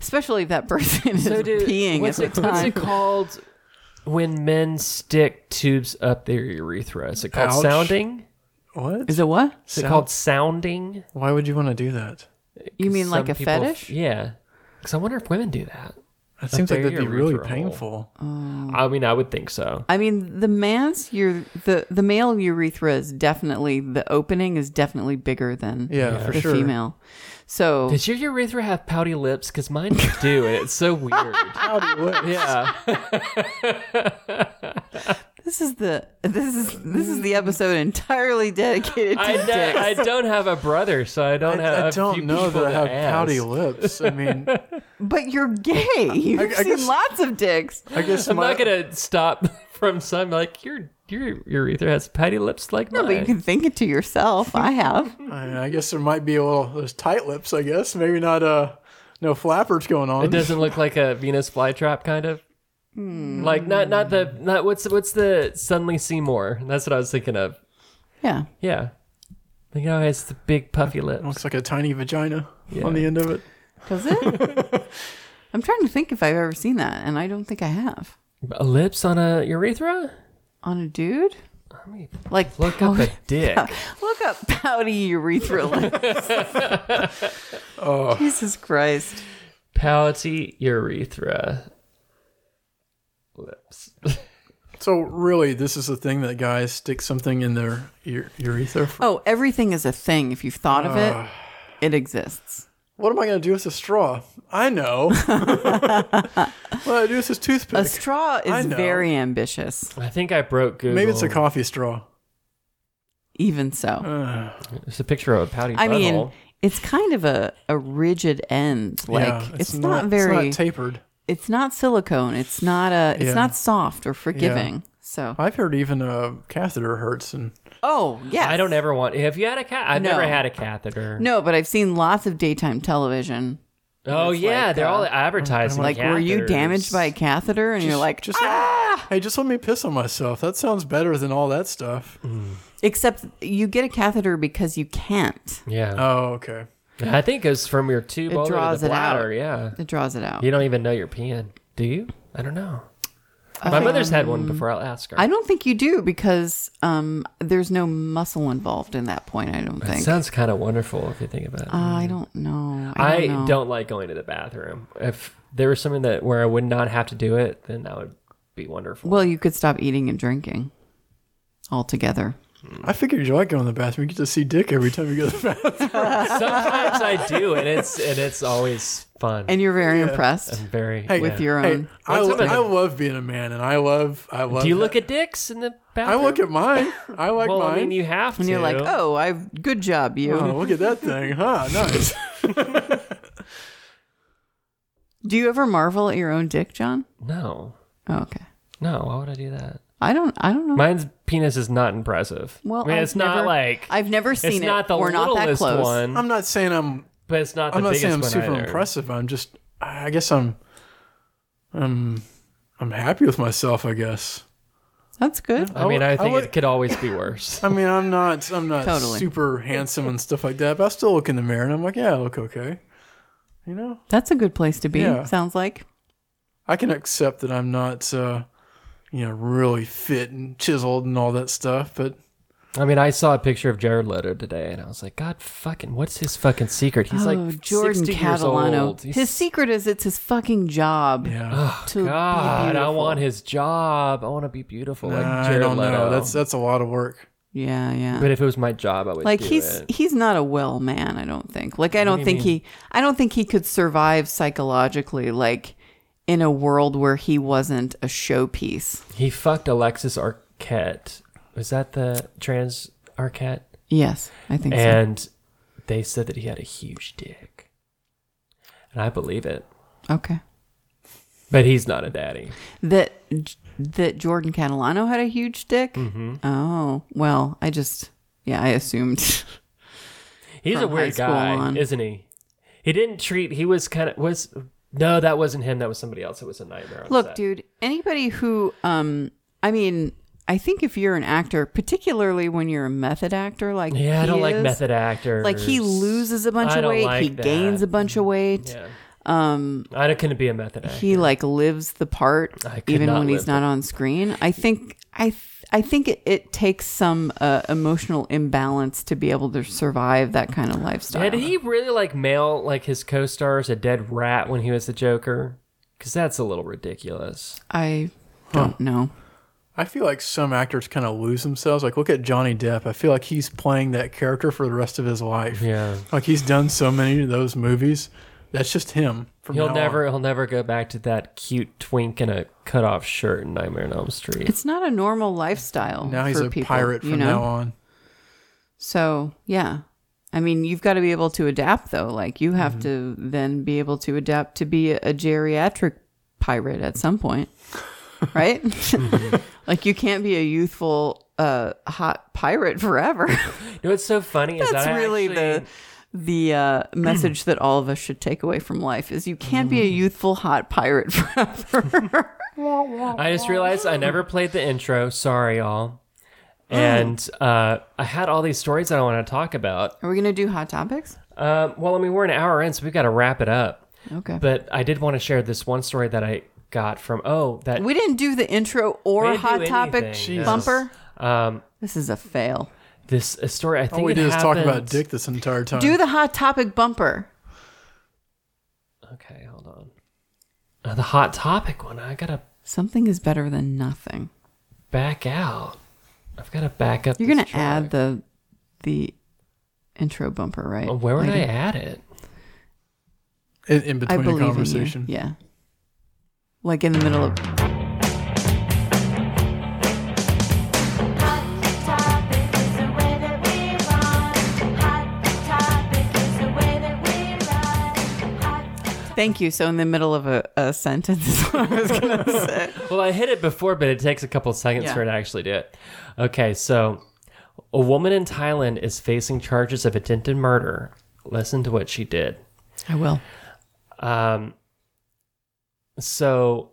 [SPEAKER 2] Especially if that person is peeing at
[SPEAKER 3] what's,
[SPEAKER 2] the
[SPEAKER 3] it, what's
[SPEAKER 2] time.
[SPEAKER 3] it called when men stick tubes up their urethra? Is it called
[SPEAKER 1] Ouch.
[SPEAKER 3] sounding?
[SPEAKER 1] What?
[SPEAKER 2] Is it what?
[SPEAKER 3] Is it called sounding?
[SPEAKER 1] Why would you want to do that?
[SPEAKER 2] You mean like
[SPEAKER 3] Some
[SPEAKER 2] a
[SPEAKER 3] people f-
[SPEAKER 2] fetish?
[SPEAKER 3] yeah. Because I wonder if women do that.
[SPEAKER 1] That seems like
[SPEAKER 3] their
[SPEAKER 1] that'd be really
[SPEAKER 3] urethra hole.
[SPEAKER 1] painful.
[SPEAKER 2] Oh.
[SPEAKER 3] I mean, I would think so.
[SPEAKER 2] I mean, the man's ure- the the male urethra is definitely the opening is definitely bigger than
[SPEAKER 1] Yeah, for
[SPEAKER 2] the
[SPEAKER 1] sure.
[SPEAKER 2] female. So
[SPEAKER 3] Does your urethra have pouty lips? Because mine do, and it's so weird.
[SPEAKER 1] How do you look?
[SPEAKER 3] yeah.
[SPEAKER 2] this is the this is this is the episode entirely dedicated to
[SPEAKER 3] I,
[SPEAKER 2] dicks.
[SPEAKER 3] don't- I don't have a brother, so I don't have.
[SPEAKER 1] I, I
[SPEAKER 3] a few
[SPEAKER 1] don't know
[SPEAKER 3] people
[SPEAKER 1] that I have
[SPEAKER 3] to ask.
[SPEAKER 1] pouty lips. I mean,
[SPEAKER 2] But you're gay. You've
[SPEAKER 1] I- I
[SPEAKER 2] seen
[SPEAKER 1] guess-
[SPEAKER 2] lots of dicks.
[SPEAKER 1] I guess
[SPEAKER 3] I'm
[SPEAKER 1] my,
[SPEAKER 3] not gonna stop from some like your your urethra has pouty lips like
[SPEAKER 2] No,
[SPEAKER 3] mine.
[SPEAKER 2] but you can think it to yourself. I have.
[SPEAKER 1] I, I guess there might be a little those tight lips. I guess maybe not. Uh, no flappers going on.
[SPEAKER 3] It doesn't look like a Venus flytrap, kind of.
[SPEAKER 2] Hmm.
[SPEAKER 3] Like not not the not what's what's the suddenly Seymour? That's what I was thinking of.
[SPEAKER 2] Yeah.
[SPEAKER 3] Yeah, like oh, it's the big puffy lips.
[SPEAKER 1] Looks like a tiny vagina on the end of it.
[SPEAKER 2] Does it? I'm trying to think if I've ever seen that, and I don't think I have.
[SPEAKER 3] A lips on a urethra.
[SPEAKER 2] On a dude?
[SPEAKER 3] Let me
[SPEAKER 2] Like
[SPEAKER 3] Look up a dick.
[SPEAKER 2] Look up pouty urethra lips.
[SPEAKER 1] Oh.
[SPEAKER 2] Jesus Christ.
[SPEAKER 3] Pouty urethra lips.
[SPEAKER 1] So really, this is the thing that guys stick something in their ure- urethra. For.
[SPEAKER 2] Oh, everything is a thing. If you've thought of
[SPEAKER 1] Uh.
[SPEAKER 2] it, it exists.
[SPEAKER 1] What am I going to do with a straw? I know. what I do with this toothpick?
[SPEAKER 2] A straw
[SPEAKER 1] I
[SPEAKER 2] is
[SPEAKER 1] know.
[SPEAKER 2] very ambitious,
[SPEAKER 3] I think I broke Google.
[SPEAKER 1] Maybe it's a coffee straw.
[SPEAKER 2] even so.
[SPEAKER 1] Uh.
[SPEAKER 3] It's a picture of a pouty.
[SPEAKER 2] I mean,
[SPEAKER 3] butthole.
[SPEAKER 2] it's kind of a, a rigid end. Like
[SPEAKER 1] yeah,
[SPEAKER 2] it's, not, very
[SPEAKER 1] It's not tapered.
[SPEAKER 2] it's not silicone. It's not a it's
[SPEAKER 1] Yeah.
[SPEAKER 2] not soft or forgiving. So
[SPEAKER 1] I've heard even a catheter hurts, and
[SPEAKER 2] Oh, yes.
[SPEAKER 3] I don't ever want. Have you had a cat? I've
[SPEAKER 2] No.
[SPEAKER 3] never had a catheter.
[SPEAKER 2] No, but I've seen lots of daytime television.
[SPEAKER 3] Oh yeah,
[SPEAKER 2] like,
[SPEAKER 3] they're
[SPEAKER 2] uh,
[SPEAKER 3] all advertising.
[SPEAKER 2] Like, were you damaged
[SPEAKER 3] catheters.
[SPEAKER 2] by a catheter? And you're like,
[SPEAKER 1] just
[SPEAKER 2] "Ah!"
[SPEAKER 1] hey, just let me piss on myself. That sounds better than all that stuff.
[SPEAKER 3] Mm-hmm.
[SPEAKER 2] except you get a catheter because you can't.
[SPEAKER 3] Yeah.
[SPEAKER 1] Oh, okay.
[SPEAKER 3] I think it's from your tube
[SPEAKER 2] It
[SPEAKER 3] all the way to
[SPEAKER 2] draws
[SPEAKER 3] the
[SPEAKER 2] it out.
[SPEAKER 3] bladder. Yeah,
[SPEAKER 2] It draws it out.
[SPEAKER 3] you don't even know you're peeing, do you? I don't know. My mother's had one before. I'll ask her.
[SPEAKER 2] I don't think you do because um, there's no muscle involved in that point. I don't
[SPEAKER 3] it
[SPEAKER 2] think. Uh,
[SPEAKER 3] sounds kind of wonderful if you think about it.
[SPEAKER 2] I don't know.
[SPEAKER 3] I
[SPEAKER 2] know.
[SPEAKER 3] don't like going to the bathroom. If there was something that where I would not have to do it, then that would be wonderful.
[SPEAKER 2] Well, you could stop eating and drinking altogether.
[SPEAKER 1] I figured you like going to the bathroom. You get to see dick every time you go to the bathroom.
[SPEAKER 3] Sometimes I do, and it's and it's always fun.
[SPEAKER 2] And you're very impressed
[SPEAKER 3] I'm very.
[SPEAKER 1] Hey,
[SPEAKER 2] with your
[SPEAKER 1] Hey,
[SPEAKER 2] own.
[SPEAKER 1] I,
[SPEAKER 3] What's
[SPEAKER 1] lo-
[SPEAKER 3] up,
[SPEAKER 1] I
[SPEAKER 3] man?
[SPEAKER 1] love being a man, and I love I love.
[SPEAKER 3] do you look
[SPEAKER 1] that.
[SPEAKER 3] at dicks in the
[SPEAKER 1] I
[SPEAKER 3] bathroom?
[SPEAKER 1] look at mine. I like
[SPEAKER 3] Well,
[SPEAKER 1] mine.
[SPEAKER 3] I mean, you have to.
[SPEAKER 2] and you're like, oh, I've good job, you.
[SPEAKER 1] Oh, look at that thing, huh? Nice.
[SPEAKER 2] Do you ever marvel at your own dick, John?
[SPEAKER 3] no,
[SPEAKER 2] Oh, okay.
[SPEAKER 3] no. Why would I do that?
[SPEAKER 2] I don't. I don't know.
[SPEAKER 3] Mine's penis is not impressive.
[SPEAKER 2] well,
[SPEAKER 3] I mean,
[SPEAKER 2] I've
[SPEAKER 3] it's not
[SPEAKER 2] never-
[SPEAKER 3] like
[SPEAKER 2] I've never seen
[SPEAKER 3] it's
[SPEAKER 2] it.
[SPEAKER 3] not the
[SPEAKER 2] We're not
[SPEAKER 3] littlest
[SPEAKER 2] that close.
[SPEAKER 3] one,
[SPEAKER 1] I'm not saying I'm.
[SPEAKER 3] but it's not the
[SPEAKER 1] I'm not
[SPEAKER 3] biggest
[SPEAKER 1] saying I'm
[SPEAKER 3] one
[SPEAKER 1] super
[SPEAKER 3] either.
[SPEAKER 1] impressive. I'm just. I guess I'm. I'm. I'm happy with myself. I guess.
[SPEAKER 2] That's good.
[SPEAKER 3] I mean, I
[SPEAKER 1] I
[SPEAKER 3] think
[SPEAKER 1] would-
[SPEAKER 3] it could always be worse.
[SPEAKER 1] I mean, I'm not. I'm not
[SPEAKER 2] Totally.
[SPEAKER 1] super handsome and stuff like that. But I still look in the mirror and I'm like, yeah, I look okay. You know,
[SPEAKER 2] That's a good place to be.
[SPEAKER 1] Yeah.
[SPEAKER 2] Sounds like.
[SPEAKER 1] I can accept that I'm not. Uh, you know, really fit and chiseled and all that stuff. But
[SPEAKER 3] I mean, I saw a picture of Jared Leto today, and I was like, God, fucking, what's his fucking secret? He's
[SPEAKER 2] oh,
[SPEAKER 3] like
[SPEAKER 2] Jordan
[SPEAKER 3] 60 years
[SPEAKER 2] Catalano.
[SPEAKER 3] old. He's- Oh,
[SPEAKER 2] His secret is it's his fucking job.
[SPEAKER 1] yeah.
[SPEAKER 2] To
[SPEAKER 3] God,
[SPEAKER 2] be
[SPEAKER 3] I
[SPEAKER 2] beautiful.
[SPEAKER 3] want his job. I want to be beautiful like
[SPEAKER 1] Nah,
[SPEAKER 3] Jared
[SPEAKER 1] I don't
[SPEAKER 3] Leto.
[SPEAKER 1] know. That's uh, that's a lot of work.
[SPEAKER 2] Yeah, yeah.
[SPEAKER 3] but if it was my job, I would
[SPEAKER 2] like
[SPEAKER 3] do
[SPEAKER 2] he's
[SPEAKER 3] it.
[SPEAKER 2] he's not a well man. I don't think. Like I don't think he. I don't think he could survive psychologically. Like in a world where he wasn't a showpiece.
[SPEAKER 3] He fucked Alexis Arquette. Was that the trans Arquette?
[SPEAKER 2] Yes, I think
[SPEAKER 3] And they said that he had a huge dick, and I believe it.
[SPEAKER 2] so. Okay.
[SPEAKER 3] But he's not a daddy.
[SPEAKER 2] That that Jordan Catalano had a huge dick.
[SPEAKER 3] Mm-hmm.
[SPEAKER 2] Oh well, I just yeah I assumed.
[SPEAKER 3] He's
[SPEAKER 2] From
[SPEAKER 3] a
[SPEAKER 2] high
[SPEAKER 3] weird
[SPEAKER 2] school
[SPEAKER 3] guy,
[SPEAKER 2] on.
[SPEAKER 3] isn't he? He didn't treat. He was kind of was. No, that wasn't him. That was somebody else. It was a nightmare. On
[SPEAKER 2] Look,
[SPEAKER 3] set.
[SPEAKER 2] dude, anybody who, um, I mean, I think if you're an actor, particularly when you're a method actor, like
[SPEAKER 3] Yeah, I
[SPEAKER 2] he
[SPEAKER 3] don't like
[SPEAKER 2] is,
[SPEAKER 3] method actors.
[SPEAKER 2] Like he loses a bunch
[SPEAKER 3] I
[SPEAKER 2] of
[SPEAKER 3] don't
[SPEAKER 2] weight,
[SPEAKER 3] like
[SPEAKER 2] he
[SPEAKER 3] that.
[SPEAKER 2] gains a bunch of weight.
[SPEAKER 3] Yeah.
[SPEAKER 2] Um,
[SPEAKER 3] I couldn't be a method actor.
[SPEAKER 2] he like lives the part
[SPEAKER 3] I could
[SPEAKER 2] even
[SPEAKER 3] not
[SPEAKER 2] when
[SPEAKER 3] live
[SPEAKER 2] he's
[SPEAKER 3] the-
[SPEAKER 2] not on screen. I think I th- I think it, it takes some uh, emotional imbalance to be able to survive that kind of lifestyle.
[SPEAKER 3] Did he really like mail like his co-stars a dead rat when he was the Joker? Because that's a little ridiculous.
[SPEAKER 2] I don't know.
[SPEAKER 1] I feel like some actors kind of lose themselves. Like, look at Johnny Depp. I feel like he's playing that character for the rest of his life.
[SPEAKER 3] Yeah,
[SPEAKER 1] Like, he's done so many of those movies. That's just him. From now
[SPEAKER 3] he'll
[SPEAKER 1] on.
[SPEAKER 3] never he'll never go back to that cute twink in a cutoff shirt in Nightmare on Elm Street.
[SPEAKER 2] It's not a normal lifestyle.
[SPEAKER 1] Now he's
[SPEAKER 2] for
[SPEAKER 1] a
[SPEAKER 2] people,
[SPEAKER 1] pirate from
[SPEAKER 2] you know?
[SPEAKER 1] now on.
[SPEAKER 2] So yeah, I mean, you've got to be able to adapt though. Like you have
[SPEAKER 3] Mm-hmm.
[SPEAKER 2] to then be able to adapt to be a geriatric pirate at some point, right?
[SPEAKER 3] Mm-hmm.
[SPEAKER 2] like you can't be a youthful, uh, hot pirate forever.
[SPEAKER 3] You know what's so funny is
[SPEAKER 2] That's
[SPEAKER 3] I
[SPEAKER 2] really
[SPEAKER 3] actually-
[SPEAKER 2] the the uh, message that all of us should take away from life is you can't
[SPEAKER 3] Mm-hmm.
[SPEAKER 2] be a youthful hot pirate forever.
[SPEAKER 3] I just realized I never played the intro. Sorry, all.
[SPEAKER 1] Oh.
[SPEAKER 3] And uh, I had all these stories that I want to talk about.
[SPEAKER 2] Are we gonna do hot topics?
[SPEAKER 3] Um, well, I mean, we're an hour in, so we've got to wrap it up.
[SPEAKER 2] Okay.
[SPEAKER 3] But I did want to share this one story that I got from oh that
[SPEAKER 2] we didn't do the intro
[SPEAKER 3] We
[SPEAKER 2] or
[SPEAKER 3] didn't do
[SPEAKER 2] hot topic
[SPEAKER 3] anything, no.
[SPEAKER 2] bumper.
[SPEAKER 3] um,
[SPEAKER 2] This is a fail.
[SPEAKER 3] this a story. I think
[SPEAKER 1] All we
[SPEAKER 3] it
[SPEAKER 1] did is talk about
[SPEAKER 3] happened-
[SPEAKER 1] dick this entire time.
[SPEAKER 2] Do the hot topic bumper.
[SPEAKER 3] Okay, hold on. Uh, the hot topic one. I gotta
[SPEAKER 2] Something is better than nothing.
[SPEAKER 3] back out. I've got to back up.
[SPEAKER 2] You're
[SPEAKER 3] this
[SPEAKER 2] gonna
[SPEAKER 3] track.
[SPEAKER 2] add the the intro bumper, right?
[SPEAKER 3] Uh, Where would I
[SPEAKER 2] Later.
[SPEAKER 3] add it?
[SPEAKER 1] in, in
[SPEAKER 2] I
[SPEAKER 1] between a
[SPEAKER 2] believe
[SPEAKER 1] conversation.
[SPEAKER 2] in you. Yeah, like in the middle of.
[SPEAKER 4] Hot topic is the way that we run. Hot topic is the way that we run. Hot
[SPEAKER 2] Thank you. So in the middle of a, a sentence is what I was gonna say.
[SPEAKER 3] Well, I hit it before, but it takes a couple seconds
[SPEAKER 2] Yeah.
[SPEAKER 3] for it to actually do it. Okay, so a woman in Thailand is facing charges of attempted murder. Listen to what she did.
[SPEAKER 2] I will.
[SPEAKER 3] Um, so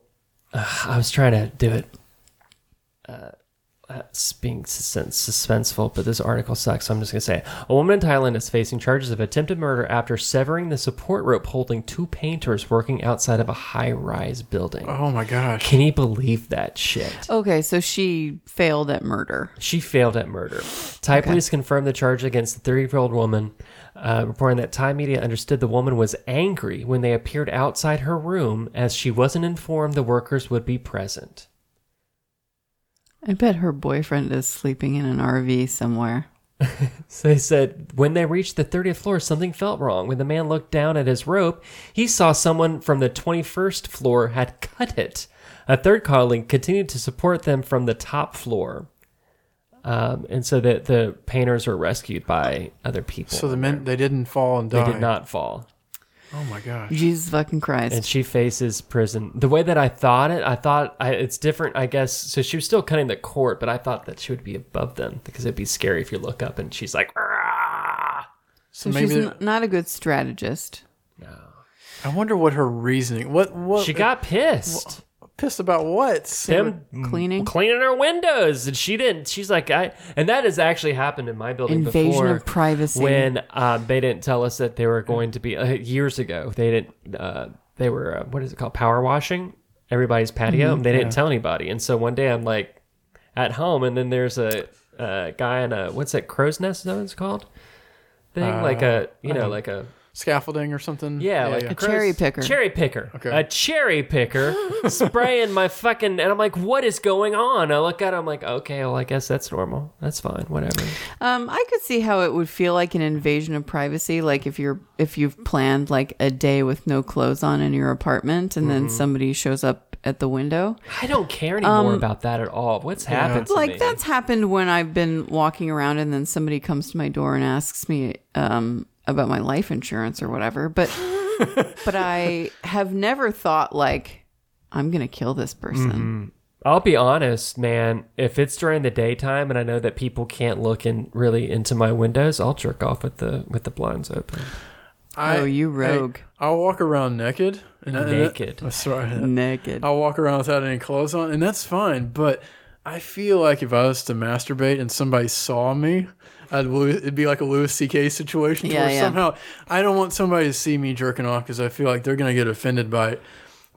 [SPEAKER 3] ugh, I was trying to do it. Uh, that's being sus- suspenseful, but this article sucks. So I'm just gonna say, it. a woman in Thailand is facing charges of attempted murder after severing the support rope holding two painters working outside of a high-rise building.
[SPEAKER 1] Oh my gosh.
[SPEAKER 3] Can you believe that shit?
[SPEAKER 2] Okay, so she failed at murder.
[SPEAKER 3] She failed at murder. Thai police confirmed the charge against the 30 year old woman, uh, reporting that Thai media understood the woman was angry when they appeared outside her room as she wasn't informed the workers would be present.
[SPEAKER 2] I bet her boyfriend is sleeping in an RV somewhere.
[SPEAKER 3] So they said when they reached the 30th floor, something felt wrong. When the man looked down at his rope, he saw someone from the 21st floor had cut it. A third colleague continued to support them from the top floor. Um, and so the, the painters were rescued by other people.
[SPEAKER 1] So the men they didn't fall and
[SPEAKER 3] They
[SPEAKER 1] die.
[SPEAKER 3] did not fall.
[SPEAKER 1] Oh my gosh.
[SPEAKER 2] Jesus fucking Christ!
[SPEAKER 3] And she faces prison. The way that I thought it, I thought I, it's different, I guess. So she was still cutting the cord, but I thought that she would be above them because it'd be scary if you look up and she's like, "Ah."
[SPEAKER 1] So
[SPEAKER 2] so
[SPEAKER 1] maybe
[SPEAKER 2] she's
[SPEAKER 1] they-
[SPEAKER 2] n- not a good strategist.
[SPEAKER 3] no.
[SPEAKER 1] I wonder what her reasoning. What what
[SPEAKER 3] She got pissed.
[SPEAKER 1] pissed about what?
[SPEAKER 3] Them
[SPEAKER 2] Cleaning?
[SPEAKER 3] cleaning her windows, and she didn't. She's like, I, and that has actually happened in my building
[SPEAKER 2] Invasion
[SPEAKER 3] before.
[SPEAKER 2] of privacy.
[SPEAKER 3] when um, they didn't tell us that they were going to be uh, years ago. They didn't. Uh, they were uh, what is it called? Power washing everybody's patio.
[SPEAKER 2] Mm-hmm.
[SPEAKER 3] and They didn't tell anybody. And so one day I'm like at home, and then there's a, a guy in a what's that crow's nest? Is that what it's called? Thing like
[SPEAKER 2] Uh,
[SPEAKER 3] a you know like a
[SPEAKER 1] Scaffolding or something?
[SPEAKER 3] yeah, like crow's-
[SPEAKER 2] cherry picker.
[SPEAKER 3] Cherry picker.
[SPEAKER 1] Okay.
[SPEAKER 3] A cherry picker spraying my fucking and I'm like, what is going on? I look at it, I'm like, okay, well I guess that's normal. That's fine, whatever.
[SPEAKER 2] Um, I could see how it would feel like an invasion of privacy, like if you're if you've planned like a day with no clothes on in your apartment, and then somebody shows up at the window.
[SPEAKER 3] I don't care anymore about that at all. What's happened to
[SPEAKER 2] Um, like
[SPEAKER 3] me?
[SPEAKER 2] that's happened when I've been walking around, and then somebody comes to my door and asks me um, about my life insurance or whatever. But but I have never thought like I'm gonna kill this person.
[SPEAKER 3] I'll be honest, man. If it's during the daytime and I know that people can't look in really into my windows, I'll jerk off with the with the blinds open.
[SPEAKER 1] I,
[SPEAKER 2] Oh, you rogue.
[SPEAKER 1] I, will walk around naked. And I- and I-
[SPEAKER 3] Naked.
[SPEAKER 1] I'm sorry.
[SPEAKER 2] Naked.
[SPEAKER 1] I'll walk around without any clothes on, and that's fine. But I feel like if I was to masturbate and somebody saw me, I'd lo- it'd be like a Louis C.K. situation
[SPEAKER 2] Yeah,
[SPEAKER 1] where
[SPEAKER 2] yeah.
[SPEAKER 1] somehow I don't want somebody to see me jerking off because I feel like they're gonna get offended by it.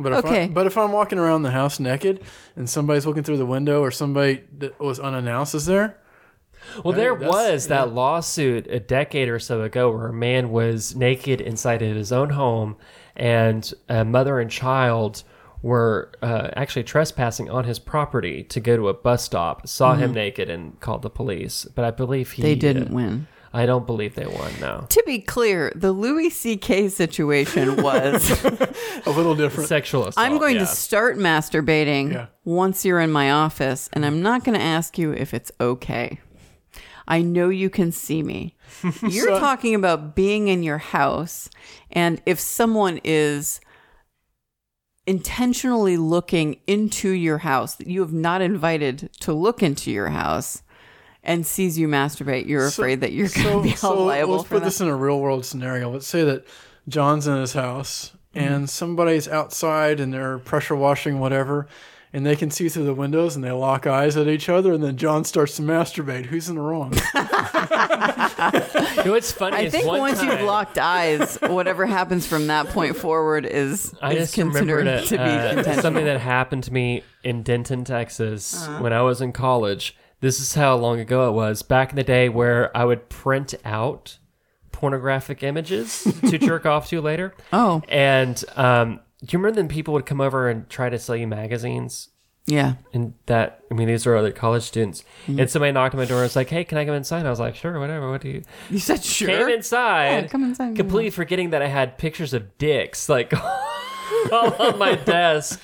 [SPEAKER 1] But if
[SPEAKER 2] Okay.
[SPEAKER 1] I, but if I'm walking around the house naked and somebody's looking through the window or somebody that was unannounced is there,
[SPEAKER 3] Well, there
[SPEAKER 1] that's-
[SPEAKER 3] was that lawsuit a decade or so ago where a man was naked inside of his own home, and a mother and child were uh, actually trespassing on his property to go to a bus stop. Saw him naked and called the police, but I believe he
[SPEAKER 2] they didn't
[SPEAKER 3] uh,
[SPEAKER 2] win.
[SPEAKER 3] I don't believe they won. No,
[SPEAKER 2] To be clear, the Louis C.K. situation was
[SPEAKER 1] a little different.
[SPEAKER 3] sexual assault.
[SPEAKER 2] I'm going
[SPEAKER 3] yeah.
[SPEAKER 2] to start masturbating
[SPEAKER 1] Yeah.
[SPEAKER 2] once you're in my office, and I'm not going to ask you if it's okay. I know you can see me. You're talking about being in your house, and if someone is intentionally looking into your house that you have not invited to look into your house and sees you masturbate, you're
[SPEAKER 1] So-
[SPEAKER 2] afraid that you're going to be held liable
[SPEAKER 1] let's
[SPEAKER 2] for
[SPEAKER 1] put
[SPEAKER 2] that.
[SPEAKER 1] this in a real world scenario let's say that john's in his house
[SPEAKER 2] Mm-hmm.
[SPEAKER 1] and somebody's outside and they're pressure washing whatever and they can see through the windows and they lock eyes at each other and then john starts to masturbate who's in the wrong
[SPEAKER 3] You know what's funny?
[SPEAKER 2] I
[SPEAKER 3] is
[SPEAKER 2] think
[SPEAKER 3] one
[SPEAKER 2] once you've
[SPEAKER 3] time-
[SPEAKER 2] locked eyes, whatever happens from that point forward is
[SPEAKER 3] I
[SPEAKER 2] is
[SPEAKER 3] just remembered
[SPEAKER 2] considered
[SPEAKER 3] a,
[SPEAKER 2] to be
[SPEAKER 3] uh,
[SPEAKER 2] intentional.
[SPEAKER 3] something that happened to me in Denton, Texas,
[SPEAKER 2] Uh-huh.
[SPEAKER 3] when I was in college. This is how long ago it was. Back in the day, where I would print out pornographic images to jerk off to later.
[SPEAKER 2] Oh.
[SPEAKER 3] and um, do you remember then people would come over and try to sell you magazines?
[SPEAKER 2] Yeah.
[SPEAKER 3] And that, I mean, these are other college students.
[SPEAKER 2] Mm-hmm.
[SPEAKER 3] And somebody knocked on my door and was like, "Hey, can I come inside?" I was like, "Sure, whatever. What do you?"
[SPEAKER 2] You said sure.
[SPEAKER 3] came inside.
[SPEAKER 2] Yeah, come inside.
[SPEAKER 3] Completely forgetting that I had pictures of dicks like all on my desk.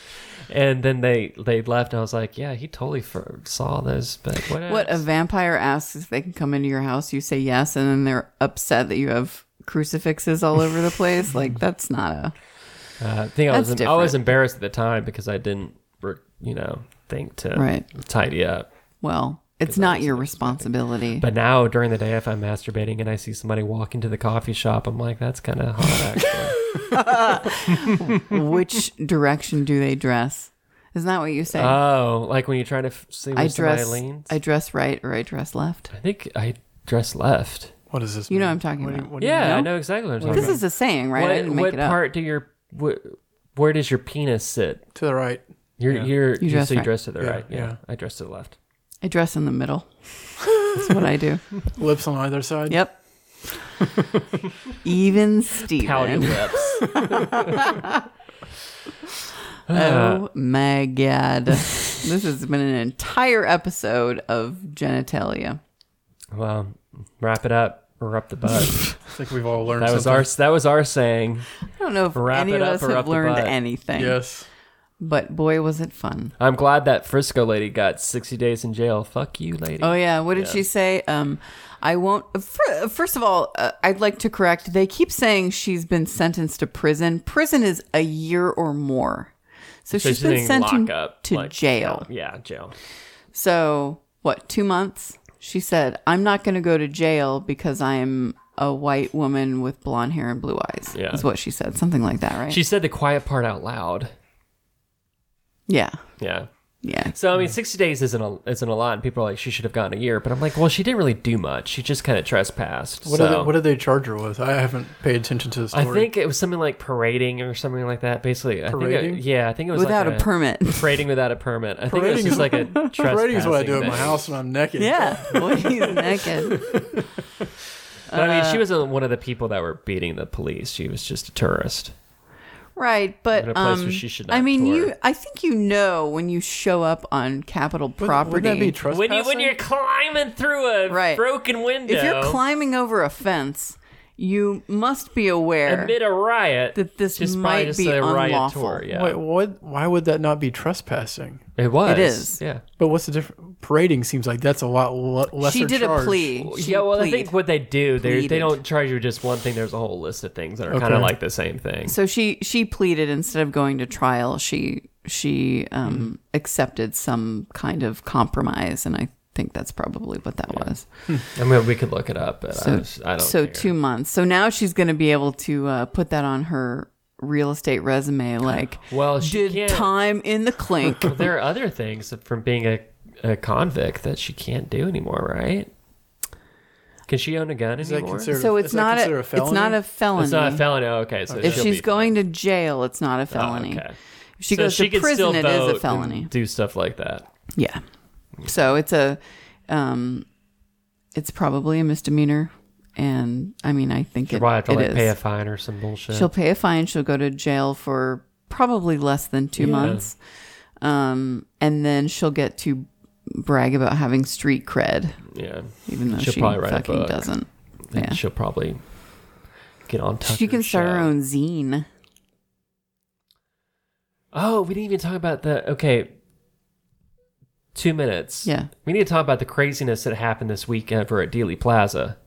[SPEAKER 3] And then they they left, and I was like, "Yeah, he totally for- saw this, but whatever."
[SPEAKER 2] What a vampire asks if they can come into your house, you say yes, and then they're upset that you have crucifixes all over the place. like that's not a
[SPEAKER 3] uh, thing I was
[SPEAKER 2] That's
[SPEAKER 3] I was
[SPEAKER 2] different.
[SPEAKER 3] embarrassed at the time because I didn't re- you know think to
[SPEAKER 2] Right.
[SPEAKER 3] tidy up.
[SPEAKER 2] well, it's not your responsibility.
[SPEAKER 3] But now during the day, if I'm masturbating and I see somebody walk into the coffee shop, I'm like, "That's kind of hot." Actually,
[SPEAKER 2] Which direction do they dress? Isn't that what you say?
[SPEAKER 3] oh, like when you try to f- see where
[SPEAKER 2] I
[SPEAKER 3] somebody
[SPEAKER 2] dress
[SPEAKER 3] leans.
[SPEAKER 2] I dress right or I dress left.
[SPEAKER 3] I think I dress left.
[SPEAKER 1] what is this
[SPEAKER 2] You know
[SPEAKER 1] mean?
[SPEAKER 2] what I'm talking
[SPEAKER 1] What do you-
[SPEAKER 2] about.
[SPEAKER 1] what do you-
[SPEAKER 3] Yeah, I know exactly what I'm talking
[SPEAKER 2] This
[SPEAKER 3] about.
[SPEAKER 2] is a saying, right?
[SPEAKER 3] What,
[SPEAKER 2] I didn't make
[SPEAKER 3] what
[SPEAKER 2] it up.
[SPEAKER 3] part do your wh- where does your penis sit?
[SPEAKER 1] to the right
[SPEAKER 3] Your
[SPEAKER 1] Yeah.
[SPEAKER 3] your you
[SPEAKER 2] dress
[SPEAKER 3] so you
[SPEAKER 2] right.
[SPEAKER 3] dress to the
[SPEAKER 1] Yeah,
[SPEAKER 3] right. Yeah.
[SPEAKER 1] yeah.
[SPEAKER 3] I dress to the left.
[SPEAKER 2] I dress in the middle. That's what I do.
[SPEAKER 1] lips on either side
[SPEAKER 2] Yep. Even
[SPEAKER 3] Pouty
[SPEAKER 2] Steven.
[SPEAKER 3] lips.
[SPEAKER 2] Oh my god. this has been an entire episode of genitalia.
[SPEAKER 3] Well, wrap it up or up the butt.
[SPEAKER 1] i think we've all learned
[SPEAKER 3] that was
[SPEAKER 1] something.
[SPEAKER 3] our that was our saying.
[SPEAKER 2] I don't know if
[SPEAKER 3] Wrap
[SPEAKER 2] any
[SPEAKER 3] it
[SPEAKER 2] of
[SPEAKER 3] up
[SPEAKER 2] us
[SPEAKER 3] or up
[SPEAKER 2] have
[SPEAKER 3] the
[SPEAKER 2] learned
[SPEAKER 3] butt.
[SPEAKER 2] anything.
[SPEAKER 1] yes
[SPEAKER 2] But boy was it fun.
[SPEAKER 3] I'm glad that Frisco lady got 60 days in jail. Fuck you, lady.
[SPEAKER 2] Oh yeah, what did she say? Um I won't fir- First of all, uh, I'd like to correct. They keep saying she's been sentenced to prison. Prison is a year or more. So,
[SPEAKER 3] So
[SPEAKER 2] she's
[SPEAKER 3] she's
[SPEAKER 2] been
[SPEAKER 3] in
[SPEAKER 2] sent in-
[SPEAKER 3] lockup,
[SPEAKER 2] to
[SPEAKER 3] like,
[SPEAKER 2] jail.
[SPEAKER 3] Yeah, jail.
[SPEAKER 2] So, what, two months? She said, I'm not going to go to jail because I'm a white woman with blonde hair and blue eyes.
[SPEAKER 3] Yeah.
[SPEAKER 2] Is what she said. Something like that, right?
[SPEAKER 3] She said the quiet part out loud.
[SPEAKER 2] yeah.
[SPEAKER 3] Yeah.
[SPEAKER 2] Yeah.
[SPEAKER 3] So I mean, 60 days isn't a isn't a lot, and people are like, she should have gotten a year. But I'm like, well, she didn't really do much. She just kind of trespassed.
[SPEAKER 1] what,
[SPEAKER 3] so.
[SPEAKER 1] did they, what did they charge her with i haven't paid attention to the story
[SPEAKER 3] I think it was something like parading or something like that. Basically, I
[SPEAKER 1] Parading?
[SPEAKER 3] think it, yeah, I think it was
[SPEAKER 2] Without
[SPEAKER 3] like
[SPEAKER 2] a permit.
[SPEAKER 3] Parading without a permit. I think it was
[SPEAKER 1] Parading
[SPEAKER 3] just
[SPEAKER 1] is-
[SPEAKER 3] like a trespassing.
[SPEAKER 1] Parading is what I do at
[SPEAKER 3] thing.
[SPEAKER 1] my house when I'm naked.
[SPEAKER 2] yeah. Boy, he's naked.
[SPEAKER 3] But, I
[SPEAKER 2] Uh.
[SPEAKER 3] mean, she was one of the people that were beating the police. She was just a tourist.
[SPEAKER 2] Right, but
[SPEAKER 3] In a place
[SPEAKER 2] um,
[SPEAKER 3] where she should
[SPEAKER 2] I
[SPEAKER 3] not
[SPEAKER 2] mean,
[SPEAKER 3] tour.
[SPEAKER 2] you. I think you know when you show up on Capitol
[SPEAKER 1] Would,
[SPEAKER 2] property.
[SPEAKER 1] Would that be trespassing?
[SPEAKER 3] When you when you're climbing through a
[SPEAKER 2] Right.
[SPEAKER 3] broken window,
[SPEAKER 2] if you're climbing over a fence, you must be aware.
[SPEAKER 3] amid a riot,
[SPEAKER 2] That this
[SPEAKER 3] just probably
[SPEAKER 2] might
[SPEAKER 3] just
[SPEAKER 2] be
[SPEAKER 3] a
[SPEAKER 2] unlawful.
[SPEAKER 3] Riotor, yeah,
[SPEAKER 1] Wait, what? Why would that not be trespassing?
[SPEAKER 3] it was.
[SPEAKER 2] It is.
[SPEAKER 3] Yeah.
[SPEAKER 1] But what's the difference? Parading seems like that's a lot le- lesser.
[SPEAKER 2] she did
[SPEAKER 1] charge.
[SPEAKER 2] a plea. She
[SPEAKER 3] yeah, well, I
[SPEAKER 2] plead.
[SPEAKER 3] think what they do, they,
[SPEAKER 2] Pleaded.
[SPEAKER 3] they don't charge you with just one thing. There's a whole list of things that are kind of
[SPEAKER 1] Okay.
[SPEAKER 3] like the same thing.
[SPEAKER 2] So she she pleaded instead of going to
[SPEAKER 3] Mm-hmm.
[SPEAKER 2] trial. She she um, accepted some kind of compromise, and I think that's probably what that was.
[SPEAKER 3] I mean, we could look it up, but I,
[SPEAKER 2] So,
[SPEAKER 3] was, I don't.
[SPEAKER 2] so
[SPEAKER 3] care.
[SPEAKER 2] two months. So now she's going to be able to uh, put that on her real estate resume. Like,
[SPEAKER 3] Well, she
[SPEAKER 2] did
[SPEAKER 3] can't-
[SPEAKER 2] time in the clink.
[SPEAKER 3] But there are other things from being a, a convict that she can't do anymore, right? Can she own a gun
[SPEAKER 1] that
[SPEAKER 3] anymore?
[SPEAKER 1] considered-
[SPEAKER 2] so
[SPEAKER 1] Is
[SPEAKER 2] it's
[SPEAKER 1] that
[SPEAKER 2] not a,
[SPEAKER 1] considered a
[SPEAKER 2] it's not
[SPEAKER 1] felony?
[SPEAKER 2] a felony.
[SPEAKER 3] it's not a felony. Oh, okay, so
[SPEAKER 2] if
[SPEAKER 3] she'll
[SPEAKER 2] she's
[SPEAKER 3] be-
[SPEAKER 2] going to jail, it's not a
[SPEAKER 3] oh,
[SPEAKER 2] felony.
[SPEAKER 3] okay.
[SPEAKER 2] If she
[SPEAKER 3] So
[SPEAKER 2] goes to
[SPEAKER 3] she can still
[SPEAKER 2] prison, it is
[SPEAKER 3] vote
[SPEAKER 2] a
[SPEAKER 3] and
[SPEAKER 2] felony.
[SPEAKER 3] Do stuff like that.
[SPEAKER 2] Yeah. So it's a, um, it's probably a misdemeanor, and I mean, I think
[SPEAKER 3] She'll
[SPEAKER 2] it,
[SPEAKER 3] probably have to
[SPEAKER 2] it
[SPEAKER 3] like
[SPEAKER 2] is.
[SPEAKER 3] pay a fine or some bullshit.
[SPEAKER 2] She'll pay a fine. She'll go to jail for probably less than two
[SPEAKER 3] Yeah.
[SPEAKER 2] months, um, and then she'll get to brag about having street cred,
[SPEAKER 3] yeah,
[SPEAKER 2] even though
[SPEAKER 3] She'll
[SPEAKER 2] she
[SPEAKER 3] probably write a
[SPEAKER 2] fucking
[SPEAKER 3] book.
[SPEAKER 2] doesn't.
[SPEAKER 3] And
[SPEAKER 2] Yeah.
[SPEAKER 3] she'll probably get on. Tucker's
[SPEAKER 2] she can start her
[SPEAKER 3] show.
[SPEAKER 2] own zine.
[SPEAKER 3] Oh, we didn't even talk about the okay. Two minutes.
[SPEAKER 2] Yeah.
[SPEAKER 3] We need to talk about the craziness that happened this week over at Dealey Plaza.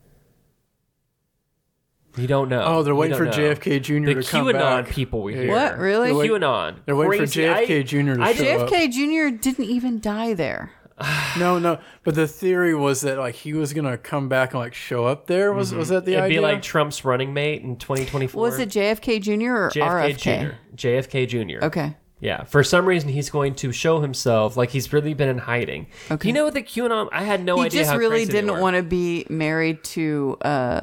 [SPEAKER 3] You don't know.
[SPEAKER 1] Oh, they're
[SPEAKER 3] You
[SPEAKER 1] waiting for
[SPEAKER 3] don't know.
[SPEAKER 1] JFK Jr. to
[SPEAKER 3] The
[SPEAKER 1] come
[SPEAKER 3] QAnon
[SPEAKER 1] back.
[SPEAKER 3] people we
[SPEAKER 1] Yeah.
[SPEAKER 3] hear.
[SPEAKER 2] What? Really?
[SPEAKER 1] They're wait-
[SPEAKER 3] QAnon.
[SPEAKER 1] they're waiting for
[SPEAKER 3] Crazy.
[SPEAKER 1] JFK
[SPEAKER 3] I-
[SPEAKER 1] Jr. to
[SPEAKER 3] I
[SPEAKER 1] show
[SPEAKER 3] did-
[SPEAKER 1] up.
[SPEAKER 2] JFK Jr. didn't even die there.
[SPEAKER 1] No, no. But the theory was that like he was gonna come back and like show up there. Was was that the
[SPEAKER 3] Mm-hmm. It'd
[SPEAKER 1] idea?
[SPEAKER 3] be like Trump's running mate in 2024.
[SPEAKER 2] Was it JFK Jr. or
[SPEAKER 3] JFK
[SPEAKER 2] RFK?
[SPEAKER 3] Jr.? JFK Jr.
[SPEAKER 2] Okay.
[SPEAKER 3] Yeah, for some reason he's going to show himself like he's really been in hiding.
[SPEAKER 2] Okay.
[SPEAKER 3] You know the QAnon? I had no
[SPEAKER 2] he
[SPEAKER 3] idea.
[SPEAKER 2] just
[SPEAKER 3] how
[SPEAKER 2] really
[SPEAKER 3] crazy they
[SPEAKER 2] didn't
[SPEAKER 3] were.
[SPEAKER 2] want to be married to uh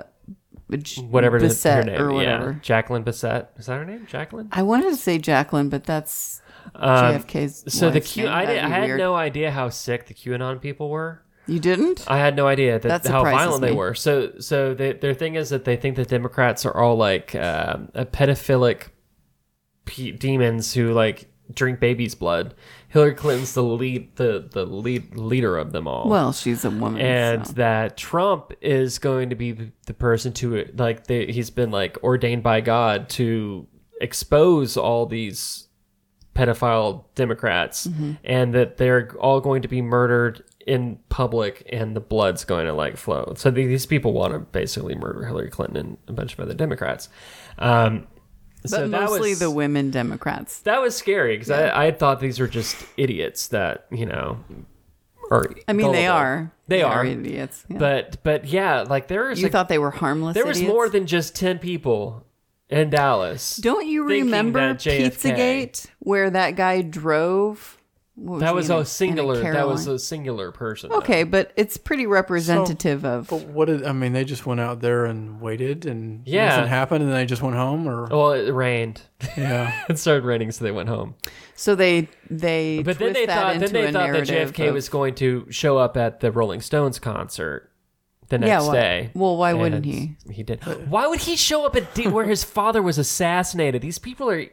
[SPEAKER 2] J-
[SPEAKER 3] whatever the, her
[SPEAKER 2] Bissett
[SPEAKER 3] name,
[SPEAKER 2] or
[SPEAKER 3] Yeah.
[SPEAKER 2] whatever.
[SPEAKER 3] Jacqueline Bissett is that her name? Jacqueline.
[SPEAKER 2] I wanted to say Jacqueline, but that's
[SPEAKER 3] Um,
[SPEAKER 2] JFK's.
[SPEAKER 3] So the
[SPEAKER 2] wife's
[SPEAKER 3] Q,
[SPEAKER 2] name.
[SPEAKER 3] I, did,
[SPEAKER 2] That'd
[SPEAKER 3] I
[SPEAKER 2] be
[SPEAKER 3] had
[SPEAKER 2] weird.
[SPEAKER 3] no idea how sick the QAnon people were.
[SPEAKER 2] You didn't?
[SPEAKER 3] I had no idea that,
[SPEAKER 2] That
[SPEAKER 3] how
[SPEAKER 2] surprises
[SPEAKER 3] violent they
[SPEAKER 2] me.
[SPEAKER 3] were. So, so they, their thing is that they think that Democrats are all like um, a pedophilic pe- demons who like drink babies' blood. Hillary Clinton's the lead, the the lead leader of them all.
[SPEAKER 2] Well, she's a woman.
[SPEAKER 3] Oh. and
[SPEAKER 2] so.
[SPEAKER 3] that Trump is going to be the person to like they, he's been like ordained by God to expose all these pedophile Democrats,
[SPEAKER 2] Mm-hmm.
[SPEAKER 3] and that they're all going to be murdered in public, and the blood's going to like flow. So the- these people want to basically murder Hillary Clinton and a bunch of other Democrats. Um,
[SPEAKER 2] but
[SPEAKER 3] so that
[SPEAKER 2] mostly
[SPEAKER 3] was,
[SPEAKER 2] the women Democrats.
[SPEAKER 3] that was scary because I, I thought these were just idiots that you know are.
[SPEAKER 2] I mean, they
[SPEAKER 3] gullible.
[SPEAKER 2] are.
[SPEAKER 3] They are.
[SPEAKER 2] idiots. yeah.
[SPEAKER 3] But but yeah, like there was
[SPEAKER 2] you
[SPEAKER 3] like,
[SPEAKER 2] thought they were harmless.
[SPEAKER 3] there was
[SPEAKER 2] idiots?
[SPEAKER 3] more than just ten people in Dallas.
[SPEAKER 2] Don't you
[SPEAKER 3] thinking
[SPEAKER 2] remember
[SPEAKER 3] that JFK
[SPEAKER 2] Pizzagate, where that guy drove? What was
[SPEAKER 3] That
[SPEAKER 2] he
[SPEAKER 3] was
[SPEAKER 2] in
[SPEAKER 3] a
[SPEAKER 2] in
[SPEAKER 3] singular. That was
[SPEAKER 2] Caroline?
[SPEAKER 3] a singular person. though.
[SPEAKER 2] okay, but it's pretty representative of.
[SPEAKER 1] But what did I mean? They just went out there and waited, and
[SPEAKER 3] Yeah. Oh.
[SPEAKER 1] nothing happened, and they just went home, or
[SPEAKER 3] Well, it rained.
[SPEAKER 1] yeah,
[SPEAKER 3] it started raining, so they went home.
[SPEAKER 2] So they they
[SPEAKER 3] But then
[SPEAKER 2] twist
[SPEAKER 3] they
[SPEAKER 2] that
[SPEAKER 3] thought.
[SPEAKER 2] into
[SPEAKER 3] Then they
[SPEAKER 2] a
[SPEAKER 3] thought that
[SPEAKER 2] narrative
[SPEAKER 3] JFK
[SPEAKER 2] of-
[SPEAKER 3] was going to show up at the Rolling Stones concert the
[SPEAKER 2] Yeah,
[SPEAKER 3] next
[SPEAKER 2] why-
[SPEAKER 3] day.
[SPEAKER 2] well, why wouldn't
[SPEAKER 3] And
[SPEAKER 2] he?
[SPEAKER 3] He did. Why would he show up at D- where his father was assassinated? These people are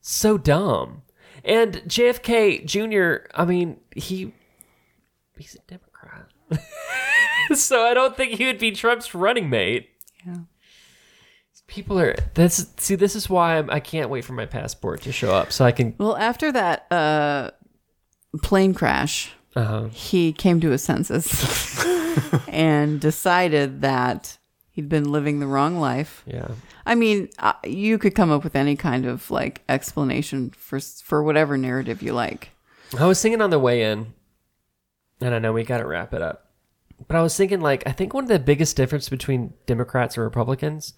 [SPEAKER 3] so dumb. And JFK Jr. I mean, he he's a Democrat, so I don't think he would be Trump's running mate.
[SPEAKER 2] Yeah.
[SPEAKER 3] People are that's see. This is why I'm, I can't wait for my passport to show up so I can.
[SPEAKER 2] Well, after that uh, plane crash,
[SPEAKER 3] Uh,
[SPEAKER 2] he came to his senses and decided that he'd been living the wrong life.
[SPEAKER 3] yeah,
[SPEAKER 2] I mean, uh, you could come up with any kind of like explanation for s- for whatever narrative you like.
[SPEAKER 3] I was thinking on the way in, and I know we got to wrap it up, but I was thinking like I think one of the biggest difference between Democrats and Republicans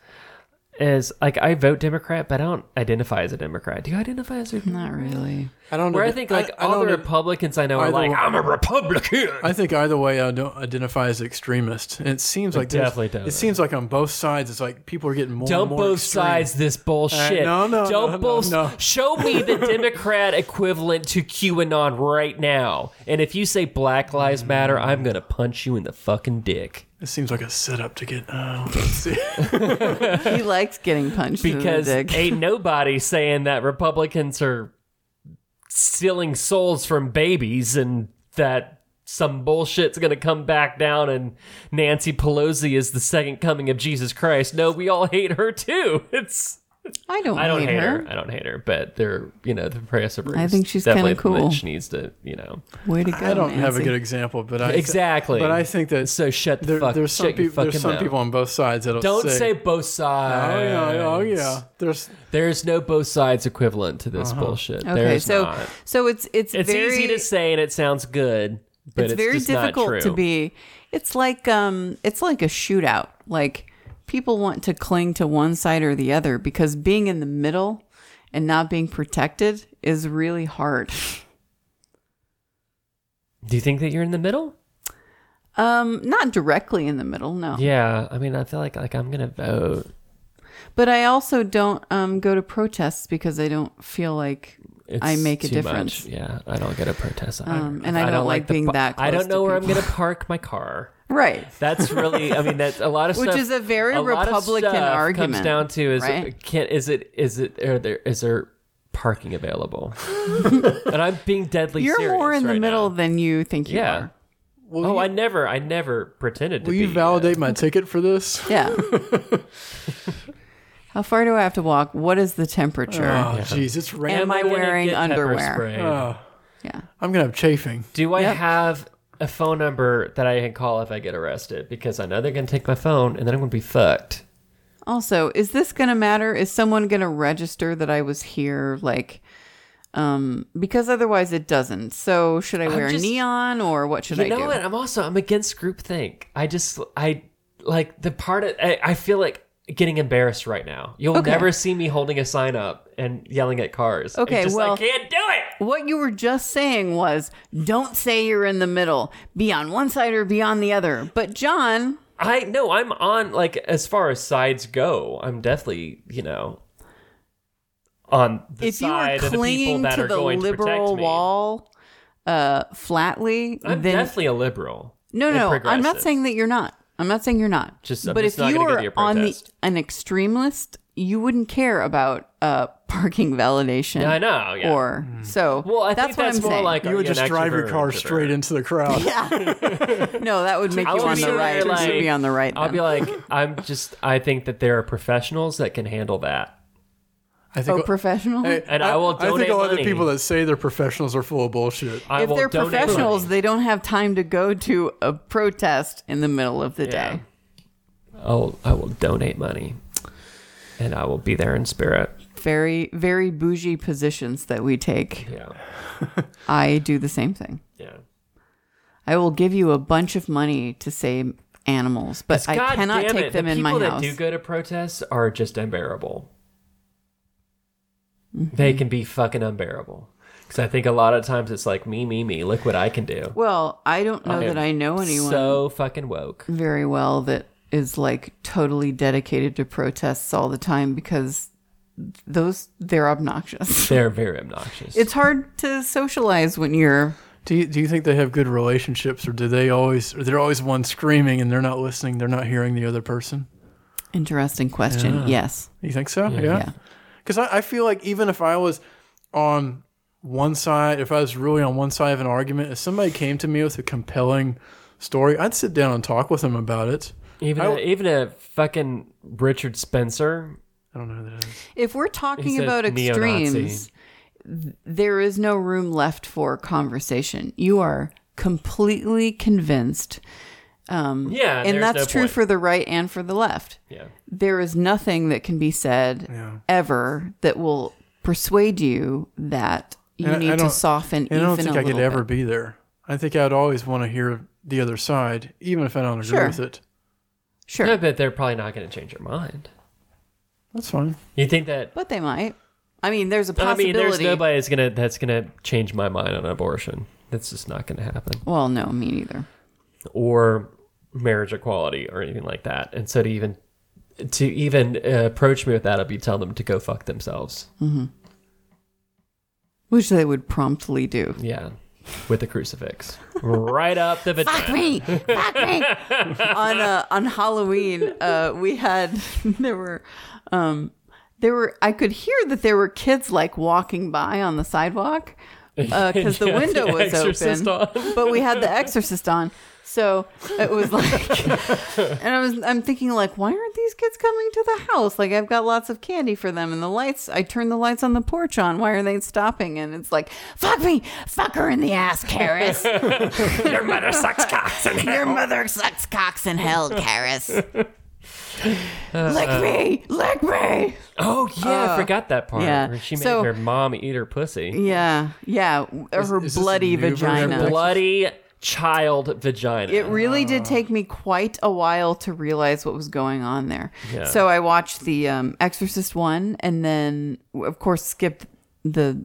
[SPEAKER 3] is like I vote Democrat, but I don't identify as a Democrat. Do you identify as a?
[SPEAKER 2] Not really.
[SPEAKER 1] I don't.
[SPEAKER 3] Where I
[SPEAKER 1] ad-
[SPEAKER 3] think like
[SPEAKER 1] I
[SPEAKER 3] all
[SPEAKER 1] don't
[SPEAKER 3] the
[SPEAKER 1] ad-
[SPEAKER 3] Republicans I know are
[SPEAKER 1] either
[SPEAKER 3] like
[SPEAKER 1] one-
[SPEAKER 3] I'm a Republican.
[SPEAKER 1] I think either way, I don't identify as extremist. And it seems like there's-
[SPEAKER 3] definitely doesn't.
[SPEAKER 1] It seems like on both sides, it's like people are getting more.
[SPEAKER 3] Don't
[SPEAKER 1] and more
[SPEAKER 3] both
[SPEAKER 1] extreme.
[SPEAKER 3] sides this bullshit.
[SPEAKER 1] Uh, no, no,
[SPEAKER 3] Don't
[SPEAKER 1] no, no,
[SPEAKER 3] both.
[SPEAKER 1] no.
[SPEAKER 3] Show me the Democrat equivalent to QAnon right now. And if you say Black Lives Matter, I'm gonna punch you in the fucking dick.
[SPEAKER 1] It seems like a setup to get. Oh, let's see.
[SPEAKER 2] He likes getting punched
[SPEAKER 3] because
[SPEAKER 2] in the dick.
[SPEAKER 3] ain't nobody saying that Republicans are stealing souls from babies and that some bullshit's going to come back down and Nancy Pelosi is the second coming of Jesus Christ. No, we all hate her too. It's
[SPEAKER 2] I don't.
[SPEAKER 3] I don't
[SPEAKER 2] hate, her.
[SPEAKER 3] I don't hate her, but they're you know the progressive.
[SPEAKER 2] I think she's
[SPEAKER 3] definitely
[SPEAKER 2] kinda cool.
[SPEAKER 3] the one that She needs to you know
[SPEAKER 2] Way to go!
[SPEAKER 1] I don't have a
[SPEAKER 2] Nancy.
[SPEAKER 1] good example, but I
[SPEAKER 3] exactly.
[SPEAKER 1] But I think that
[SPEAKER 3] so. Shut the
[SPEAKER 1] there,
[SPEAKER 3] fuck.
[SPEAKER 1] there's some
[SPEAKER 3] shut your
[SPEAKER 1] people. There's
[SPEAKER 3] fucking
[SPEAKER 1] some
[SPEAKER 3] mouth.
[SPEAKER 1] people on both sides that'll
[SPEAKER 3] Don't
[SPEAKER 1] say.
[SPEAKER 3] say both sides.
[SPEAKER 1] Oh yeah! Oh yeah! There's
[SPEAKER 3] There is no both sides equivalent to this bullshit.
[SPEAKER 2] Okay,
[SPEAKER 3] There's
[SPEAKER 2] so
[SPEAKER 3] not.
[SPEAKER 2] so it's it's
[SPEAKER 3] Uh-huh. It's
[SPEAKER 2] very
[SPEAKER 3] easy to say and it sounds good, But
[SPEAKER 2] it's,
[SPEAKER 3] it's,
[SPEAKER 2] very
[SPEAKER 3] just not
[SPEAKER 2] difficult
[SPEAKER 3] true.
[SPEAKER 2] to be. It's like um, it's like a shootout. Like people want to cling to one side or the other because being in the middle and not being protected is really hard.
[SPEAKER 3] Do you think that you're in the middle?
[SPEAKER 2] Um, not directly in the middle, no.
[SPEAKER 3] Yeah, I mean, I feel like like I'm gonna vote.
[SPEAKER 2] But I also don't um go to protests because I don't feel like
[SPEAKER 3] It's
[SPEAKER 2] I make a
[SPEAKER 3] too much.
[SPEAKER 2] difference.
[SPEAKER 3] Yeah, I don't get a protest. I-
[SPEAKER 2] Um, and I don't like
[SPEAKER 3] the
[SPEAKER 2] being that
[SPEAKER 3] I
[SPEAKER 2] close
[SPEAKER 3] don't
[SPEAKER 2] to
[SPEAKER 3] know where I'm
[SPEAKER 2] people.
[SPEAKER 3] gonna park my car.
[SPEAKER 2] right.
[SPEAKER 3] That's really, I mean, that's a lot of
[SPEAKER 2] Which
[SPEAKER 3] stuff.
[SPEAKER 2] is a very
[SPEAKER 3] lot of
[SPEAKER 2] Republican
[SPEAKER 3] stuff Comes
[SPEAKER 2] argument,
[SPEAKER 3] down to is
[SPEAKER 2] right?
[SPEAKER 3] can is it is it are there is there parking available? and I'm being deadly.
[SPEAKER 2] You're
[SPEAKER 3] serious
[SPEAKER 2] more in the
[SPEAKER 3] right
[SPEAKER 2] middle
[SPEAKER 3] now.
[SPEAKER 2] than you think you
[SPEAKER 3] Yeah.
[SPEAKER 2] are.
[SPEAKER 1] Will
[SPEAKER 3] oh,
[SPEAKER 1] you,
[SPEAKER 3] I never, I never pretended to
[SPEAKER 1] will
[SPEAKER 3] be.
[SPEAKER 1] you validate my ticket for this?
[SPEAKER 2] Yeah. How far do I have to walk? What is the temperature?
[SPEAKER 1] Oh, jeez, it's raining.
[SPEAKER 2] Am I
[SPEAKER 3] gonna
[SPEAKER 2] wearing
[SPEAKER 3] get pepper
[SPEAKER 2] underwear?
[SPEAKER 3] sprayed?
[SPEAKER 2] yeah.
[SPEAKER 1] I'm gonna have chafing.
[SPEAKER 3] Do I have a phone number that I can call if I get arrested? Because I know they're gonna take my phone, and then I'm gonna be fucked.
[SPEAKER 2] Also, is this going to matter? Is someone going to register that I was here? Like, um, because otherwise it doesn't. So should I wear
[SPEAKER 3] just-
[SPEAKER 2] neon or what should
[SPEAKER 3] You
[SPEAKER 2] I
[SPEAKER 3] know
[SPEAKER 2] do?
[SPEAKER 3] what? I'm also I'm against groupthink. I just I like the part of, I, I feel like getting embarrassed right now. You'll
[SPEAKER 2] Okay.
[SPEAKER 3] never see me holding a sign up and yelling at cars. It's
[SPEAKER 2] Okay,
[SPEAKER 3] just, I
[SPEAKER 2] well-
[SPEAKER 3] can't do it.
[SPEAKER 2] What you were just saying was don't say you're in the middle. Be on one side or be on the other. But John,
[SPEAKER 3] I no, I'm on like as far as sides go. I'm definitely you know on the
[SPEAKER 2] if you were
[SPEAKER 3] side of the people
[SPEAKER 2] clinging
[SPEAKER 3] that
[SPEAKER 2] to
[SPEAKER 3] are
[SPEAKER 2] the
[SPEAKER 3] going to
[SPEAKER 2] liberal
[SPEAKER 3] protect me.
[SPEAKER 2] wall uh flatly,
[SPEAKER 3] I'm
[SPEAKER 2] then
[SPEAKER 3] definitely a liberal.
[SPEAKER 2] No,
[SPEAKER 3] and
[SPEAKER 2] no, no. I'm not
[SPEAKER 3] progressive.
[SPEAKER 2] saying that you're not. I'm not saying you're not.
[SPEAKER 3] Just- I'm
[SPEAKER 2] but
[SPEAKER 3] just
[SPEAKER 2] if
[SPEAKER 3] not
[SPEAKER 2] you
[SPEAKER 3] gonna go
[SPEAKER 2] were
[SPEAKER 3] to your
[SPEAKER 2] on the
[SPEAKER 3] protest.
[SPEAKER 2] an extremist, you wouldn't care about uh parking validation.
[SPEAKER 3] Yeah, I know. Yeah.
[SPEAKER 2] Or so.
[SPEAKER 3] well, I
[SPEAKER 2] that's
[SPEAKER 3] think
[SPEAKER 2] what
[SPEAKER 3] that's
[SPEAKER 2] I'm
[SPEAKER 3] more
[SPEAKER 2] saying.
[SPEAKER 3] like
[SPEAKER 1] You would just drive your car straight
[SPEAKER 3] in.
[SPEAKER 1] into the crowd.
[SPEAKER 2] no, that would make
[SPEAKER 3] I'll
[SPEAKER 2] you on
[SPEAKER 3] be
[SPEAKER 2] the
[SPEAKER 3] sitting
[SPEAKER 2] right.
[SPEAKER 3] there
[SPEAKER 2] You should
[SPEAKER 3] like-
[SPEAKER 2] be on the right.
[SPEAKER 3] I'll
[SPEAKER 2] then.
[SPEAKER 3] be like, I'm just. I think that there are professionals that can handle that.
[SPEAKER 1] I think
[SPEAKER 2] oh, professional.
[SPEAKER 1] Hey,
[SPEAKER 3] And I will
[SPEAKER 1] I think
[SPEAKER 3] donate
[SPEAKER 1] all the
[SPEAKER 3] money.
[SPEAKER 1] people that say they're professionals are full of bullshit.
[SPEAKER 3] I
[SPEAKER 2] if
[SPEAKER 3] will
[SPEAKER 2] they're
[SPEAKER 3] donate
[SPEAKER 2] professionals,
[SPEAKER 3] money.
[SPEAKER 2] they don't have time to go to a protest in the middle of the
[SPEAKER 3] Yeah.
[SPEAKER 2] day.
[SPEAKER 3] I'll, I will donate money, and I will be there in spirit.
[SPEAKER 2] Very, very bougie positions that we take.
[SPEAKER 3] Yeah,
[SPEAKER 2] I do the same thing.
[SPEAKER 3] yeah.
[SPEAKER 2] I will give you a bunch of money to save animals, but I cannot take them
[SPEAKER 3] the
[SPEAKER 2] in my
[SPEAKER 3] people that
[SPEAKER 2] house.
[SPEAKER 3] do go to protests are just unbearable.
[SPEAKER 2] Mm-hmm.
[SPEAKER 3] They can be fucking unbearable. Because I think a lot of times it's like me, me, me. Look what I can do.
[SPEAKER 2] Well, I don't know
[SPEAKER 3] I am
[SPEAKER 2] that I know anyone
[SPEAKER 3] So fucking woke.
[SPEAKER 2] very well that is like totally dedicated to protests all the time because those they're obnoxious.
[SPEAKER 3] They're very obnoxious.
[SPEAKER 2] it's hard to socialize when you're
[SPEAKER 1] Do you, do you think they have good relationships, or do they always? Or they're always one screaming and they're not listening. They're not hearing the other person.
[SPEAKER 2] interesting question. Yes.
[SPEAKER 1] You think so?
[SPEAKER 2] Yeah.
[SPEAKER 1] Yeah. Because I, I feel like even if I was on one side, if I was really on one side of an argument, if somebody came to me with a compelling story, I'd sit down and talk with them about it.
[SPEAKER 3] even a, even a fucking Richard Spencer
[SPEAKER 1] I don't know who that is.
[SPEAKER 2] If we're talking
[SPEAKER 3] says
[SPEAKER 2] about
[SPEAKER 3] neo-Nazi.
[SPEAKER 2] extremes, th- there is no room left for conversation. You are completely convinced um
[SPEAKER 3] Yeah,
[SPEAKER 2] and
[SPEAKER 3] there's
[SPEAKER 2] that's
[SPEAKER 3] no
[SPEAKER 2] true
[SPEAKER 3] point.
[SPEAKER 2] for the right and for the left.
[SPEAKER 3] Yeah.
[SPEAKER 2] there is nothing that can be said ever that will persuade you that you
[SPEAKER 1] And I-
[SPEAKER 2] need
[SPEAKER 1] I
[SPEAKER 2] to
[SPEAKER 1] don't-
[SPEAKER 2] soften
[SPEAKER 1] And
[SPEAKER 2] even
[SPEAKER 1] I don't think
[SPEAKER 2] a
[SPEAKER 1] I could
[SPEAKER 2] little
[SPEAKER 1] ever
[SPEAKER 2] bit.
[SPEAKER 1] be there. I think I'd always want to hear the other side, even if I don't agree
[SPEAKER 2] Sure.
[SPEAKER 1] with it.
[SPEAKER 2] Sure,
[SPEAKER 3] I bet they're probably not going to change their mind.
[SPEAKER 1] That's fine.
[SPEAKER 3] You think that?
[SPEAKER 2] but they might. I mean, there's a
[SPEAKER 3] I
[SPEAKER 2] possibility.
[SPEAKER 3] mean, there's nobody that's gonna that's gonna change my mind on abortion. That's just not gonna happen.
[SPEAKER 2] well, no, me neither.
[SPEAKER 3] Or marriage equality or anything like that. And so to even to even uh, approach me with that, I'd be telling them to go fuck themselves.
[SPEAKER 2] Which they would promptly do.
[SPEAKER 3] Yeah, with a crucifix right up the vagina.
[SPEAKER 2] Fuck me! Fuck me! on uh, on Halloween, uh, we had there were um, there were I could hear that there were kids like walking by on the sidewalk because the
[SPEAKER 3] Yeah,
[SPEAKER 2] window
[SPEAKER 3] The
[SPEAKER 2] was
[SPEAKER 3] Exorcist
[SPEAKER 2] open.
[SPEAKER 3] on.
[SPEAKER 2] but we had the exorcist on so it was like and i was i'm thinking like why aren't these kids coming to the house like i've got lots of candy for them and the lights i turned the lights on the porch on why are they stopping and it's like fuck me fuck her in the ass Karis.
[SPEAKER 3] Your mother sucks cocks.
[SPEAKER 2] your mother sucks cocks in hell Karis. lick me lick me
[SPEAKER 3] Oh yeah, I forgot that part.
[SPEAKER 2] yeah.
[SPEAKER 3] Where she made
[SPEAKER 2] So-
[SPEAKER 3] her mom eat her pussy.
[SPEAKER 2] yeah yeah or her
[SPEAKER 1] is this a
[SPEAKER 2] bloody
[SPEAKER 1] new version of
[SPEAKER 2] vagina
[SPEAKER 1] Black-
[SPEAKER 3] bloody child vagina.
[SPEAKER 2] It really
[SPEAKER 3] Uh.
[SPEAKER 2] did take me quite a while to realize what was going on there.
[SPEAKER 3] Yeah.
[SPEAKER 2] So I watched the um, Exorcist one, and then w- of course skipped the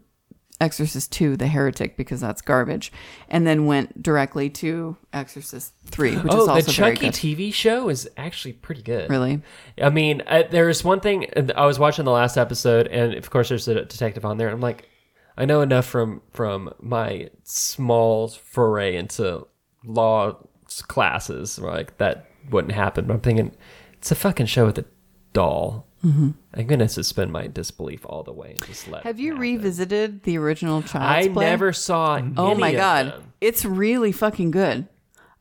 [SPEAKER 2] Exorcist two, The Heretic, because that's garbage, and then went directly to Exorcist three, which is
[SPEAKER 3] oh,
[SPEAKER 2] also
[SPEAKER 3] the
[SPEAKER 2] very
[SPEAKER 3] Chucky
[SPEAKER 2] good.
[SPEAKER 3] TV show is actually pretty good.
[SPEAKER 2] really,
[SPEAKER 3] I mean, I, there's one thing I was watching the last episode, and of course, there's a detective on there. I'm like, I know enough from from my small foray into law s- classes, like that wouldn't happen. But I'm thinking, it's a fucking show with a doll. Mm-hmm. I'm gonna suspend my disbelief all the way and just let.
[SPEAKER 2] have
[SPEAKER 3] it
[SPEAKER 2] you
[SPEAKER 3] happen.
[SPEAKER 2] revisited the original Child's
[SPEAKER 3] I
[SPEAKER 2] Play?
[SPEAKER 3] never saw.
[SPEAKER 2] Oh
[SPEAKER 3] any
[SPEAKER 2] my
[SPEAKER 3] of
[SPEAKER 2] god,
[SPEAKER 3] them.
[SPEAKER 2] it's really fucking good.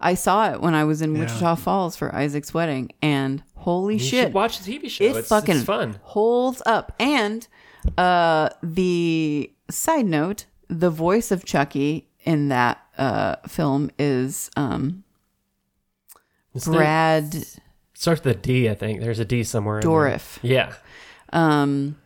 [SPEAKER 2] I saw it when I was in Wichita Falls for Isaac's wedding, and holy
[SPEAKER 3] You
[SPEAKER 2] shit!
[SPEAKER 3] should watch the TV show.
[SPEAKER 2] it
[SPEAKER 3] it's
[SPEAKER 2] fucking
[SPEAKER 3] it's fun.
[SPEAKER 2] holds up. And uh, the side note, the voice of Chucky in that uh, film is um,
[SPEAKER 3] It's the-
[SPEAKER 2] Brad
[SPEAKER 3] starts with a D, I think. There's a D somewhere. in there.
[SPEAKER 2] Dorif,
[SPEAKER 3] Yeah.
[SPEAKER 2] um,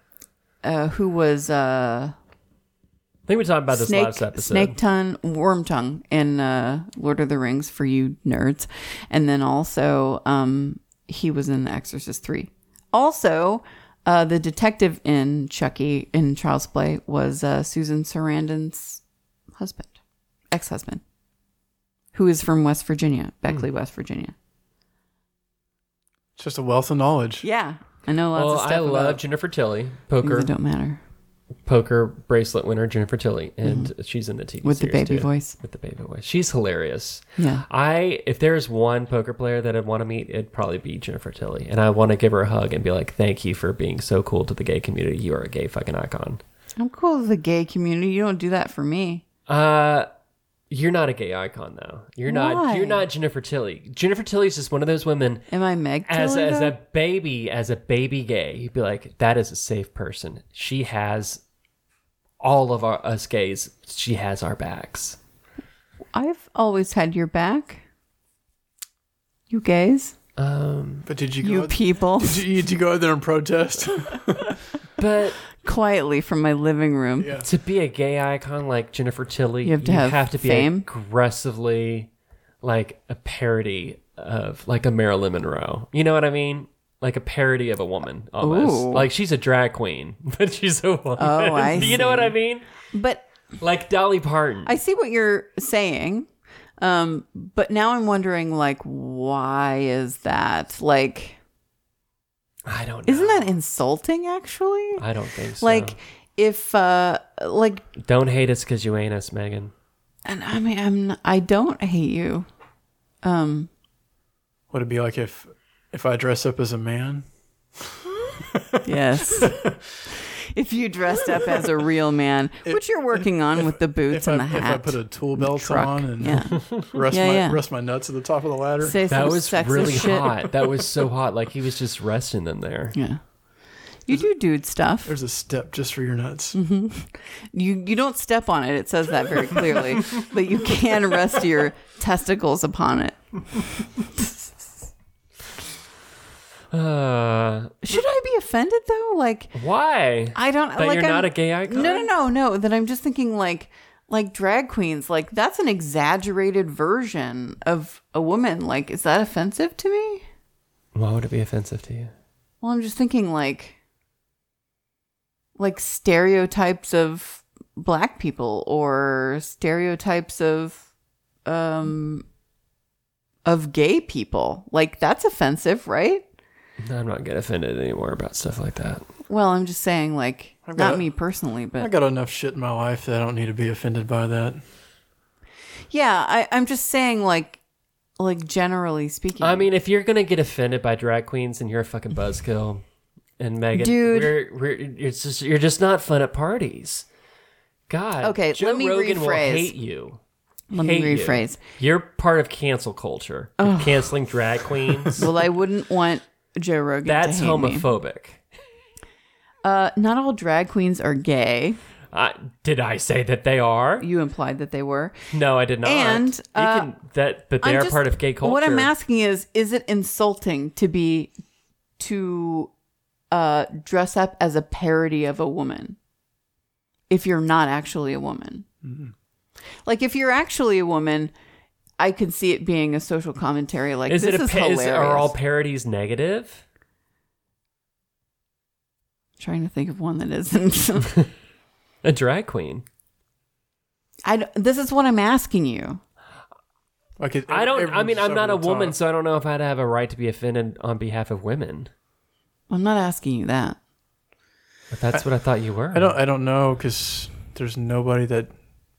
[SPEAKER 2] uh, who was uh,
[SPEAKER 3] I think we talked about this
[SPEAKER 2] Snake
[SPEAKER 3] last episode.
[SPEAKER 2] Snake Tongue, Worm Tongue in uh, Lord of the Rings for you nerds, and then also um, he was in The Exorcist Three. Also, uh, the detective in Chucky in Child's Play was uh, Susan Sarandon's husband, ex-husband, who is from West Virginia, Beckley,
[SPEAKER 3] Hmm.
[SPEAKER 2] West Virginia.
[SPEAKER 1] Just a wealth of knowledge.
[SPEAKER 2] Yeah, I know lots
[SPEAKER 3] Well,
[SPEAKER 2] of stuff.
[SPEAKER 3] Oh, I love
[SPEAKER 2] about
[SPEAKER 3] Jennifer Tilly,
[SPEAKER 2] things
[SPEAKER 3] poker
[SPEAKER 2] that don't matter
[SPEAKER 3] poker bracelet winner Jennifer Tilly, and she's in the TV
[SPEAKER 2] Mm-hmm. with the
[SPEAKER 3] series,
[SPEAKER 2] baby
[SPEAKER 3] too.
[SPEAKER 2] voice. Mm-hmm.
[SPEAKER 3] With the baby voice, she's hilarious.
[SPEAKER 2] Yeah.
[SPEAKER 3] I if there's one poker player that I'd want to meet, it'd probably be Jennifer Tilly, and I want to give her a hug and be like, "Thank you for being so cool to the gay community. You are a gay fucking icon."
[SPEAKER 2] I'm cool with the gay community. You don't do that for me.
[SPEAKER 3] Uh, you're not a gay icon though. You're
[SPEAKER 2] Why?
[SPEAKER 3] not. You're not Jennifer Tilly. Jennifer Tilly's just one of those women
[SPEAKER 2] Am I Meg?
[SPEAKER 3] as
[SPEAKER 2] Tilly,
[SPEAKER 3] as
[SPEAKER 2] though?
[SPEAKER 3] a baby as a baby gay you'd be like that is a safe person she has all of our us gays she has our backs
[SPEAKER 2] I've always had your back. You gays,
[SPEAKER 3] um
[SPEAKER 1] But did you go?
[SPEAKER 2] you people,
[SPEAKER 1] did you, did you go out there and protest?
[SPEAKER 3] but
[SPEAKER 2] quietly from my living room.
[SPEAKER 1] Yeah.
[SPEAKER 3] to be a gay icon like jennifer tilly
[SPEAKER 2] You have to have
[SPEAKER 3] be
[SPEAKER 2] fame.
[SPEAKER 3] aggressively like a parody of like a marilyn monroe you know what i mean like a parody of a woman almost
[SPEAKER 2] Ooh.
[SPEAKER 3] like she's a drag queen but she's a woman
[SPEAKER 2] Oh, I
[SPEAKER 3] you know what i mean
[SPEAKER 2] But
[SPEAKER 3] like dolly parton
[SPEAKER 2] I see what you're saying. Um, but now I'm wondering, like, why is that? Like,
[SPEAKER 3] i don't know
[SPEAKER 2] isn't that insulting? Actually,
[SPEAKER 3] i don't think so
[SPEAKER 2] like, if uh, like,
[SPEAKER 3] Don't hate us because you ain't us, Megan.
[SPEAKER 2] and I mean, I'm n- I don't hate you. Um,
[SPEAKER 1] Would it be like if if I dress up as a man?
[SPEAKER 2] yes. If you dressed up as a real man, which you're working on with the boots
[SPEAKER 1] if,
[SPEAKER 2] and
[SPEAKER 1] I,
[SPEAKER 2] the hat,
[SPEAKER 1] if I put a tool belt
[SPEAKER 2] truck.
[SPEAKER 1] on and
[SPEAKER 2] yeah.
[SPEAKER 1] rest
[SPEAKER 2] Yeah,
[SPEAKER 1] my
[SPEAKER 2] yeah.
[SPEAKER 1] rest my nuts at the top of the ladder.
[SPEAKER 2] Say
[SPEAKER 3] That
[SPEAKER 2] some
[SPEAKER 3] was
[SPEAKER 2] sexist
[SPEAKER 3] really
[SPEAKER 2] shit.
[SPEAKER 3] hot. That was so hot. Like he was just resting them there.
[SPEAKER 2] Yeah. You do dude stuff.
[SPEAKER 1] There's a step just for your nuts.
[SPEAKER 2] Mm-hmm. You you don't step on it. It says that very clearly. but you can rest your testicles upon it.
[SPEAKER 3] Uh,
[SPEAKER 2] Should I be offended though? Like
[SPEAKER 3] why?
[SPEAKER 2] I don't
[SPEAKER 3] That
[SPEAKER 2] like
[SPEAKER 3] you're
[SPEAKER 2] I'm,
[SPEAKER 3] not a gay icon?
[SPEAKER 2] No, no, no, no. That I'm just thinking like like drag queens. Like that's an exaggerated version of a woman. Like is that offensive to me?
[SPEAKER 3] Why would it be offensive to you?
[SPEAKER 2] Well, I'm just thinking like like stereotypes of black people or stereotypes of um of gay people. Like that's offensive, right?
[SPEAKER 3] I'm not get offended anymore about stuff like that.
[SPEAKER 2] Well, I'm just saying like
[SPEAKER 1] I've
[SPEAKER 2] not
[SPEAKER 1] got-
[SPEAKER 2] me personally,
[SPEAKER 1] I
[SPEAKER 2] but
[SPEAKER 1] got enough shit in my life that I don't need to be offended by that.
[SPEAKER 2] yeah, I I'm just saying like like generally speaking.
[SPEAKER 3] I mean, if you're gonna get offended by drag queens and you're a fucking buzzkill, and Megan,
[SPEAKER 2] Dude.
[SPEAKER 3] we're, we're, it's just you're just not fun at parties. God.
[SPEAKER 2] Okay,
[SPEAKER 3] Joe
[SPEAKER 2] let me
[SPEAKER 3] Rogan will
[SPEAKER 2] rephrase.
[SPEAKER 3] hate you.
[SPEAKER 2] let me
[SPEAKER 3] Hate you.
[SPEAKER 2] rephrase.
[SPEAKER 3] You're part of cancel culture. You're Canceling drag queens.
[SPEAKER 2] Well, I wouldn't want Joe Rogan
[SPEAKER 3] That's
[SPEAKER 2] to hate me.
[SPEAKER 3] homophobic.
[SPEAKER 2] Uh not all drag queens are gay.
[SPEAKER 3] I, did I say that they are?
[SPEAKER 2] You implied that they were.
[SPEAKER 3] No, I did not.
[SPEAKER 2] And,
[SPEAKER 3] you
[SPEAKER 2] uh,
[SPEAKER 3] can, that, but they
[SPEAKER 2] I'm
[SPEAKER 3] are
[SPEAKER 2] just-
[SPEAKER 3] part of gay culture.
[SPEAKER 2] What I'm asking is, is it insulting to be to uh, dress up as a parody of a woman
[SPEAKER 3] Mm-hmm.
[SPEAKER 2] if you're not actually a woman? Like if you're actually a woman, I could see it being a social commentary. Like
[SPEAKER 3] is
[SPEAKER 2] this
[SPEAKER 3] it a
[SPEAKER 2] is
[SPEAKER 3] pa- is-
[SPEAKER 2] hilarious.
[SPEAKER 3] are all parodies negative?
[SPEAKER 2] Trying to think of one that isn't.
[SPEAKER 3] A drag queen.
[SPEAKER 2] I don't- this is what I'm asking you.
[SPEAKER 1] Like it,
[SPEAKER 3] I don't. I
[SPEAKER 1] everyone's
[SPEAKER 3] mean,
[SPEAKER 1] just
[SPEAKER 3] I'm not
[SPEAKER 1] over
[SPEAKER 3] a
[SPEAKER 1] the
[SPEAKER 3] woman,
[SPEAKER 1] top.
[SPEAKER 3] so I don't know if I'd have a right to be offended on behalf of women.
[SPEAKER 2] I'm not asking you that.
[SPEAKER 3] But that's what I thought you were.
[SPEAKER 1] I don't. I don't know because there's nobody that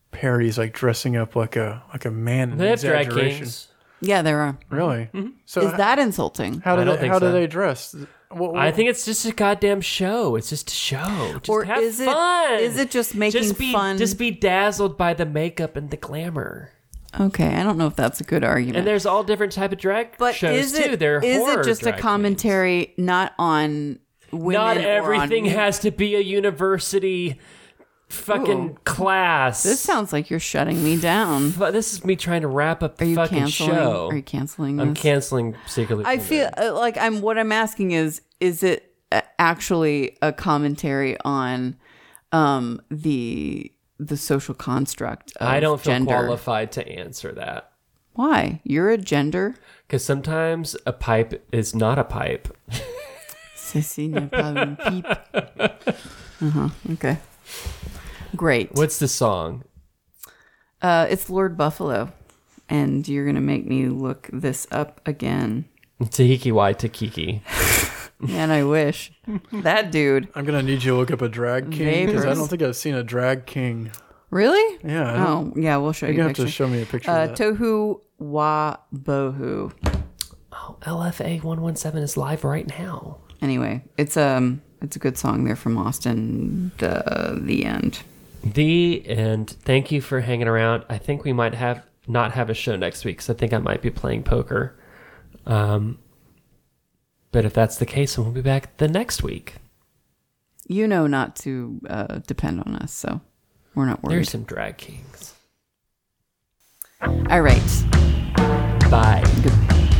[SPEAKER 1] parodies like dressing up like a like a man. in
[SPEAKER 3] They have drag
[SPEAKER 1] exaggeration.
[SPEAKER 3] kings. Mm-hmm.
[SPEAKER 2] Yeah, there are.
[SPEAKER 1] Really? So
[SPEAKER 2] Is that insulting?
[SPEAKER 1] how
[SPEAKER 3] I
[SPEAKER 1] do
[SPEAKER 3] don't
[SPEAKER 1] they,
[SPEAKER 3] think
[SPEAKER 1] how
[SPEAKER 3] so.
[SPEAKER 1] do they dress? What-
[SPEAKER 3] I think it's just a goddamn show. It's just a show. Just
[SPEAKER 2] Or
[SPEAKER 3] have
[SPEAKER 2] is it-
[SPEAKER 3] fun.
[SPEAKER 2] is it just making
[SPEAKER 3] just be,
[SPEAKER 2] fun?
[SPEAKER 3] Just be dazzled by the makeup and the glamour.
[SPEAKER 2] Okay, I don't know if that's a good argument.
[SPEAKER 3] And there's all different type of drag
[SPEAKER 2] but
[SPEAKER 3] shows
[SPEAKER 2] is it
[SPEAKER 3] too. There are
[SPEAKER 2] is
[SPEAKER 3] horror
[SPEAKER 2] it just a
[SPEAKER 3] drag queens.
[SPEAKER 2] commentary not on women?
[SPEAKER 3] Not
[SPEAKER 2] or on-
[SPEAKER 3] everything has to be a university fucking
[SPEAKER 2] Ooh.
[SPEAKER 3] class.
[SPEAKER 2] This sounds like you're shutting me down.
[SPEAKER 3] Fu- this is me trying to wrap up
[SPEAKER 2] Are
[SPEAKER 3] the
[SPEAKER 2] you
[SPEAKER 3] fucking
[SPEAKER 2] canceling?
[SPEAKER 3] show.
[SPEAKER 2] Are you canceling?
[SPEAKER 3] I'm
[SPEAKER 2] this?
[SPEAKER 3] canceling secretly.
[SPEAKER 2] I
[SPEAKER 3] Women.
[SPEAKER 2] feel uh, like I'm. What I'm asking is, is it uh, actually a commentary on um, the the social construct? Of
[SPEAKER 3] I don't feel
[SPEAKER 2] gender?
[SPEAKER 3] qualified to answer that
[SPEAKER 2] Why you're a gender
[SPEAKER 3] because sometimes a pipe is not a pipe.
[SPEAKER 2] Ceci n'est pas une pipe. Uh huh. Okay. Great.
[SPEAKER 3] What's the song?
[SPEAKER 2] Uh, it's Lord Buffalo, and you're gonna make me look this up again.
[SPEAKER 3] Tahiki Wai Takiki.
[SPEAKER 2] And I wish that dude
[SPEAKER 1] I'm gonna need you to look up a drag king because I
[SPEAKER 2] Vapors.
[SPEAKER 1] don't think I've seen a drag king.
[SPEAKER 2] really.
[SPEAKER 1] Yeah. I don't-
[SPEAKER 2] Oh yeah, we'll show
[SPEAKER 1] You're
[SPEAKER 2] you. a
[SPEAKER 1] gonna have to
[SPEAKER 2] picture.
[SPEAKER 1] show me a picture.
[SPEAKER 2] uh,
[SPEAKER 1] of that.
[SPEAKER 2] Tohu wa bohu.
[SPEAKER 3] Oh, LFA one one seven is live right now.
[SPEAKER 2] Anyway, it's um, it's a good song. They're from Austin. The, the end.
[SPEAKER 3] The end. Thank you for hanging around. I think we might have not have a show next week because I think I might be playing poker. Um, but if that's the case, then we'll be back the next week.
[SPEAKER 2] You know not to uh, depend on us, so we're not worried.
[SPEAKER 3] There's some drag kings.
[SPEAKER 2] All right.
[SPEAKER 3] Bye.
[SPEAKER 2] Goodbye.